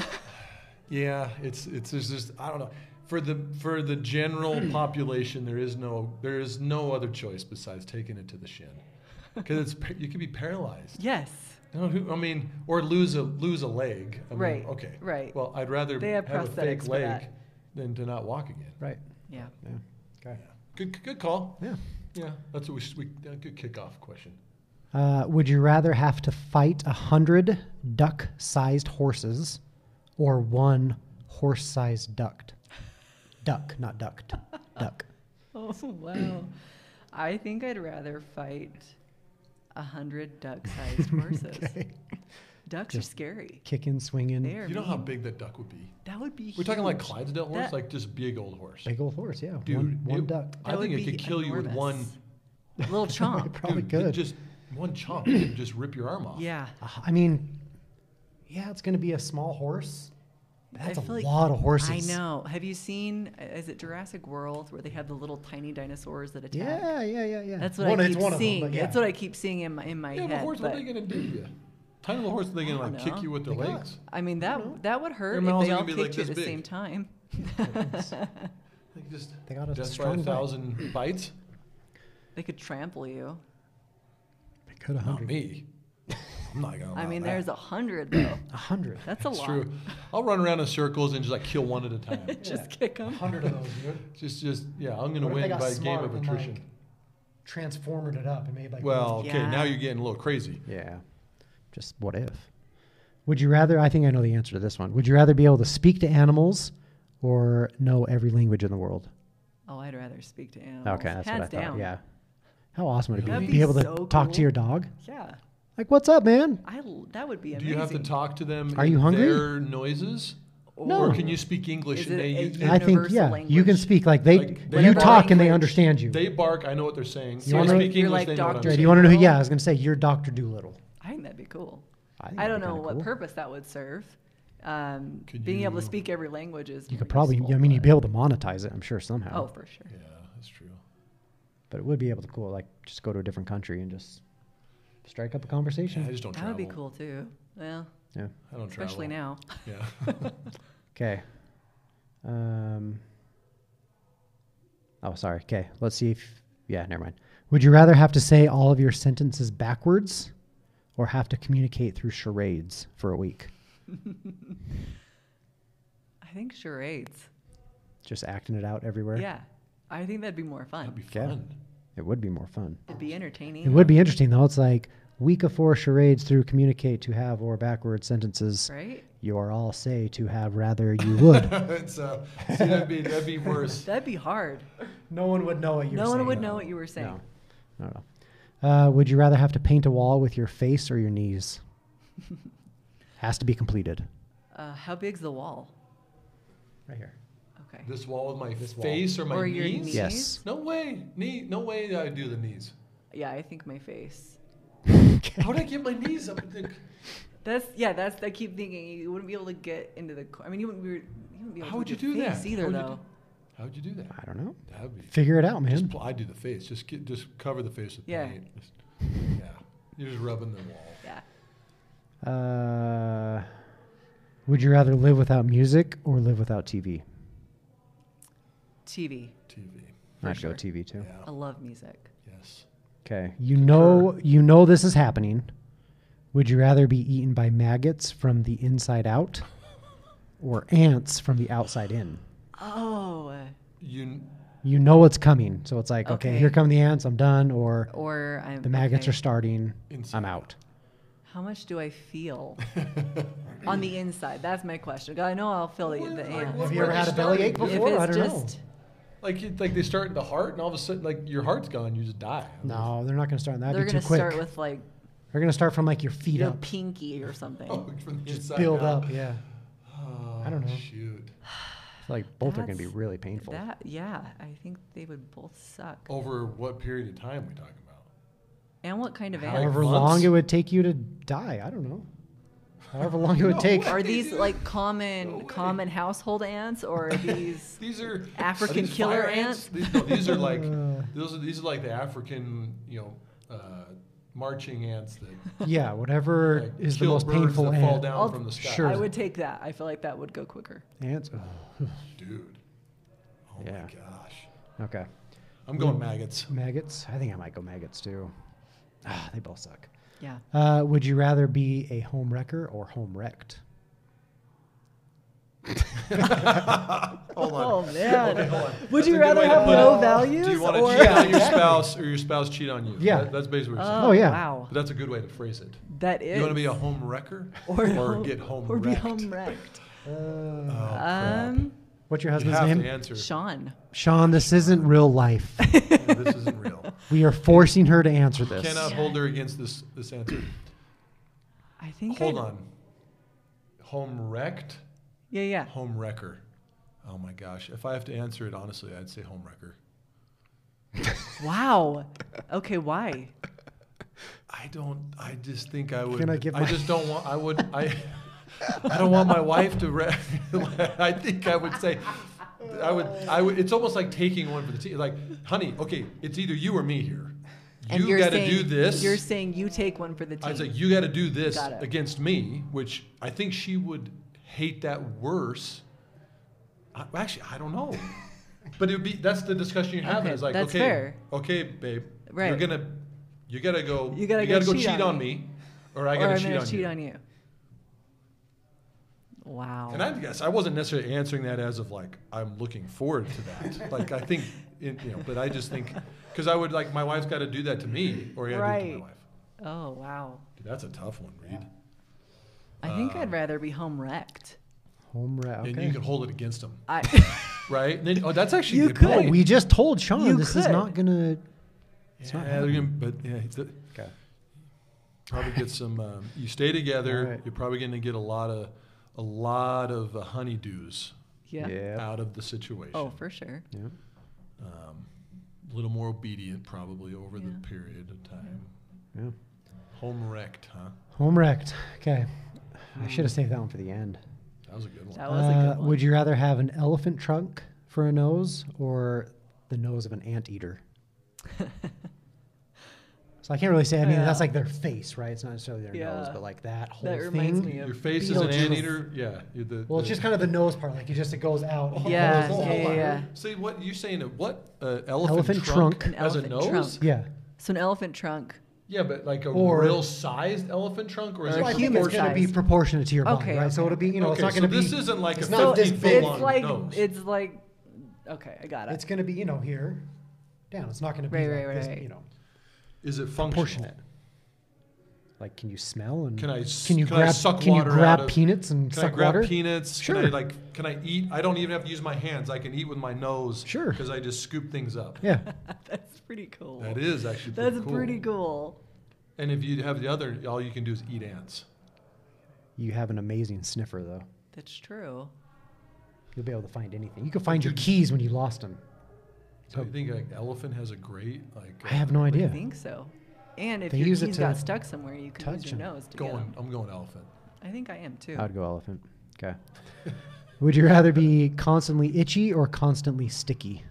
Speaker 2: Yeah, it's it's there's just I don't know. For the for the
Speaker 3: (clears throat)
Speaker 2: general population, there is no there is no other choice besides taking it to the shin, because it's pa- you could be paralyzed.
Speaker 3: yes.
Speaker 2: You know, who- I mean, or lose a lose a leg. I mean,
Speaker 3: Right,
Speaker 2: Okay.
Speaker 3: right.
Speaker 2: Well, I'd rather
Speaker 3: They have
Speaker 2: a
Speaker 3: prosthetics
Speaker 2: fake
Speaker 3: for
Speaker 2: leg
Speaker 3: that.
Speaker 2: than to not walk again.
Speaker 1: Right.
Speaker 3: Yeah.
Speaker 1: Yeah. Okay.
Speaker 2: Good good call.
Speaker 1: Yeah.
Speaker 2: Yeah, that's what we should, we uh, good kickoff question.
Speaker 1: Uh, would you rather have to fight a hundred duck-sized horses, or one horse-sized duck? Duck, not ducked. duck.
Speaker 3: Oh wow. I think I'd rather fight a
Speaker 1: (laughs)
Speaker 3: hundred duck-sized horses.
Speaker 1: Okay.
Speaker 3: Ducks
Speaker 1: Just-
Speaker 3: are scary.
Speaker 1: Kicking, swinging,
Speaker 3: They are.
Speaker 2: You know how
Speaker 3: mean.
Speaker 2: big that duck would be.
Speaker 3: that would be.
Speaker 2: We're talking like
Speaker 3: huge.
Speaker 2: Clydesdale horse,
Speaker 3: That-
Speaker 2: like just big old horse.
Speaker 1: big old horse. Yeah.
Speaker 2: Dude,
Speaker 1: one one
Speaker 2: it-
Speaker 1: duck.
Speaker 2: I
Speaker 3: That
Speaker 2: think
Speaker 3: would
Speaker 2: it could
Speaker 3: be
Speaker 2: kill you with one
Speaker 3: enormous. (laughs) Little
Speaker 2: (laughs)
Speaker 3: chomp.
Speaker 1: Probably
Speaker 2: Dude, it
Speaker 1: good.
Speaker 2: Just one chomp, you could just rip your arm off.
Speaker 3: yeah.
Speaker 1: Uh, I mean, yeah, it's going to be a small horse. but That's
Speaker 3: I
Speaker 1: a
Speaker 3: feel like-
Speaker 1: lot of horses.
Speaker 3: I know. Have you seen? uh, Is it Jurassic World where they have the little tiny dinosaurs that attack?
Speaker 1: Yeah, yeah, yeah, yeah.
Speaker 3: That's what
Speaker 1: One-
Speaker 3: I
Speaker 1: it's
Speaker 3: keep
Speaker 1: one of them,
Speaker 3: seeing.
Speaker 1: but yeah.
Speaker 3: That's what I keep seeing in my in my
Speaker 2: Yeah, but
Speaker 3: head.
Speaker 2: horse, what
Speaker 3: but,
Speaker 2: are they gonna do to you? Tiny little horse, are they gonna
Speaker 3: I
Speaker 2: like
Speaker 3: don't know.
Speaker 2: kick you with their
Speaker 1: They got-
Speaker 2: legs?
Speaker 3: I mean that that would hurt
Speaker 2: Their
Speaker 3: if
Speaker 2: mouths
Speaker 3: they
Speaker 2: are
Speaker 3: all
Speaker 2: gonna be
Speaker 3: kicked
Speaker 2: like
Speaker 3: you at the
Speaker 2: this big.
Speaker 3: same time.
Speaker 1: (laughs)
Speaker 2: They could just
Speaker 1: They got a
Speaker 2: death by
Speaker 1: strong
Speaker 2: a
Speaker 1: bite.
Speaker 2: thousand bites.
Speaker 3: they could trample you.
Speaker 1: They could a
Speaker 2: Not
Speaker 1: hundred. (laughs)
Speaker 2: me. I'm not gonna.
Speaker 3: I mean,
Speaker 2: allow that.
Speaker 3: there's a hundred though.
Speaker 1: A hundred.
Speaker 3: That's a
Speaker 2: It's
Speaker 3: lot.
Speaker 2: true. I'll run around in circles and just like kill one at a time. (laughs)
Speaker 3: Just kick 'em.
Speaker 1: hundred of those, dude.
Speaker 2: just, just yeah, I'm gonna
Speaker 1: What if they
Speaker 2: win
Speaker 1: got
Speaker 2: by a game
Speaker 1: smart
Speaker 2: of
Speaker 1: and, like,
Speaker 2: attrition.
Speaker 1: Transformed it up and made like.
Speaker 2: well, okay, now
Speaker 3: Yeah.
Speaker 2: you're getting a little crazy.
Speaker 1: Yeah. Just what if? Would you rather? I think I know the answer to this one. Would you rather be able to speak to animals, or know every language in the world?
Speaker 3: Oh, I'd rather speak to animals.
Speaker 1: Okay, that's
Speaker 3: Hands
Speaker 1: what I thought.
Speaker 3: down.
Speaker 1: Yeah. How awesome would it be
Speaker 3: That'd
Speaker 1: to
Speaker 3: be
Speaker 1: be able to
Speaker 3: so
Speaker 1: talk to
Speaker 3: cool.
Speaker 1: your dog?
Speaker 3: Yeah.
Speaker 1: Like, what's up, man?
Speaker 3: I l- that would be
Speaker 2: Do
Speaker 3: amazing.
Speaker 2: you have to talk to them?
Speaker 1: Are you
Speaker 2: in
Speaker 1: hungry?
Speaker 2: Their noises,
Speaker 1: No.
Speaker 2: or can you speak English
Speaker 3: Is
Speaker 2: and
Speaker 3: it
Speaker 2: they
Speaker 3: a
Speaker 2: use
Speaker 1: I think
Speaker 3: Universal
Speaker 1: yeah, you can
Speaker 3: language.
Speaker 1: speak like they.
Speaker 2: Like,
Speaker 1: you
Speaker 2: whatever
Speaker 1: talk and they
Speaker 3: language
Speaker 1: understand you.
Speaker 2: They bark. I know what they're saying.
Speaker 1: You
Speaker 2: they
Speaker 1: wanna-
Speaker 2: speak
Speaker 3: You're
Speaker 2: English.
Speaker 3: like
Speaker 2: they know what I'm
Speaker 3: Dr.
Speaker 1: Right,
Speaker 2: saying.
Speaker 1: you want to know who?
Speaker 3: Doolittle.
Speaker 1: Yeah, I was gonna say you're Doctor Doolittle.
Speaker 3: I think that'd be cool.
Speaker 1: I think
Speaker 3: I
Speaker 1: that'd
Speaker 3: don't
Speaker 1: be
Speaker 3: know
Speaker 1: kinda
Speaker 3: what
Speaker 1: cool.
Speaker 3: purpose that would serve. Um,
Speaker 2: Could
Speaker 3: being able
Speaker 2: you-
Speaker 3: to speak every language is.
Speaker 1: You
Speaker 3: more
Speaker 1: could probably.
Speaker 3: useful,
Speaker 1: I mean, you'd
Speaker 3: but-
Speaker 1: be able to monetize it, I'm sure somehow.
Speaker 3: Oh, for sure.
Speaker 2: Yeah, that's true.
Speaker 1: But it would be able to cool, like just go to a different country and just strike up a conversation.
Speaker 2: Yeah, I just don't
Speaker 3: That
Speaker 2: travel.
Speaker 3: would be cool too. Well,
Speaker 1: yeah.
Speaker 2: I don't
Speaker 3: especially
Speaker 2: travel.
Speaker 3: now. (laughs)
Speaker 2: Yeah.
Speaker 1: Okay. Um. Oh, sorry. Okay. Let's see if. Yeah. Never mind. Would you rather have to say all of your sentences backwards, or have to communicate through charades for a week?
Speaker 3: I think charades.
Speaker 1: Just acting it out everywhere.
Speaker 3: Yeah, I think that'd be more
Speaker 2: That'd
Speaker 3: fun.
Speaker 2: be
Speaker 1: Okay.
Speaker 2: fun.
Speaker 1: It would be more fun.
Speaker 3: It'd be entertaining.
Speaker 1: It would be interesting though. It's like week of four charades through communicate to have or backward sentences.
Speaker 3: right?
Speaker 1: You are all say to have rather you would.
Speaker 2: (laughs) it's, uh, see, that'd be that'd be
Speaker 3: (laughs)
Speaker 2: worse.
Speaker 3: That'd be hard.
Speaker 1: (laughs) no one would know what you
Speaker 3: no one would know what you were saying. (laughs)
Speaker 1: No, no, no. Uh, would you rather have to paint a wall with your face or your knees? Has to be completed.
Speaker 3: Uh, how big's the wall?
Speaker 1: Right (laughs) here.
Speaker 3: Okay.
Speaker 2: This wall with my
Speaker 1: This wall.
Speaker 2: face or my
Speaker 3: or your
Speaker 2: knees?
Speaker 3: knees?
Speaker 1: Yes.
Speaker 2: No way. Knee. No way. I do the knees.
Speaker 3: Yeah, I think my face.
Speaker 2: How would I get my knees up? The,
Speaker 3: That's yeah. That's I keep thinking you wouldn't be able to get into the. co- I mean, you wouldn't be. You wouldn't be able
Speaker 2: How
Speaker 3: to
Speaker 2: would
Speaker 3: with
Speaker 2: you
Speaker 3: your
Speaker 2: do that?
Speaker 3: face
Speaker 2: How
Speaker 3: Either
Speaker 2: would you
Speaker 3: though.
Speaker 2: how would you do that?
Speaker 1: I don't know.
Speaker 2: That would be.
Speaker 1: Figure it out, man.
Speaker 2: Just pl- I do the face. Just get, just cover the face with
Speaker 3: Yeah.
Speaker 2: paint. Just, yeah. You're just rubbing the wall.
Speaker 3: Yeah.
Speaker 1: Uh, would you rather live without music or live without TV?
Speaker 3: TV.
Speaker 2: TV.
Speaker 3: For
Speaker 1: I'd
Speaker 3: sure.
Speaker 1: go TV too.
Speaker 2: Yeah.
Speaker 3: I love music.
Speaker 2: Yes.
Speaker 1: Okay. You know you know this is happening. Would you rather be eaten by maggots from the inside
Speaker 2: (laughs)
Speaker 1: out or ants from the outside in?
Speaker 3: Oh, uh,
Speaker 2: You. (laughs) kn-
Speaker 1: You know it's coming. So it's like, okay,
Speaker 3: Okay.
Speaker 1: here come the ants, I'm done, or
Speaker 3: or I'm.
Speaker 1: the maggots
Speaker 3: okay.
Speaker 1: are starting,
Speaker 2: Inside.
Speaker 1: I'm out.
Speaker 3: How much do I feel on the inside? That's my question. 'Cause I know I'll feel the,
Speaker 2: Well,
Speaker 3: the
Speaker 2: like,
Speaker 3: ants.
Speaker 2: what-
Speaker 1: Have you
Speaker 2: Where
Speaker 1: ever
Speaker 2: they
Speaker 1: had a
Speaker 2: starting?
Speaker 1: bellyache
Speaker 2: If it's
Speaker 1: before? I don't
Speaker 2: Like you, like they start in the heart, and all of a sudden, like your heart's gone, you just die.
Speaker 1: know. No, they're not going to start in that.
Speaker 3: they're
Speaker 1: That'd be
Speaker 3: gonna
Speaker 1: too quick.
Speaker 3: start with like
Speaker 1: they're going to start from like your feet
Speaker 3: your
Speaker 1: up,
Speaker 3: pinky or something.
Speaker 2: Oh, (laughs) from the inside
Speaker 1: build
Speaker 2: out.
Speaker 1: up. Yeah.
Speaker 2: Oh,
Speaker 1: I don't know.
Speaker 2: Shoot.
Speaker 1: I feel like both are going to be
Speaker 3: That's-
Speaker 1: really painful.
Speaker 3: That yeah, I think they would both suck.
Speaker 2: Over what period of time we talking about?
Speaker 3: And what kind of
Speaker 2: How-
Speaker 3: animal?
Speaker 1: However
Speaker 2: months?
Speaker 1: long it would take you to die. I don't know. However long it would
Speaker 2: No
Speaker 1: take.
Speaker 2: way. (laughs)
Speaker 3: Are these
Speaker 2: Dude,
Speaker 3: like
Speaker 2: no
Speaker 3: common
Speaker 2: way.
Speaker 3: common household
Speaker 1: (laughs)
Speaker 3: ants or are these
Speaker 2: (laughs) These are
Speaker 3: African
Speaker 2: are these
Speaker 3: killer
Speaker 2: fire
Speaker 3: ants?
Speaker 2: These, no, these are
Speaker 1: (laughs)
Speaker 2: like
Speaker 1: Uh.
Speaker 2: those are these are like the African you know uh, marching ants that
Speaker 1: Yeah, whatever
Speaker 2: like,
Speaker 1: is the
Speaker 2: kill
Speaker 1: most
Speaker 2: birds
Speaker 1: painful
Speaker 2: that
Speaker 1: ant.
Speaker 2: fall down
Speaker 3: I'll-
Speaker 2: from the sky.
Speaker 1: Sure.
Speaker 3: Oh, I would take that. I feel like that would go quicker.
Speaker 1: Ants. Ugh.
Speaker 2: dude. Oh
Speaker 1: Yeah.
Speaker 2: my gosh,
Speaker 1: Okay.
Speaker 2: I'm
Speaker 1: (laughs)
Speaker 2: going maggots.
Speaker 1: Maggots. I think I might go maggots too. Ah, they both suck.
Speaker 3: Yeah.
Speaker 1: Uh, would you rather be a home wrecker or home wrecked?
Speaker 2: Hold on.
Speaker 3: Oh man.
Speaker 2: Okay, hold on.
Speaker 3: Would
Speaker 2: That's
Speaker 3: you
Speaker 2: a good
Speaker 3: rather
Speaker 2: way to
Speaker 3: have
Speaker 2: put it.
Speaker 3: no values
Speaker 2: Do you want to
Speaker 3: or
Speaker 2: cheat on
Speaker 3: (laughs)
Speaker 2: your spouse or your spouse cheat on you?
Speaker 1: Yeah.
Speaker 2: That- that's basically what you're saying.
Speaker 1: Oh, yeah.
Speaker 3: Wow.
Speaker 2: But that's a good way to phrase it.
Speaker 3: That is.
Speaker 2: You want to be a home wrecker
Speaker 3: or, home-
Speaker 2: get home
Speaker 3: or be
Speaker 2: wrecked?
Speaker 3: home
Speaker 1: (laughs)
Speaker 3: wrecked.
Speaker 1: Uh,
Speaker 2: Oh, crap.
Speaker 3: Um,
Speaker 1: What's your
Speaker 2: you
Speaker 1: husband's
Speaker 2: have
Speaker 1: name?
Speaker 2: to answer.
Speaker 3: Sean.
Speaker 1: Sean. This isn't real life. (laughs)
Speaker 2: this isn't
Speaker 3: (laughs)
Speaker 2: real.
Speaker 1: we are forcing her to answer this.
Speaker 2: Cannot hold her against this this answer.
Speaker 3: I think.
Speaker 2: Hold
Speaker 3: I'd-
Speaker 2: on. Home wrecked,
Speaker 3: Yeah, yeah.
Speaker 2: home wrecker. Oh my gosh! If I have to answer it honestly, I'd say home wrecker.
Speaker 1: (laughs)
Speaker 3: Wow. Okay, why?
Speaker 2: I don't. I just think I would.
Speaker 1: Can I give
Speaker 2: I
Speaker 1: my-
Speaker 2: just don't want. I would.
Speaker 1: (laughs)
Speaker 2: I. I don't want my wife to. Re- (laughs) I think I would say. I would. I would. It's almost like taking one for the team. Like, honey, okay, it's either you or me here.
Speaker 3: And
Speaker 2: you
Speaker 3: are
Speaker 2: got to do this.
Speaker 3: You're saying you take one for the team.
Speaker 2: I was like, you got to do this
Speaker 3: Got it.
Speaker 2: against me, which I think she would hate that worse. I, actually, I don't
Speaker 3: (laughs)
Speaker 2: know. but it would be that's the discussion you're having.
Speaker 3: Okay,
Speaker 2: is like,
Speaker 3: that's
Speaker 2: okay,
Speaker 3: fair.
Speaker 2: okay, babe, you're
Speaker 3: Right.
Speaker 2: gonna, you gotta go,
Speaker 3: You gotta go cheat on
Speaker 2: on,
Speaker 3: me.
Speaker 2: me, or I
Speaker 3: or
Speaker 2: gotta
Speaker 3: I'm
Speaker 2: cheat
Speaker 3: gonna
Speaker 2: on
Speaker 3: cheat
Speaker 2: you.
Speaker 3: on you. Wow.
Speaker 2: And I guess I wasn't necessarily answering that as of like I'm looking forward to
Speaker 3: (laughs)
Speaker 2: that. like I think, it, you know, but I just think because I would like my wife's got to do that to me, or I gotta do it to
Speaker 3: Right.
Speaker 2: my wife.
Speaker 3: oh wow.
Speaker 2: Dude, that's a tough one, Reed.
Speaker 3: I think
Speaker 2: Uh.
Speaker 3: I'd rather be home wrecked.
Speaker 1: Home wreck.
Speaker 2: And you
Speaker 1: Okay.
Speaker 2: can hold it against them.
Speaker 3: I (laughs)
Speaker 2: right? And then, oh, that's actually a
Speaker 3: You
Speaker 2: good
Speaker 3: could.
Speaker 2: point.
Speaker 1: We just told Sean
Speaker 3: You
Speaker 1: this is
Speaker 3: could.
Speaker 1: not gonna.
Speaker 2: yeah,
Speaker 1: not
Speaker 2: they're gonna, but yeah, it's a-
Speaker 1: Okay.
Speaker 2: probably get some. Um, you stay together.
Speaker 1: Alright.
Speaker 2: You're probably going to get a lot of a lot of uh, honeydews
Speaker 3: yeah.
Speaker 2: out of the situation.
Speaker 3: Oh, for sure.
Speaker 1: Yeah.
Speaker 2: Um, a little more obedient, probably over
Speaker 3: Yeah.
Speaker 2: the period of time.
Speaker 1: Yeah.
Speaker 2: Home wrecked, huh?
Speaker 1: Home wrecked. Okay. I should have saved that one for the end.
Speaker 2: That was a good one.
Speaker 3: That was a
Speaker 1: Uh,
Speaker 3: good one.
Speaker 1: Would you rather have an elephant trunk for a nose or the nose of an
Speaker 3: (laughs)
Speaker 1: anteater? so I can't really say. I mean,
Speaker 3: Yeah.
Speaker 1: that's like their face, right? It's not necessarily their nose,
Speaker 3: Yeah.
Speaker 1: but like that whole
Speaker 3: That
Speaker 1: thing.
Speaker 3: reminds me of
Speaker 2: Your face is an
Speaker 1: Beetlejuice.
Speaker 2: anteater. Yeah. you're The,
Speaker 1: Well, it's
Speaker 2: the-
Speaker 1: just kind of the nose part. Like it just it goes out.
Speaker 2: Hold on,
Speaker 3: (laughs) Yeah,
Speaker 2: hold on,
Speaker 3: yeah,
Speaker 2: hold on.
Speaker 3: yeah.
Speaker 2: See what you're saying? uh, What uh, elephant,
Speaker 1: Elephant
Speaker 2: trunk,
Speaker 1: trunk.
Speaker 3: An
Speaker 2: as
Speaker 3: elephant
Speaker 2: a nose?
Speaker 3: trunk.
Speaker 1: Yeah.
Speaker 3: so an elephant trunk.
Speaker 2: Yeah, but like a
Speaker 1: Or-
Speaker 2: real sized elephant trunk, or is
Speaker 3: Or
Speaker 2: it
Speaker 1: Well, I think
Speaker 3: human
Speaker 1: it's going to be
Speaker 3: size.
Speaker 1: proportionate to your body,
Speaker 3: Okay,
Speaker 1: right? So
Speaker 3: okay.
Speaker 1: it'll be, you know, it's
Speaker 2: Okay,
Speaker 1: not
Speaker 2: so
Speaker 1: going to be.
Speaker 2: this isn't like a
Speaker 1: it's
Speaker 3: So
Speaker 1: not this
Speaker 3: it's,
Speaker 2: Fifteen
Speaker 1: big.
Speaker 2: foot
Speaker 3: it's
Speaker 2: long
Speaker 3: like
Speaker 2: nose.
Speaker 3: it's like okay, I got it.
Speaker 1: It's going to be, you know, here, down. It's not going to be
Speaker 3: Right,
Speaker 1: like
Speaker 3: right,
Speaker 1: this,
Speaker 3: right.
Speaker 1: you know,
Speaker 2: Is it functional?
Speaker 1: proportionate. Like, can you smell and
Speaker 2: Can I s-
Speaker 1: can you
Speaker 2: can I
Speaker 1: grab
Speaker 2: suck
Speaker 1: can
Speaker 2: water
Speaker 1: you grab
Speaker 2: out of-
Speaker 1: peanuts and
Speaker 2: Can
Speaker 1: suck
Speaker 2: I grab
Speaker 1: water?
Speaker 2: peanuts? Can I
Speaker 1: Sure.
Speaker 2: like can I eat? I don't even have to use my hands. I can eat with my nose.
Speaker 1: Sure.
Speaker 2: Because I just scoop things up.
Speaker 1: (laughs) Yeah,
Speaker 3: (laughs) That's pretty cool.
Speaker 2: That is actually pretty
Speaker 3: That's
Speaker 2: cool.
Speaker 3: pretty cool.
Speaker 2: And if you have the other, all you can do is eat ants.
Speaker 1: you have an amazing sniffer though.
Speaker 3: That's true.
Speaker 1: You'll be able to find anything. You can find your keys when you lost them.
Speaker 2: So you think like elephant has a great like
Speaker 1: I have no
Speaker 3: I
Speaker 1: idea.
Speaker 3: think so. And if
Speaker 1: They
Speaker 3: your
Speaker 1: use it
Speaker 3: keys
Speaker 1: to
Speaker 3: got stuck somewhere, you could use
Speaker 1: touch
Speaker 3: your
Speaker 1: 'em.
Speaker 3: nose to get 'em.
Speaker 2: going. I'm going elephant.
Speaker 3: I think I am too.
Speaker 1: I'd go elephant.
Speaker 2: (laughs)
Speaker 1: Okay. Would you rather be constantly itchy or constantly sticky?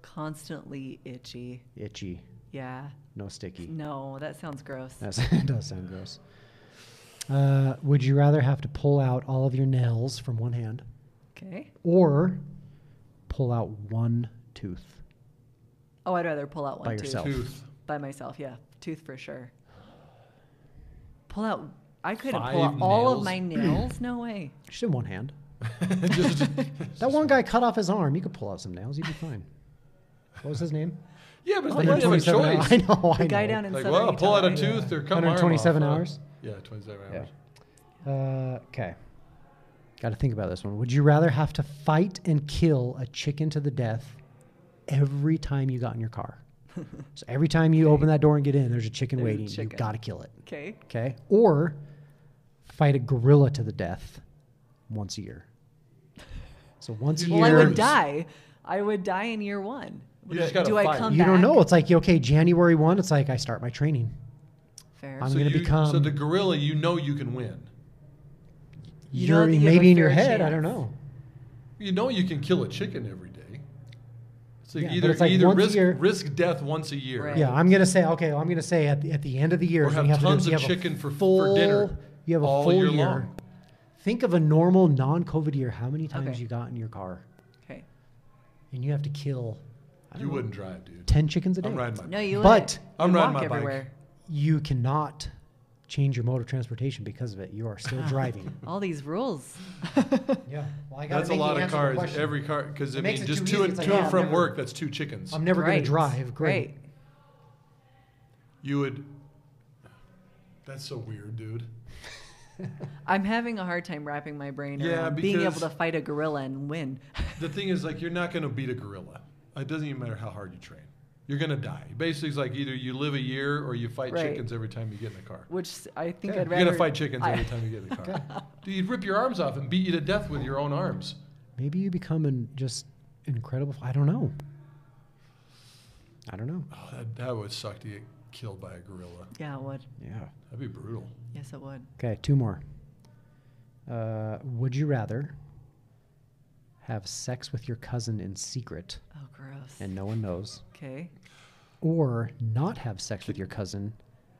Speaker 3: Constantly itchy.
Speaker 1: Itchy,
Speaker 3: Yeah.
Speaker 1: no sticky.
Speaker 3: No, that sounds gross.
Speaker 1: That's, (laughs) it does sound gross. Uh, would you rather have to pull out all of your nails from one hand
Speaker 3: Okay.
Speaker 1: or pull out one tooth?
Speaker 3: Oh, I'd rather pull out one
Speaker 1: By
Speaker 3: tooth.
Speaker 1: yourself. Elf.
Speaker 2: Tooth.
Speaker 1: (laughs)
Speaker 3: By myself, yeah. Tooth for sure. Pull out. I couldn't
Speaker 2: Five
Speaker 3: pull out all of
Speaker 2: nails? (clears throat)
Speaker 3: my nails. No way.
Speaker 1: Just in one hand.
Speaker 2: Just-
Speaker 1: That one guy cut off his arm. You could pull out some nails. You'd be fine. What was his name?
Speaker 2: yeah, but it's
Speaker 3: Oh,
Speaker 2: like you have a
Speaker 1: 127 (laughs)
Speaker 2: choice.
Speaker 1: I know. I
Speaker 3: The guy
Speaker 1: know.
Speaker 3: down
Speaker 2: (laughs)
Speaker 3: in
Speaker 2: Like,
Speaker 3: Southern
Speaker 2: well, pull out
Speaker 3: Utah,
Speaker 2: a
Speaker 3: right?
Speaker 2: tooth or cut my arm
Speaker 1: 127
Speaker 2: off, huh?
Speaker 1: hours?
Speaker 2: Yeah, 27
Speaker 1: Yeah.
Speaker 2: hours.
Speaker 1: Uh, Okay. Got to think about this one. Would you rather have to fight and kill a chicken to the death every time you got in your
Speaker 3: (laughs)
Speaker 1: car? so every time you open that door and get in, there's a chicken
Speaker 3: There's a
Speaker 1: waiting. You
Speaker 3: chicken.
Speaker 1: got to kill it.
Speaker 3: Okay.
Speaker 1: Okay. Or fight a gorilla to the death once a year. So once a
Speaker 2: Well,
Speaker 1: year,
Speaker 3: Well, I would
Speaker 2: Years.
Speaker 3: die. I would die in year one.
Speaker 2: You just gotta
Speaker 3: Do I
Speaker 2: fight.
Speaker 3: come
Speaker 1: you
Speaker 3: back?
Speaker 1: don't know. It's like okay, January one. It's like I start my training.
Speaker 3: Fair.
Speaker 1: I'm
Speaker 2: so
Speaker 1: gonna
Speaker 2: you, So
Speaker 1: become-
Speaker 2: the gorilla, you know you can win.
Speaker 3: You know
Speaker 1: You're
Speaker 3: that you have
Speaker 1: maybe
Speaker 3: a
Speaker 1: in your
Speaker 3: fair
Speaker 1: head. I don't
Speaker 3: chance.
Speaker 1: know.
Speaker 2: You know you can kill a chicken every day. It's like
Speaker 1: Yeah, but
Speaker 2: either
Speaker 1: it's like
Speaker 2: either
Speaker 1: once a
Speaker 2: risk,
Speaker 1: year-
Speaker 2: risk death once a year.
Speaker 3: Right.
Speaker 1: Yeah, I'm gonna say okay. I'm gonna say at the, at the end of the year,
Speaker 2: Or
Speaker 1: so
Speaker 2: have
Speaker 1: you have to do-
Speaker 2: tons
Speaker 1: you
Speaker 2: of
Speaker 1: have a
Speaker 2: chicken for- for
Speaker 1: full-
Speaker 2: dinner
Speaker 1: You have a
Speaker 2: all
Speaker 1: full
Speaker 2: year
Speaker 1: year.
Speaker 2: long.
Speaker 1: Think of a normal non-COVID year. How many times
Speaker 3: Okay.
Speaker 1: you got in your car,
Speaker 3: Okay.
Speaker 1: and you have to kill I
Speaker 2: You
Speaker 1: don't know,
Speaker 2: wouldn't drive, dude.
Speaker 1: ten chickens a day.
Speaker 2: I'm riding my
Speaker 3: No, you.
Speaker 1: But-
Speaker 3: wouldn't. You
Speaker 2: I'm riding
Speaker 3: walk
Speaker 2: my bike.
Speaker 3: everywhere.
Speaker 1: You cannot change your mode of transportation because of it. You are
Speaker 3: (laughs)
Speaker 1: still driving.
Speaker 3: All these rules.
Speaker 1: yeah, well, I gotta
Speaker 2: That's a
Speaker 1: make you
Speaker 2: lot
Speaker 1: answer
Speaker 2: of
Speaker 1: the
Speaker 2: cars.
Speaker 1: question.
Speaker 2: Every car, because I
Speaker 1: It makes
Speaker 2: mean,
Speaker 1: it
Speaker 2: just
Speaker 1: too easy.
Speaker 2: to and
Speaker 1: It's like,
Speaker 2: to
Speaker 1: yeah,
Speaker 2: and
Speaker 1: I've
Speaker 2: from
Speaker 1: never-
Speaker 2: work, that's two chickens.
Speaker 1: I'm (laughs) never
Speaker 3: Right.
Speaker 1: gonna drive. Great.
Speaker 3: Right.
Speaker 2: you would. That's so weird, dude.
Speaker 3: I'm having a hard time wrapping my brain
Speaker 2: Yeah,
Speaker 3: around being able
Speaker 2: because-
Speaker 3: to fight a gorilla and win.
Speaker 2: The thing is, like, you're not going to beat a gorilla. It doesn't even matter how hard you train. You're going to die. Basically, it's like either you live a year or you fight
Speaker 3: Right.
Speaker 2: chickens every time you get in the car.
Speaker 3: (laughs) Which s- I think
Speaker 1: Yeah.
Speaker 2: You're
Speaker 3: I'd rather.
Speaker 2: going to fight chickens
Speaker 3: I-
Speaker 2: every time you get in the
Speaker 3: (laughs)
Speaker 2: car. Dude, you'd rip your arms off and beat you to death with your own arms.
Speaker 1: Maybe you become an just incredible. I don't know. I don't know.
Speaker 2: Oh, that, that would suck to get killed by a gorilla.
Speaker 3: Yeah, it would.
Speaker 1: Yeah.
Speaker 2: That'd be brutal.
Speaker 3: Yes, it would.
Speaker 1: Okay, two more. Uh, would you rather have sex with your cousin in secret
Speaker 3: Oh, gross.
Speaker 1: and no one knows,
Speaker 3: okay.
Speaker 1: or not have sex with your cousin,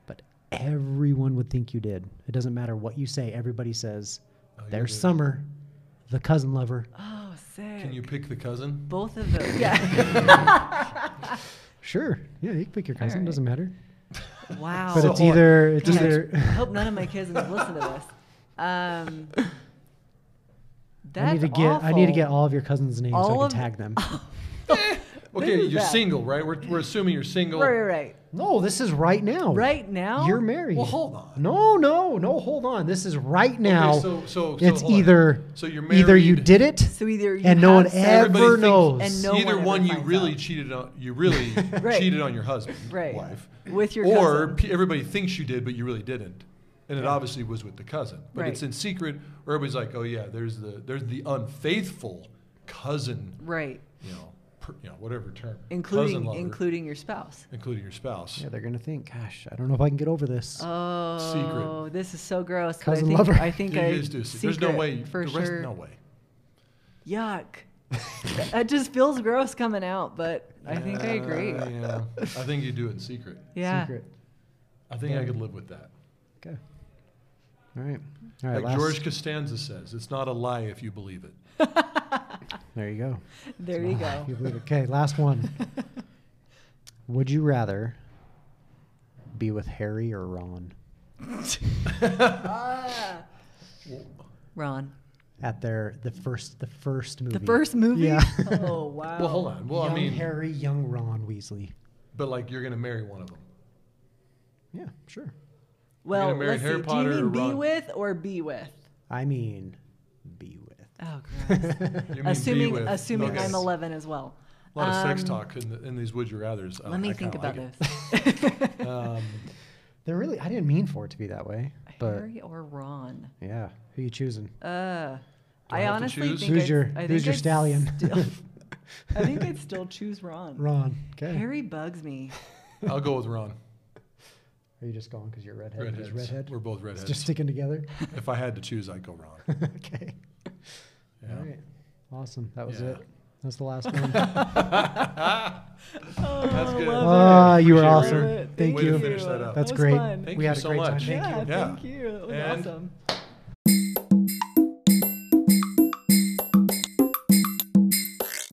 Speaker 1: but everyone would think you did? It doesn't matter what you say, everybody says,
Speaker 2: Oh, you
Speaker 1: There's
Speaker 2: did.
Speaker 1: Summer, the cousin lover.
Speaker 3: Oh, sick.
Speaker 2: Can you pick the cousin?
Speaker 3: Both of those. Yeah.
Speaker 1: Sure. Yeah, you can pick your cousin,
Speaker 3: right.
Speaker 1: doesn't matter.
Speaker 3: (laughs) wow.
Speaker 1: But
Speaker 2: So
Speaker 1: it's
Speaker 2: hold on.
Speaker 1: either, it's
Speaker 3: Gosh, I
Speaker 1: either.
Speaker 3: (laughs) hope none of my cousins listen to this. Um, that's
Speaker 1: I need to get I need to get all of your cousins' names so I
Speaker 3: All
Speaker 1: can
Speaker 3: of-
Speaker 1: tag
Speaker 3: (laughs)
Speaker 1: them.
Speaker 2: (laughs) Okay,
Speaker 3: is
Speaker 2: you're
Speaker 3: bad.
Speaker 2: single, right? We're, we're assuming you're single.
Speaker 3: Eh. Right, right, right.
Speaker 1: no, this is right now.
Speaker 3: Right now?
Speaker 1: Oh, You're married.
Speaker 2: Well, hold on.
Speaker 1: No, no, no. Hold on. This is right now.
Speaker 2: so- so- so
Speaker 1: it's
Speaker 2: hold on.
Speaker 1: either
Speaker 2: So you're
Speaker 1: either you
Speaker 2: married.
Speaker 1: did it,
Speaker 3: So either you
Speaker 1: and no one
Speaker 3: have sex-
Speaker 2: Everybody
Speaker 1: ever
Speaker 2: thinks-
Speaker 1: knows.
Speaker 3: and no
Speaker 2: Either
Speaker 3: one ever
Speaker 2: one, you
Speaker 3: finds
Speaker 2: really
Speaker 3: out.
Speaker 2: cheated on you really
Speaker 3: (laughs) Right.
Speaker 2: cheated on your husband,
Speaker 3: Right.
Speaker 2: wife,
Speaker 3: With your
Speaker 2: or
Speaker 3: cousin.
Speaker 2: pe- everybody thinks you did, but you really didn't, and it obviously was with the cousin, but
Speaker 3: Right.
Speaker 2: it's in secret. Or everybody's like, oh yeah, there's the there's the unfaithful cousin,
Speaker 3: Right.
Speaker 2: you know, per, you know whatever term, cousin
Speaker 3: Including
Speaker 2: lover,
Speaker 3: including your spouse.
Speaker 2: including your spouse.
Speaker 1: yeah, they're gonna think, gosh, I don't know if I can get over this. (laughs)
Speaker 3: Oh, this is so gross. but
Speaker 1: Cousin
Speaker 3: I think,
Speaker 1: lover.
Speaker 3: I think
Speaker 2: Dude,
Speaker 3: I.
Speaker 2: it is, dude, there's no
Speaker 3: secret,
Speaker 2: way
Speaker 3: For
Speaker 2: the rest,
Speaker 3: sure.
Speaker 2: No way.
Speaker 3: Yuck. that just feels gross coming out, but I think I agree.
Speaker 2: Uh, yeah, I think you do it in secret.
Speaker 3: Yeah.
Speaker 1: Secret.
Speaker 2: I think I could live with that.
Speaker 1: Okay. All right. All right.
Speaker 2: like
Speaker 1: last-
Speaker 2: George Costanza says, it's not a lie if you believe it. (laughs)
Speaker 1: There you go.
Speaker 3: There you go.
Speaker 1: (laughs) You believe it. Okay. Last one. Would you rather be with Harry or Ron
Speaker 3: (laughs) Ron.
Speaker 1: at their the first the first movie?
Speaker 3: The first movie?
Speaker 1: Yeah.
Speaker 3: (laughs) Oh, wow.
Speaker 2: Well, hold on. Well,
Speaker 1: young
Speaker 2: I mean,
Speaker 1: Harry, young Ron Weasley.
Speaker 2: but like you're gonna marry one of them.
Speaker 1: Yeah, sure.
Speaker 3: Well,
Speaker 2: marry
Speaker 3: let's
Speaker 2: Harry
Speaker 3: see.
Speaker 2: Potter
Speaker 3: do you
Speaker 2: or
Speaker 3: mean be
Speaker 2: Ron?
Speaker 3: with or be with?
Speaker 1: I mean, be with.
Speaker 2: (laughs)
Speaker 3: Oh, gross.
Speaker 2: You mean be
Speaker 3: assuming
Speaker 2: with.
Speaker 3: assuming
Speaker 2: Okay.
Speaker 3: I'm 11 as well.
Speaker 2: A lot of sex
Speaker 3: Um,
Speaker 2: talk in, the, in these would you rather's. I-
Speaker 3: Let me
Speaker 2: Oh, I
Speaker 3: think
Speaker 2: kinda
Speaker 3: about
Speaker 2: like
Speaker 3: this. (laughs)
Speaker 2: it. Um,
Speaker 1: They're really. I didn't mean for it to be that way, but
Speaker 3: Harry or Ron?
Speaker 1: yeah. Who you choosing?
Speaker 3: Uh,
Speaker 2: I
Speaker 3: I,
Speaker 2: have to
Speaker 3: honestly
Speaker 2: choose?
Speaker 3: think
Speaker 1: Who's
Speaker 3: I'd-
Speaker 1: your
Speaker 3: I
Speaker 1: Who's
Speaker 3: think
Speaker 1: your
Speaker 3: I'd
Speaker 1: stallion?
Speaker 3: still- I
Speaker 2: (laughs)
Speaker 3: think I'd still choose
Speaker 1: (laughs)
Speaker 3: Ron.
Speaker 1: Ron. Okay.
Speaker 3: Harry bugs me.
Speaker 2: I'll go with
Speaker 1: (laughs)
Speaker 2: Ron.
Speaker 1: Are you just going because you're redhead?
Speaker 2: Redheads.
Speaker 1: Redhead. Redhead.
Speaker 2: We're both redheads.
Speaker 1: Just sticking together. (laughs)
Speaker 2: if I had to choose, I'd go Ron.
Speaker 1: okay.
Speaker 2: Yeah.
Speaker 1: All right. Awesome. That was
Speaker 2: Yeah.
Speaker 1: it. That's the
Speaker 2: (laughs)
Speaker 1: last one. (laughs)
Speaker 3: Oh,
Speaker 2: That's good.
Speaker 1: Ah, you were
Speaker 2: Appreciate
Speaker 1: awesome.
Speaker 2: it.
Speaker 1: Thank
Speaker 2: Way to
Speaker 1: you.
Speaker 2: finish that up.
Speaker 1: That's
Speaker 3: That was
Speaker 1: great.
Speaker 3: fun.
Speaker 2: Thank
Speaker 1: we
Speaker 2: you
Speaker 1: had a
Speaker 2: so
Speaker 1: great
Speaker 2: much.
Speaker 1: time. Thank you.
Speaker 2: you.
Speaker 3: yeah,
Speaker 2: Yeah.
Speaker 3: thank you. That was
Speaker 2: And-
Speaker 3: awesome.